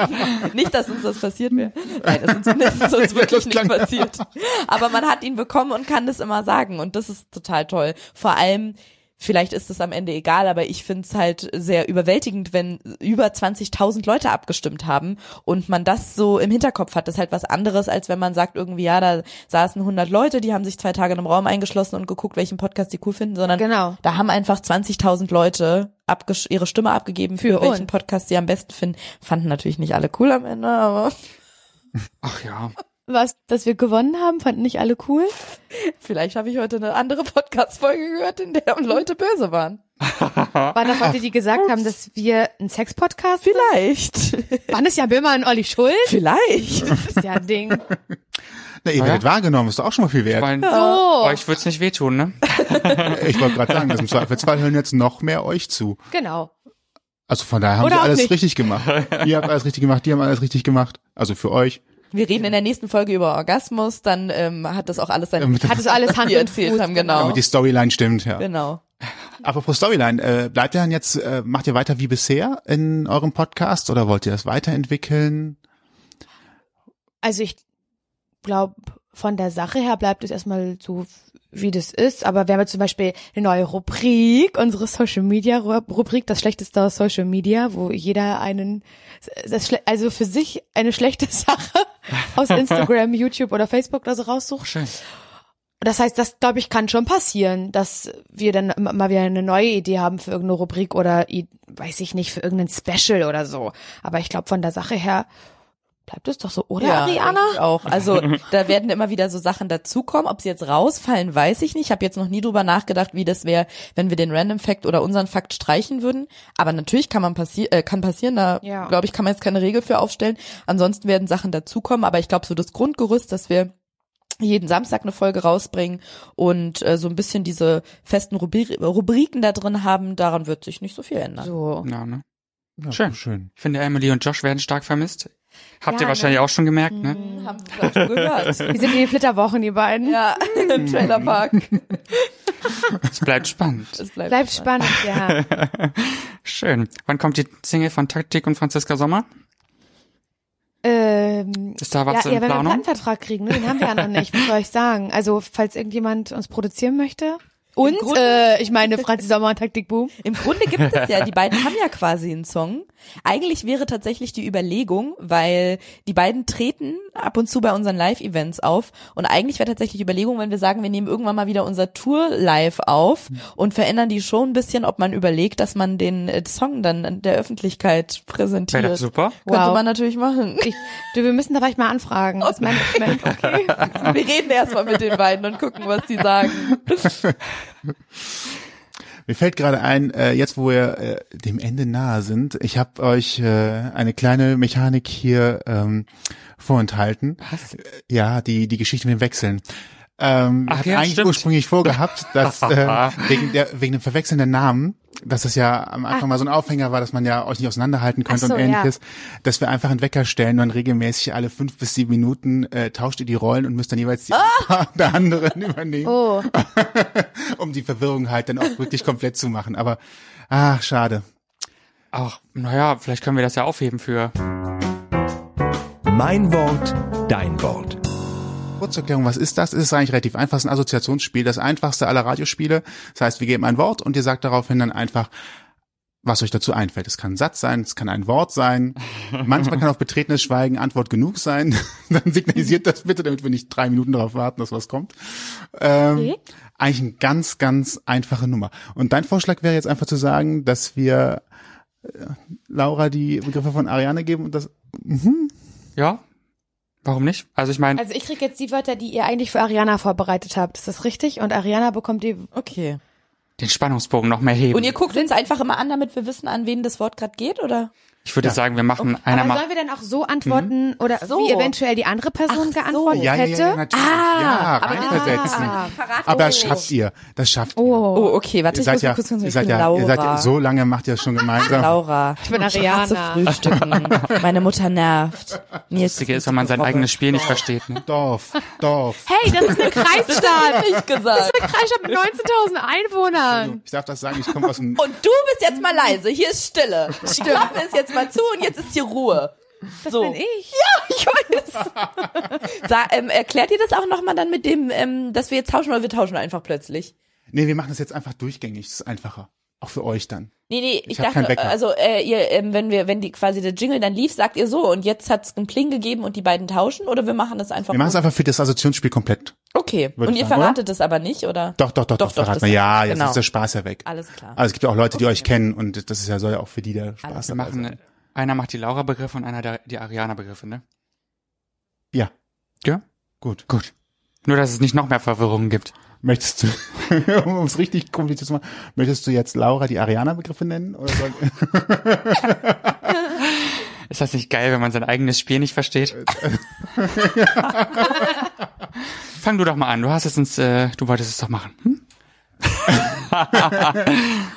[SPEAKER 4] Nicht, dass uns das passiert wäre. Nein, das ist uns, das ist uns wirklich nicht
[SPEAKER 5] klang-
[SPEAKER 4] passiert. [laughs] Aber man hat ihn bekommen und kann das immer sagen. Und das ist total toll. Vor allem, vielleicht ist es am Ende egal, aber ich finde es halt sehr überwältigend, wenn über 20.000 Leute abgestimmt haben und man das so im Hinterkopf hat. Das ist halt was anderes, als wenn man sagt irgendwie, ja, da saßen 100 Leute, die haben sich zwei Tage in einem Raum eingeschlossen und geguckt, welchen Podcast die cool finden, sondern
[SPEAKER 3] Genau.
[SPEAKER 4] da haben einfach 20.000 Leute abgesch- ihre Stimme abgegeben, für,
[SPEAKER 3] Für
[SPEAKER 4] welchen
[SPEAKER 3] uns.
[SPEAKER 4] Podcast sie am besten finden. Fanden natürlich nicht alle cool am Ende, aber
[SPEAKER 2] Ach ja.
[SPEAKER 3] Was, dass wir gewonnen haben, fanden nicht alle cool?
[SPEAKER 4] vielleicht habe ich heute eine andere [laughs] Podcast-Folge gehört, in der Leute böse waren.
[SPEAKER 3] Waren das Leute, die gesagt haben, dass wir ein
[SPEAKER 4] [laughs]
[SPEAKER 3] Sex-Podcast sind?
[SPEAKER 4] Vielleicht.
[SPEAKER 3] Waren es ja Böhmer und Olli Schulz?
[SPEAKER 4] Vielleicht.
[SPEAKER 3] Das ist ja ein Ding.
[SPEAKER 5] Na, ihr
[SPEAKER 2] Ja.
[SPEAKER 5] werdet wahrgenommen, ist doch auch schon mal viel wert.
[SPEAKER 2] Weil
[SPEAKER 3] So,
[SPEAKER 2] euch wird's nicht wehtun, ne?
[SPEAKER 5] Ich wollte gerade sagen, dass im Zweifelsfall hören jetzt noch mehr euch zu.
[SPEAKER 3] genau.
[SPEAKER 5] Also von daher haben
[SPEAKER 3] Oder
[SPEAKER 5] sie
[SPEAKER 3] auch
[SPEAKER 5] alles
[SPEAKER 3] nicht.
[SPEAKER 5] richtig gemacht. Ihr habt alles richtig gemacht, die haben alles richtig gemacht. Also für euch.
[SPEAKER 4] Wir reden in der nächsten Folge über Orgasmus, dann ähm, hat das auch alles seine
[SPEAKER 5] Damit,
[SPEAKER 3] Hat es alles Hand
[SPEAKER 4] die
[SPEAKER 3] und
[SPEAKER 4] erzählt
[SPEAKER 3] Fuß.
[SPEAKER 4] haben, genau.
[SPEAKER 5] damit die Storyline stimmt, ja.
[SPEAKER 4] Genau.
[SPEAKER 5] Apropos Storyline, äh, bleibt ihr dann jetzt, äh, macht ihr weiter wie bisher in eurem Podcast oder wollt ihr das weiterentwickeln?
[SPEAKER 3] Also ich glaube, von der Sache her bleibt es erstmal so, wie das ist. Aber wir haben jetzt zum Beispiel eine neue Rubrik, unsere Social Media Ru- Rubrik, das schlechteste aus Social Media, wo jeder einen, das, schle- also für sich eine schlechte [laughs] Sache aus Instagram, YouTube oder Facebook oder so raussucht.
[SPEAKER 2] Schön.
[SPEAKER 3] Das heißt, das glaube ich kann schon passieren, dass wir dann m- mal wieder eine neue Idee haben für irgendeine Rubrik oder i- weiß ich nicht für irgendein Special oder so. Aber ich glaube von der Sache her bleibt es doch so, oder Ariana?
[SPEAKER 4] ich
[SPEAKER 3] [laughs]
[SPEAKER 4] Auch. Also da werden immer wieder so Sachen dazukommen. Ob sie jetzt rausfallen, weiß ich nicht. Ich habe jetzt noch nie drüber nachgedacht, wie das wäre, wenn wir den Random Fact oder unseren Fakt streichen würden. Aber natürlich kann man passi äh, kann passieren. Da
[SPEAKER 3] Ja.
[SPEAKER 4] glaube ich, kann man jetzt keine Regel für aufstellen. Ansonsten werden Sachen dazukommen. Aber ich glaube, so das Grundgerüst, dass wir jeden Samstag eine Folge rausbringen und äh, so ein bisschen diese festen Rubri Rubriken da drin haben, daran wird sich nicht so viel ändern.
[SPEAKER 3] So.
[SPEAKER 2] Ja, ne?
[SPEAKER 5] Ja,
[SPEAKER 2] Schön.
[SPEAKER 5] schön.
[SPEAKER 2] Ich finde, Emily und Josh werden stark vermisst.
[SPEAKER 3] Ja,
[SPEAKER 2] Habt
[SPEAKER 3] Mhm.
[SPEAKER 2] ihr wahrscheinlich auch schon gemerkt, ne?
[SPEAKER 4] Hm, Haben wir vielleicht schon
[SPEAKER 3] [laughs]
[SPEAKER 4] gehört.
[SPEAKER 3] Die sind in den Flitterwochen, die beiden.
[SPEAKER 4] ja, [laughs] im Trailerpark.
[SPEAKER 2] Es bleibt spannend.
[SPEAKER 4] Es bleibt,
[SPEAKER 3] Bleibt spannend, ja.
[SPEAKER 2] Schön. Wann kommt die Single von Taktik und Franziska Sommer?
[SPEAKER 3] ähm,
[SPEAKER 2] Ist da
[SPEAKER 3] ja, ja,
[SPEAKER 2] was
[SPEAKER 3] wenn
[SPEAKER 2] in
[SPEAKER 3] wir einen
[SPEAKER 2] Planung?
[SPEAKER 3] Plattenvertrag kriegen, ne? den haben wir ja noch nicht, was soll ich sagen? Also, falls irgendjemand uns produzieren möchte. Und,
[SPEAKER 4] Grunde-
[SPEAKER 3] äh, ich meine, Franzi Sommer und Taktik Boom.
[SPEAKER 4] Im Grunde gibt es ja, die beiden haben ja quasi einen Song. Eigentlich wäre tatsächlich die Überlegung, weil die beiden treten ab und zu bei unseren Live-Events auf und eigentlich wäre tatsächlich die Überlegung, wenn wir sagen, wir nehmen irgendwann mal wieder unser Tour live auf und verändern die schon ein bisschen, ob man überlegt, dass man den äh, Song dann der Öffentlichkeit präsentiert.
[SPEAKER 2] Wäre das super?
[SPEAKER 4] Könnte
[SPEAKER 3] Wow.
[SPEAKER 4] man natürlich machen.
[SPEAKER 3] Ich, du, wir müssen da vielleicht mal anfragen. Aus Management, okay.
[SPEAKER 4] [laughs] Wir reden erstmal mit den beiden und gucken, was die sagen.
[SPEAKER 5] Mir fällt gerade ein, äh, jetzt wo wir äh, dem Ende nahe sind, ich habe euch äh, eine kleine Mechanik hier ähm, vorenthalten. Äh,
[SPEAKER 2] Was?
[SPEAKER 5] Ja, die die Geschichte mit dem Wechseln. Ähm,
[SPEAKER 2] Ach
[SPEAKER 5] ich hab
[SPEAKER 2] ja,
[SPEAKER 5] eigentlich
[SPEAKER 2] stimmt.
[SPEAKER 5] ursprünglich vorgehabt, dass äh, wegen, der, wegen dem Verwechseln der Namen, dass das ja am Anfang mal so ein Aufhänger war, dass man ja euch nicht auseinanderhalten könnte
[SPEAKER 3] Ach so,
[SPEAKER 5] und
[SPEAKER 3] ja.
[SPEAKER 5] ähnliches, dass wir einfach einen Wecker stellen und regelmäßig alle fünf bis sieben Minuten äh, tauscht ihr die Rollen und müsst dann jeweils die ah! [laughs] der anderen übernehmen
[SPEAKER 3] Oh,
[SPEAKER 5] um die Verwirrung halt dann auch wirklich komplett zu machen. Aber ach, schade.
[SPEAKER 2] Ach, naja, vielleicht können wir das ja aufheben für.
[SPEAKER 1] Mein Wort, dein Wort.
[SPEAKER 5] Kurze Erklärung, was ist das? Es ist eigentlich relativ einfach, es ist ein Assoziationsspiel, das einfachste aller Radiospiele. Das heißt, wir geben ein Wort und ihr sagt daraufhin dann einfach, was euch dazu einfällt. Es kann ein Satz sein, es kann ein Wort sein. Manchmal kann auch betretenes Schweigen Antwort genug sein. [laughs] dann signalisiert das bitte, damit wir nicht drei Minuten darauf warten, dass was kommt. Ähm,
[SPEAKER 3] okay.
[SPEAKER 5] Eigentlich eine ganz, ganz einfache Nummer. Und dein Vorschlag wäre jetzt einfach zu sagen, dass wir äh, Laura die Begriffe von Ariane geben und das
[SPEAKER 2] Ja? Warum nicht? Also ich meine,
[SPEAKER 3] Also, ich krieg jetzt die Wörter, die ihr eigentlich für Ariana vorbereitet habt. Ist das richtig? Und Ariana bekommt die
[SPEAKER 4] Okay.
[SPEAKER 2] den Spannungsbogen noch mehr heben.
[SPEAKER 4] Und ihr guckt uns einfach immer an, damit wir wissen, an wen das Wort gerade geht, oder?
[SPEAKER 2] ich würde
[SPEAKER 5] Ja.
[SPEAKER 2] sagen, wir machen einer
[SPEAKER 3] Aber
[SPEAKER 2] mal.
[SPEAKER 3] sollen wir dann auch so antworten oder
[SPEAKER 4] So.
[SPEAKER 3] wie eventuell die andere Person
[SPEAKER 4] Ach so.
[SPEAKER 3] geantwortet
[SPEAKER 5] Mhm. Ja, ja,
[SPEAKER 3] hätte?
[SPEAKER 5] ja, natürlich.
[SPEAKER 3] Ah,
[SPEAKER 5] ja,
[SPEAKER 4] aber das-
[SPEAKER 5] reinversetzen.
[SPEAKER 3] Ah.
[SPEAKER 5] Aber das schafft ihr. Das schafft ihr.
[SPEAKER 3] Oh,
[SPEAKER 4] Oh, okay, warte, ich muss
[SPEAKER 5] Ihr seid
[SPEAKER 4] mal
[SPEAKER 5] ja,
[SPEAKER 4] kurz ganz
[SPEAKER 5] ihr
[SPEAKER 4] ich
[SPEAKER 5] seid
[SPEAKER 4] bin
[SPEAKER 5] ja,
[SPEAKER 4] Laura.
[SPEAKER 5] ihr seid ja, so lange macht ihr das schon gemeinsam.
[SPEAKER 4] Laura.
[SPEAKER 3] Ich bin Ariana.
[SPEAKER 4] Zu frühstücken. Meine Mutter nervt. Mir ist
[SPEAKER 2] Wichtige ist, wenn man sein eigenes Spiel
[SPEAKER 3] Oh.
[SPEAKER 2] nicht versteht.
[SPEAKER 5] [laughs]
[SPEAKER 2] Ne?
[SPEAKER 5] Dorf, Dorf.
[SPEAKER 3] hey, das
[SPEAKER 5] [laughs]
[SPEAKER 3] ist eine Kreisstadt.
[SPEAKER 4] nicht gesagt.
[SPEAKER 3] eine Kreisstadt mit 19.000 Einwohnern.
[SPEAKER 5] Ich darf das sagen, ich komme aus dem,
[SPEAKER 4] Und du bist jetzt mal leise. Hier ist Stille. Die Klappe ist jetzt mal zu und jetzt ist hier Ruhe.
[SPEAKER 3] Das
[SPEAKER 4] So.
[SPEAKER 3] bin ich.
[SPEAKER 4] Ich weiß. Sa ähm, erklärt ihr das auch nochmal dann mit dem, ähm, dass wir jetzt tauschen oder wir tauschen einfach plötzlich?
[SPEAKER 5] nee, wir machen das jetzt einfach durchgängig, das ist einfacher. Auch für euch dann.
[SPEAKER 4] Nee, nee, ich,
[SPEAKER 5] Ich hab keinen
[SPEAKER 4] dachte,
[SPEAKER 5] Wecker.
[SPEAKER 4] also äh, ihr, ähm, wenn wir, wenn die quasi der Jingle dann lief, sagt ihr so und jetzt hat's einen Kling gegeben und die beiden tauschen oder wir machen das einfach.
[SPEAKER 5] Wir machen es einfach für das Assoziationsspiel komplett.
[SPEAKER 4] okay.
[SPEAKER 5] Würde
[SPEAKER 4] Und
[SPEAKER 5] ich
[SPEAKER 4] ihr
[SPEAKER 5] sagen,
[SPEAKER 4] verratet es aber nicht, oder?
[SPEAKER 5] Doch, doch, doch,
[SPEAKER 4] Doch,
[SPEAKER 5] doch,
[SPEAKER 4] doch,
[SPEAKER 5] verrat
[SPEAKER 4] das-
[SPEAKER 5] mal. Ja, jetzt
[SPEAKER 4] genau.
[SPEAKER 5] ist der Spaß ja weg.
[SPEAKER 4] Alles klar.
[SPEAKER 5] Also es gibt ja auch Leute, die euch kennen und das ist ja, soll ja auch für die der Spaß
[SPEAKER 2] Wir
[SPEAKER 5] dabei sein.
[SPEAKER 2] machen, einer macht die Laura-Begriffe und einer der, die Ariana-Begriffe, ne?
[SPEAKER 5] Ja,
[SPEAKER 2] Ja?
[SPEAKER 5] gut.
[SPEAKER 2] Gut. Nur, dass es nicht noch mehr Verwirrungen gibt.
[SPEAKER 5] Möchtest du, [laughs] um es richtig kompliziert zu machen, möchtest du jetzt Laura die Ariana-Begriffe nennen? Oder soll,
[SPEAKER 2] Ist das nicht geil, wenn man sein eigenes Spiel nicht versteht? Fang du doch mal an. Du hast es uns, äh, du wolltest es doch machen. Hm?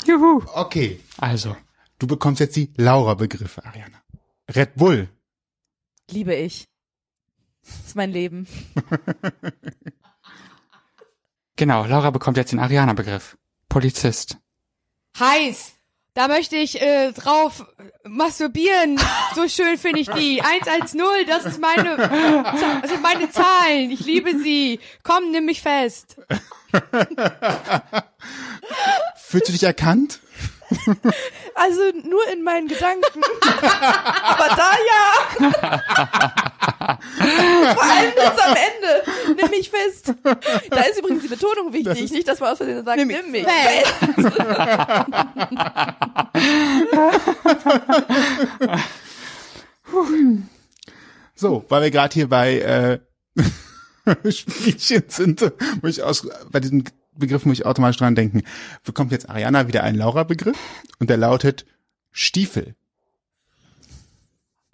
[SPEAKER 2] Juhu.
[SPEAKER 5] okay.
[SPEAKER 2] Also,
[SPEAKER 5] Du bekommst jetzt die Laura-Begriffe, Ariana. Red Bull.
[SPEAKER 4] Liebe ich. Das ist mein Leben.
[SPEAKER 2] genau. Laura bekommt jetzt den Ariana-Begriff. Polizist.
[SPEAKER 3] heiß. Da möchte ich äh, drauf masturbieren. So schön finde ich die. 110, das ist meine, das sind meine Zahlen. Ich liebe sie. Komm, nimm mich fest.
[SPEAKER 5] Fühlst du dich erkannt?
[SPEAKER 4] Also nur in meinen Gedanken. Aber da ja. Vor allem bis am Ende. Nimm mich fest. Da ist übrigens die Betonung wichtig. nicht, dass man aus Versehen sagt, nimm, mich fest.
[SPEAKER 5] So, weil wir gerade hier bei äh, [laughs] Spielchen sind, muss ich aus, bei diesem Begriff muss ich automatisch dran denken. Bekommt jetzt Ariana wieder einen Laura-Begriff und der lautet Stiefel.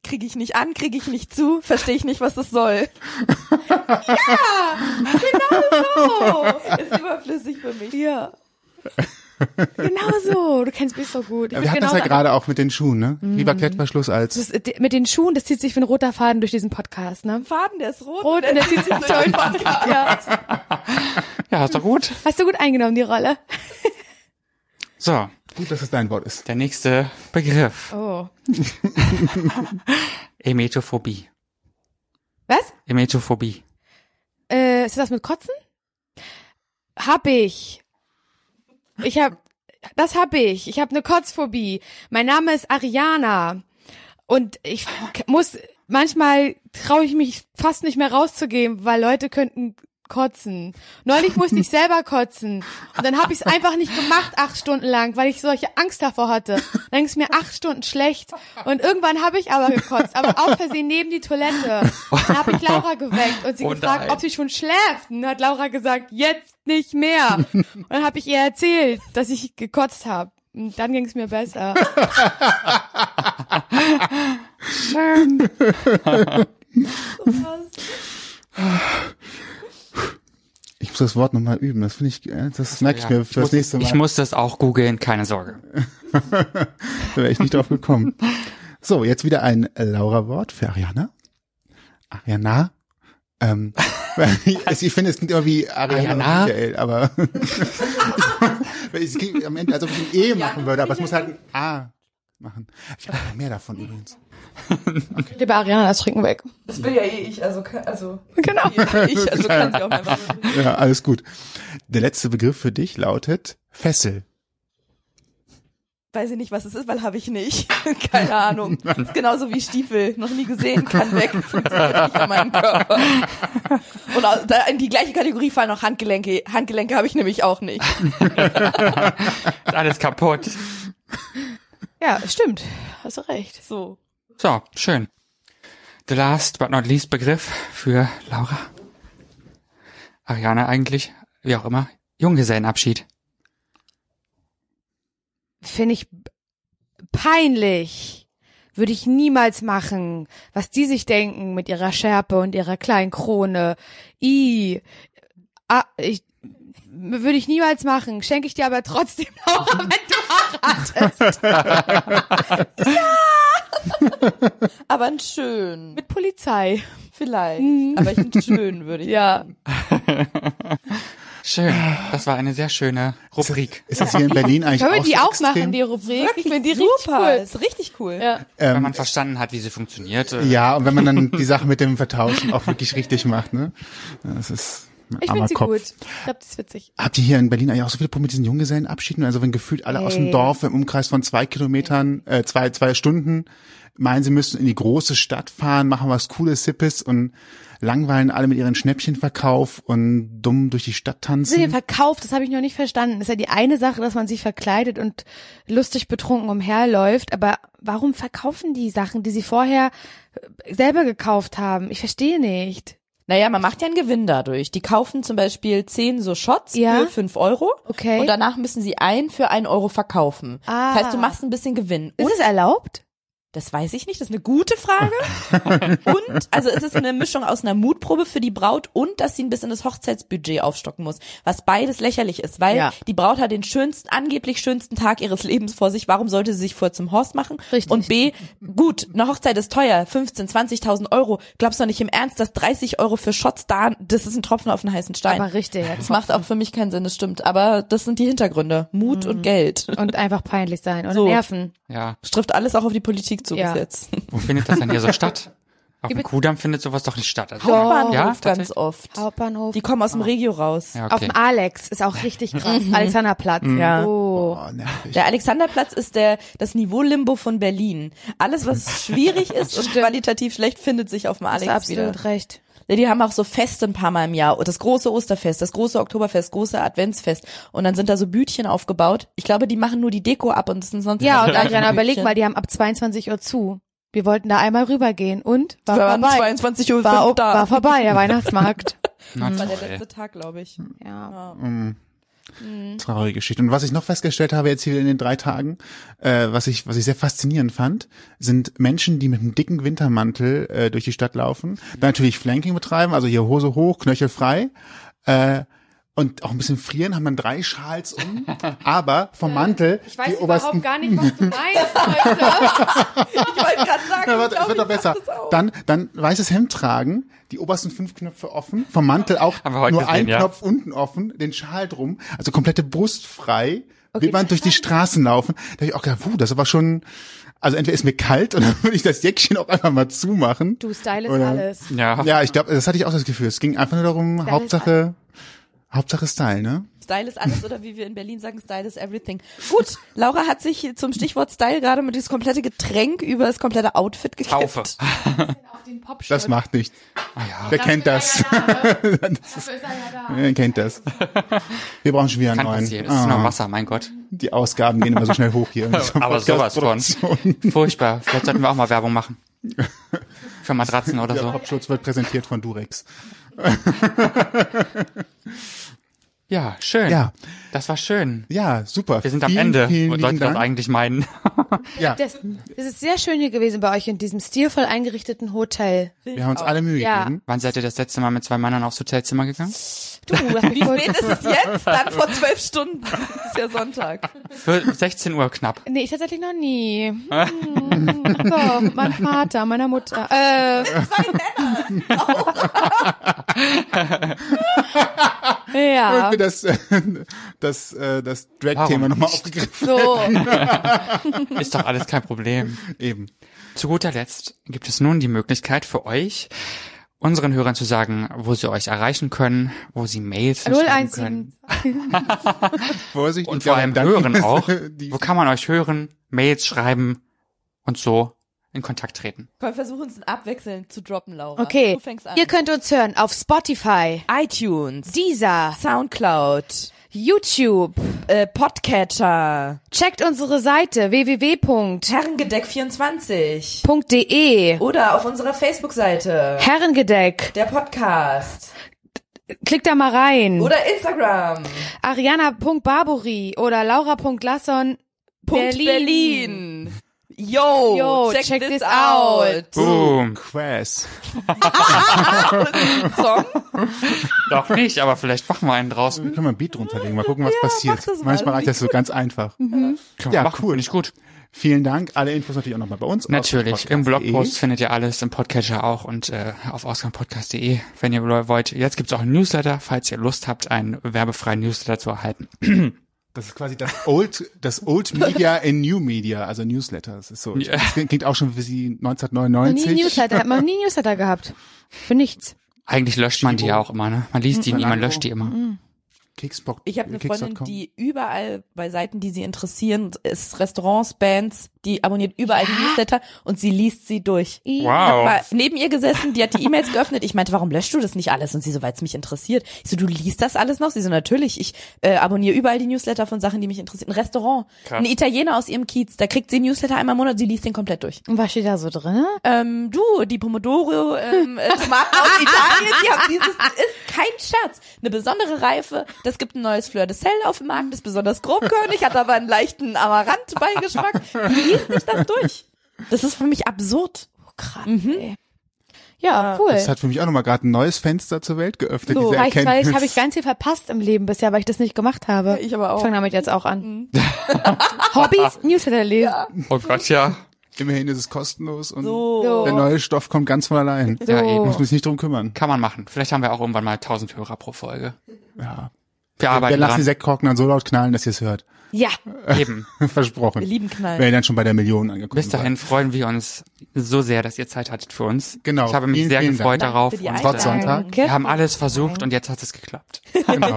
[SPEAKER 4] Kriege ich nicht an, kriege ich nicht zu, verstehe ich nicht, was das soll. genau
[SPEAKER 3] Oh,
[SPEAKER 4] Ist überflüssig für mich.
[SPEAKER 3] ja. Genau so. Du kennst mich so gut. Ich
[SPEAKER 5] Wir
[SPEAKER 3] bin
[SPEAKER 5] hatten
[SPEAKER 3] genau
[SPEAKER 5] das
[SPEAKER 3] da-
[SPEAKER 5] ja gerade auch mit den Schuhen, ne? Lieber Klettverschluss als
[SPEAKER 3] Das, äh, mit den Schuhen, das zieht sich wie ein roter Faden durch diesen Podcast, ne?
[SPEAKER 4] Faden, der ist rot.
[SPEAKER 3] Rot und der zieht sich durch. Ja.
[SPEAKER 2] Ja, ist doch gut.
[SPEAKER 3] Hast du gut eingenommen, die Rolle?
[SPEAKER 2] So,
[SPEAKER 5] gut, dass es dein Wort ist.
[SPEAKER 2] der nächste Begriff.
[SPEAKER 3] Oh.
[SPEAKER 2] Emetophobie.
[SPEAKER 3] Was?
[SPEAKER 2] Emetophobie.
[SPEAKER 3] Äh, ist das mit Kotzen? Hab ich. Ich hab, das hab ich. Ich hab eine Kotzphobie. Mein Name ist Ariana. Und ich k- muss, manchmal traue ich mich fast nicht mehr rauszugehen, weil Leute könnten kotzen. Neulich musste ich selber kotzen. Und dann hab ich's einfach nicht gemacht, acht Stunden lang, weil ich solche Angst davor hatte. Dann ging's mir acht Stunden schlecht. Und irgendwann hab ich aber gekotzt, aber auf Versehen neben die Toilette. Dann hab ich Laura geweckt und sie
[SPEAKER 2] Oh
[SPEAKER 3] gefragt,
[SPEAKER 2] nein.
[SPEAKER 3] ob sie schon schläft. Und dann hat Laura gesagt, jetzt nicht mehr. Und dann hab ich ihr erzählt, dass ich gekotzt hab. Und dann ging's mir besser.
[SPEAKER 5] Ich muss das Wort nochmal üben. Das finde ich, äh, das merke ich
[SPEAKER 2] Ja,
[SPEAKER 5] mir fürs
[SPEAKER 2] muss,
[SPEAKER 5] nächste Mal.
[SPEAKER 2] Ich muss das auch googeln, keine Sorge.
[SPEAKER 5] Da wäre ich nicht drauf gekommen. So, jetzt wieder ein Laura-Wort für Ariana. Ariana. Ähm, weil ich, also ich finde, es klingt immer wie Ariana,
[SPEAKER 2] Ariana?
[SPEAKER 5] und Michael, aber [laughs] Weil es klingt am Ende, als ob ich ein E machen würde, aber es muss halt ein A machen. Ich habe noch mehr davon übrigens.
[SPEAKER 3] Liebe Ariana, das Trinken weg.
[SPEAKER 4] Das bin ja eh ich, also, also
[SPEAKER 3] Genau.
[SPEAKER 4] ich, also kannst du auch einfach
[SPEAKER 5] Ja, alles gut. Der letzte Begriff für dich lautet Fessel.
[SPEAKER 4] Weiß ich nicht, was es ist, weil habe ich nicht. [laughs] Keine Ahnung. Ist genauso wie Stiefel. Noch nie gesehen, kann weg. [laughs] Funktioniert nicht an meinem Körper. Und au- da in die gleiche Kategorie fallen auch Handgelenke. Handgelenke habe ich nämlich auch nicht.
[SPEAKER 2] Ist Alles
[SPEAKER 5] [laughs]
[SPEAKER 2] kaputt.
[SPEAKER 3] Ja, stimmt. Hast du recht.
[SPEAKER 4] So.
[SPEAKER 2] So, schön. The last but not least Begriff für Laura. Ariane eigentlich, wie auch immer. Junggesellenabschied.
[SPEAKER 3] Finde ich b- peinlich. Würde ich niemals machen. Was die sich denken mit ihrer Schärpe und ihrer kleinen Krone. I. Ah, ich, m- würde ich niemals machen. Schenke ich dir aber trotzdem, [laughs] Laura, wenn du heiratest.
[SPEAKER 4] Aber ein schön.
[SPEAKER 3] Mit Polizei.
[SPEAKER 4] Vielleicht. Aber ich ein schön würde ich.
[SPEAKER 3] Ja.
[SPEAKER 2] Schön. Das war eine sehr schöne Rubrik.
[SPEAKER 5] Ist das hier in Berlin eigentlich
[SPEAKER 3] Können wir
[SPEAKER 5] auch
[SPEAKER 3] die
[SPEAKER 5] so
[SPEAKER 3] auch
[SPEAKER 5] extrem?
[SPEAKER 3] machen, die Rubrik? Ich finde die
[SPEAKER 4] Super,
[SPEAKER 3] richtig
[SPEAKER 4] ist richtig cool.
[SPEAKER 3] cool. Ja.
[SPEAKER 2] Wenn
[SPEAKER 5] ähm, äh,
[SPEAKER 2] man verstanden hat, wie sie funktionierte.
[SPEAKER 5] ja, und wenn man dann die Sache mit dem Vertauschen auch wirklich richtig macht, ne? Ja, Das ist ein
[SPEAKER 3] Ich
[SPEAKER 5] armer
[SPEAKER 3] finde sie
[SPEAKER 5] Kopf.
[SPEAKER 3] gut. Ich glaube, das ist witzig.
[SPEAKER 5] Habt ihr hier in Berlin eigentlich auch so viele Probleme mit diesen Junggesellenabschieden? Also wenn gefühlt alle aus dem
[SPEAKER 3] Nee.
[SPEAKER 5] Dorf im Umkreis von zwei Kilometern, äh, zwei, zwei Stunden meinen, sie müssen in die große Stadt fahren, machen was Cooles, Hippes und langweilen alle mit ihren Schnäppchenverkauf und dumm durch die Stadt
[SPEAKER 3] Sind den
[SPEAKER 4] Mhm.
[SPEAKER 5] tanzen.
[SPEAKER 3] Verkauf, das habe ich noch nicht verstanden. Das ist ja die eine Sache, dass man sich verkleidet und lustig betrunken umherläuft, aber warum verkaufen die Sachen, die sie vorher äh, selber gekauft haben? Ich verstehe nicht.
[SPEAKER 4] Naja, man macht ja einen Gewinn dadurch. Die kaufen zum Beispiel zehn so Shots
[SPEAKER 3] Ja.
[SPEAKER 4] für fünf Euro.
[SPEAKER 3] Okay.
[SPEAKER 4] Und danach müssen sie einen für einen Euro verkaufen.
[SPEAKER 3] Ah.
[SPEAKER 4] Das heißt, du machst ein bisschen Gewinn.
[SPEAKER 3] Ist es erlaubt?
[SPEAKER 4] Das weiß ich nicht, das ist eine gute
[SPEAKER 3] [laughs]
[SPEAKER 4] Frage. und, also es ist eine Mischung aus einer Mutprobe für die Braut und, dass sie ein bisschen das Hochzeitsbudget aufstocken muss. Was beides lächerlich ist, weil
[SPEAKER 8] Ja.
[SPEAKER 4] die Braut hat den schönsten, angeblich schönsten Tag ihres Lebens vor sich. Warum sollte sie sich vor zum Horst machen?
[SPEAKER 3] Richtig.
[SPEAKER 4] Und B, gut, eine Hochzeit ist teuer, 15, 20.000 Euro. Glaubst du nicht im Ernst, dass 30 Euro für Shots da, das ist ein Tropfen auf den heißen Stein.
[SPEAKER 3] Aber
[SPEAKER 4] [laughs]
[SPEAKER 3] richtig.
[SPEAKER 4] das macht auch für mich keinen Sinn, das stimmt. Aber das sind die Hintergründe. Mut
[SPEAKER 3] Mhm.
[SPEAKER 4] und Geld.
[SPEAKER 3] Und einfach peinlich sein und
[SPEAKER 4] So.
[SPEAKER 3] nerven.
[SPEAKER 2] Ja.
[SPEAKER 4] Trifft alles auch auf die Politik zu
[SPEAKER 3] Ja.
[SPEAKER 4] bis jetzt.
[SPEAKER 2] Wo findet das
[SPEAKER 5] [laughs]
[SPEAKER 2] denn hier so statt? Auf dem
[SPEAKER 3] Gibt-
[SPEAKER 2] Kudamm findet sowas doch nicht statt. Also,
[SPEAKER 4] Hauptbahnhof
[SPEAKER 2] ja,
[SPEAKER 4] ganz
[SPEAKER 2] tatsächlich?
[SPEAKER 4] oft.
[SPEAKER 3] Hauptbahnhof.
[SPEAKER 4] Die kommen aus dem Regio raus.
[SPEAKER 2] Ja,
[SPEAKER 3] Auf
[SPEAKER 2] okay.
[SPEAKER 3] dem Alex ist auch richtig krass.
[SPEAKER 4] Mhm.
[SPEAKER 3] Alexanderplatz.
[SPEAKER 4] Ja.
[SPEAKER 3] Oh.
[SPEAKER 5] Oh, nervig.
[SPEAKER 4] Der Alexanderplatz ist der das Niveau-Limbo von Berlin. Alles,
[SPEAKER 2] [laughs]
[SPEAKER 4] was schwierig ist und qualitativ schlecht, findet sich auf dem
[SPEAKER 3] Hast
[SPEAKER 4] Alex
[SPEAKER 3] du absolut
[SPEAKER 4] wieder. [laughs]
[SPEAKER 3] recht.
[SPEAKER 4] Ja, Die haben auch so Feste ein paar Mal im Jahr. Und Das große Osterfest, das große Oktoberfest, große Adventsfest. Und dann sind da so Bütchen aufgebaut. Ich glaube, die machen nur die Deko ab und es sind sonst
[SPEAKER 3] Ja, und
[SPEAKER 4] keine
[SPEAKER 3] Adriana, überleg
[SPEAKER 4] Bütchen.
[SPEAKER 3] mal, die haben ab 22 Uhr zu. Wir wollten da einmal rübergehen und war
[SPEAKER 4] Wir waren
[SPEAKER 3] vorbei.
[SPEAKER 4] 22 um Uhr
[SPEAKER 3] War,
[SPEAKER 4] fünf
[SPEAKER 3] auch-
[SPEAKER 4] da.
[SPEAKER 3] war vorbei, der
[SPEAKER 4] [laughs]
[SPEAKER 3] Weihnachtsmarkt.
[SPEAKER 2] Na,
[SPEAKER 4] Das war der
[SPEAKER 2] toll.
[SPEAKER 4] letzte Tag, glaube ich.
[SPEAKER 3] Ja.
[SPEAKER 5] Traurige Geschichte. Und was ich noch festgestellt habe jetzt hier in den drei Tagen, äh, was ich was ich sehr faszinierend fand, sind Menschen, die mit einem dicken Wintermantel äh, durch die Stadt laufen, dann natürlich Flanking betreiben, also hier Hose hoch, Knöchel frei. Äh, und auch ein bisschen frieren, haben dann drei Schals um, aber vom Mantel die obersten
[SPEAKER 3] gar nicht, was du
[SPEAKER 5] [laughs]
[SPEAKER 3] meinst.
[SPEAKER 4] Ich wollte gerade sagen,
[SPEAKER 5] Ja,
[SPEAKER 4] ich
[SPEAKER 5] warte, es
[SPEAKER 4] glaube,
[SPEAKER 5] wird doch
[SPEAKER 4] ich mach
[SPEAKER 5] besser.
[SPEAKER 4] das auch.
[SPEAKER 5] Dann, dann weißes Hemd tragen, die obersten fünf Knöpfe offen, vom Mantel auch
[SPEAKER 2] Haben wir heute
[SPEAKER 5] nur
[SPEAKER 2] gesehen,
[SPEAKER 5] ein
[SPEAKER 2] ja.
[SPEAKER 5] Knopf unten offen, den Schal drum, also komplette Brust frei, will man durch die Straßen laufen. Da hab ich auch gedacht, puh, das ist aber schon, also entweder ist mir kalt oder [laughs] würde ich das Jäckchen auch einfach mal zumachen.
[SPEAKER 3] Du stylest
[SPEAKER 5] Oder-
[SPEAKER 3] alles.
[SPEAKER 2] Ja.
[SPEAKER 5] Ja, ich glaube, das hatte ich auch das Gefühl. Es ging einfach nur darum,
[SPEAKER 3] ist
[SPEAKER 5] Hauptsache, Hauptsache Style, ne?
[SPEAKER 4] Style ist alles oder wie wir in Berlin sagen, Style is everything. Gut, Laura hat sich zum Stichwort Style gerade mit dieses komplette Getränk über das komplette Outfit gekippt.
[SPEAKER 2] Taufe.
[SPEAKER 5] Das macht nichts.
[SPEAKER 2] Ah,
[SPEAKER 5] Wer kennt das?
[SPEAKER 4] ne?
[SPEAKER 5] [laughs] Wer kennt das? Wir brauchen schon wieder einen
[SPEAKER 2] Kann
[SPEAKER 5] neuen. Ah.
[SPEAKER 2] passieren. Es ist nur Wasser, mein Gott.
[SPEAKER 5] Die Ausgaben gehen immer so schnell hoch
[SPEAKER 2] [laughs]
[SPEAKER 5] hier.
[SPEAKER 2] Aber sowas von.
[SPEAKER 5] Produktion.
[SPEAKER 2] Furchtbar. Vielleicht sollten wir auch mal
[SPEAKER 5] [laughs]
[SPEAKER 2] Werbung machen. Für Matratzen oder
[SPEAKER 5] Der
[SPEAKER 2] so.
[SPEAKER 5] Popschutz wird präsentiert von Durex.
[SPEAKER 2] Ja, schön.
[SPEAKER 5] Ja.
[SPEAKER 2] Das war schön.
[SPEAKER 5] Ja, super.
[SPEAKER 2] Wir sind am
[SPEAKER 5] vielen,
[SPEAKER 2] Ende.
[SPEAKER 5] Vielen,
[SPEAKER 2] und
[SPEAKER 5] lieben
[SPEAKER 2] Leute, das
[SPEAKER 5] Dank.
[SPEAKER 2] eigentlich meinen.
[SPEAKER 5] Ja,
[SPEAKER 3] Das, das ist sehr schön hier gewesen bei euch in diesem stilvoll eingerichteten Hotel. [laughs]
[SPEAKER 5] wir haben uns alle Mühe
[SPEAKER 3] Ja.
[SPEAKER 5] gegeben.
[SPEAKER 2] Wann seid ihr das letzte Mal mit zwei Männern aufs Hotelzimmer gegangen?
[SPEAKER 3] Du, lass mich
[SPEAKER 4] Wen
[SPEAKER 3] kurz.
[SPEAKER 4] ist es jetzt? Dann vor zwölf Stunden. Ist ja Sonntag.
[SPEAKER 2] Für 16 Uhr knapp.
[SPEAKER 3] Nee, ich tatsächlich noch nie. Hm, Doch, mein Vater, meiner Mutter. Äh, [laughs] ja,
[SPEAKER 5] Und wir [laughs] das, äh, das, äh, das Drag-Thema
[SPEAKER 2] Warum
[SPEAKER 5] nochmal
[SPEAKER 2] nicht?
[SPEAKER 5] aufgegriffen.
[SPEAKER 3] so.
[SPEAKER 2] Ist doch alles kein Problem.
[SPEAKER 5] Eben.
[SPEAKER 2] Zu guter Letzt gibt es nun die Möglichkeit für euch, unseren Hörern zu sagen, wo sie euch erreichen können, wo sie Mails schreiben
[SPEAKER 3] 017.
[SPEAKER 2] können.
[SPEAKER 5] Vorsicht.
[SPEAKER 2] Und
[SPEAKER 5] ich
[SPEAKER 2] vor
[SPEAKER 5] glaube,
[SPEAKER 2] allem
[SPEAKER 5] dann-
[SPEAKER 2] hören auch.
[SPEAKER 5] [laughs] Die,
[SPEAKER 2] Wo kann man euch hören, Mails schreiben und so in Kontakt treten?
[SPEAKER 4] Komm, versuch uns abwechselnd zu droppen, Laura.
[SPEAKER 3] Okay,
[SPEAKER 4] Du fängst an.
[SPEAKER 3] ihr könnt uns hören auf Spotify,
[SPEAKER 4] iTunes,
[SPEAKER 3] Deezer,
[SPEAKER 4] Soundcloud,
[SPEAKER 3] YouTube.
[SPEAKER 4] äh, Podcatcher,
[SPEAKER 3] Checkt unsere Seite www.herrengedeck.de,
[SPEAKER 4] Herrengedeck24 oder auf unserer Facebook-Seite,
[SPEAKER 3] Herrengedeck.
[SPEAKER 4] der Podcast
[SPEAKER 3] Klickt da mal rein.
[SPEAKER 4] oder Instagram.
[SPEAKER 3] Ariana.barbori oder Laura.lasson.
[SPEAKER 4] Punkt
[SPEAKER 3] Berlin.
[SPEAKER 4] Berlin. Yo,
[SPEAKER 3] Yo,
[SPEAKER 4] check, this, [laughs] out.
[SPEAKER 2] Boom.
[SPEAKER 5] Quest.
[SPEAKER 4] Song.
[SPEAKER 2] Doch nicht, aber vielleicht machen wir einen draus.
[SPEAKER 5] Wir können mal ein Beat runterlegen, mal gucken, was passiert.
[SPEAKER 4] das mal.
[SPEAKER 5] Manchmal reicht das so ganz einfach.
[SPEAKER 3] Mhm.
[SPEAKER 2] Können wir
[SPEAKER 5] Ja,
[SPEAKER 2] machen,
[SPEAKER 5] cool.
[SPEAKER 2] Finde ich gut.
[SPEAKER 5] Vielen Dank. Alle Infos natürlich auch nochmal bei uns. auf
[SPEAKER 2] Natürlich. Im
[SPEAKER 5] podcast.de.
[SPEAKER 2] Blogpost findet ihr alles, im Podcatcher auch und äh, auf ausgangpodcast.de, wenn ihr wollt. Jetzt gibt's auch einen Newsletter, falls ihr Lust habt, einen werbefreien Newsletter zu erhalten.
[SPEAKER 5] Das ist quasi das Old, das Old Media in New Media, also Newsletter. Das ist so.
[SPEAKER 2] Ja.
[SPEAKER 5] Das klingt auch schon wie sie
[SPEAKER 3] Noch nie
[SPEAKER 5] 1999.
[SPEAKER 3] Newsletter, hat man nie Newsletter gehabt. Für nichts.
[SPEAKER 2] Eigentlich löscht man die
[SPEAKER 5] Stibo.
[SPEAKER 2] auch immer, ne? Man liest die nie, man
[SPEAKER 5] Verlagerung.
[SPEAKER 2] löscht die immer.
[SPEAKER 6] Mhm.
[SPEAKER 5] Kicksbox.
[SPEAKER 4] Ich habe eine Freundin,
[SPEAKER 5] Kicks.com.
[SPEAKER 4] die überall bei Seiten, die sie interessieren, ist Restaurants, Bands, die abonniert überall die Newsletter und sie liest sie durch.
[SPEAKER 2] Wow.
[SPEAKER 4] War neben ihr gesessen, die hat die E-Mails geöffnet. Ich meinte, warum löscht du das nicht alles? Und sie so, weil es mich interessiert. Ich so, du liest das alles noch? Sie so, natürlich. Ich äh, abonniere überall die Newsletter von Sachen, die mich interessieren. Ein Restaurant,
[SPEAKER 2] Krass.
[SPEAKER 4] ein Italiener aus ihrem Kiez, da kriegt sie einen Newsletter einmal im Monat, sie liest den komplett durch.
[SPEAKER 3] Und was steht da so drin?
[SPEAKER 4] Ähm, du, die Pomodoro, ähm, äh, Tomaten aus Italien, die haben dieses, ist kein Scherz. Eine besondere Reife, das gibt ein neues Fleur de Sel auf dem Markt, ist besonders grobkörnig, hat aber einen leichten Amaranth-Beigeschmack. Die liest sich das durch.
[SPEAKER 6] Das ist für mich absurd.
[SPEAKER 3] Krass,
[SPEAKER 4] Mhm,
[SPEAKER 3] ey.
[SPEAKER 4] Ah.
[SPEAKER 3] Ja, cool.
[SPEAKER 5] Das hat für mich auch nochmal gerade ein neues Fenster zur Welt geöffnet,
[SPEAKER 3] So,
[SPEAKER 5] diese
[SPEAKER 3] reicht, weil
[SPEAKER 5] Erkenntnis.
[SPEAKER 3] ich habe ich ganz viel verpasst im Leben bisher, weil ich das nicht gemacht habe.
[SPEAKER 6] ich aber auch.
[SPEAKER 3] fange damit jetzt auch
[SPEAKER 4] Mhm.
[SPEAKER 3] an. [laughs]
[SPEAKER 5] [laughs]
[SPEAKER 3] Hobbys, Newsletter lesen.
[SPEAKER 2] Oh Gott, ja.
[SPEAKER 5] Immerhin ist es kostenlos und
[SPEAKER 3] So.
[SPEAKER 5] der neue Stoff kommt ganz von allein.
[SPEAKER 3] So.
[SPEAKER 2] Ja, eben.
[SPEAKER 5] Muss mich nicht drum kümmern.
[SPEAKER 2] Kann man machen. Vielleicht haben wir auch irgendwann mal 1000 Hörer pro Folge.
[SPEAKER 5] Ja.
[SPEAKER 2] Wir
[SPEAKER 5] Wir
[SPEAKER 2] arbeiten
[SPEAKER 5] lassen die
[SPEAKER 2] dran.
[SPEAKER 5] Sektkorken dann so laut knallen, dass ihr es hört. [laughs]
[SPEAKER 3] ja.
[SPEAKER 2] Eben.
[SPEAKER 5] Versprochen.
[SPEAKER 6] Wir lieben Knallen.
[SPEAKER 5] Wäre dann schon bei der Million angekommen.
[SPEAKER 2] Bis dahin freuen wir uns so sehr, dass ihr Zeit hattet für uns.
[SPEAKER 5] Genau.
[SPEAKER 2] Ich habe mich
[SPEAKER 5] Vielen,
[SPEAKER 2] sehr
[SPEAKER 5] vielen
[SPEAKER 2] gefreut
[SPEAKER 5] Dank.
[SPEAKER 2] darauf.
[SPEAKER 6] Für die
[SPEAKER 2] und,
[SPEAKER 5] Trotz
[SPEAKER 2] äh,
[SPEAKER 5] Sonntag.
[SPEAKER 2] wir haben alles versucht und jetzt hat es geklappt. [laughs]
[SPEAKER 5] Genau.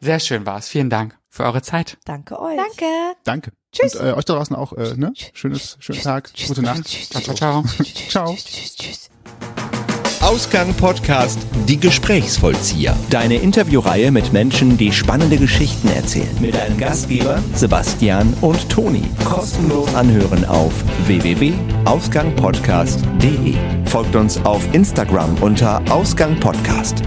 [SPEAKER 2] Sehr schön war es. Vielen Dank für eure Zeit.
[SPEAKER 6] Danke euch.
[SPEAKER 3] Danke.
[SPEAKER 5] Danke.
[SPEAKER 3] Tschüss.
[SPEAKER 5] Und äh, euch da draußen auch, äh, ne? Schönes, schönen Tag, gute Nacht.
[SPEAKER 2] Ciao, ciao, ciao.
[SPEAKER 5] Ciao.
[SPEAKER 3] Tschüss, tschüss.
[SPEAKER 1] Ausgang Podcast Die Gesprächsvollzieher. Deine Interviewreihe mit Menschen, die spannende Geschichten erzählen. Mit deinen Gastgebern Sebastian und Toni. Kostenlos anhören auf www.ausgangpodcast.de. Folgt uns auf Instagram unter Ausgang Podcast.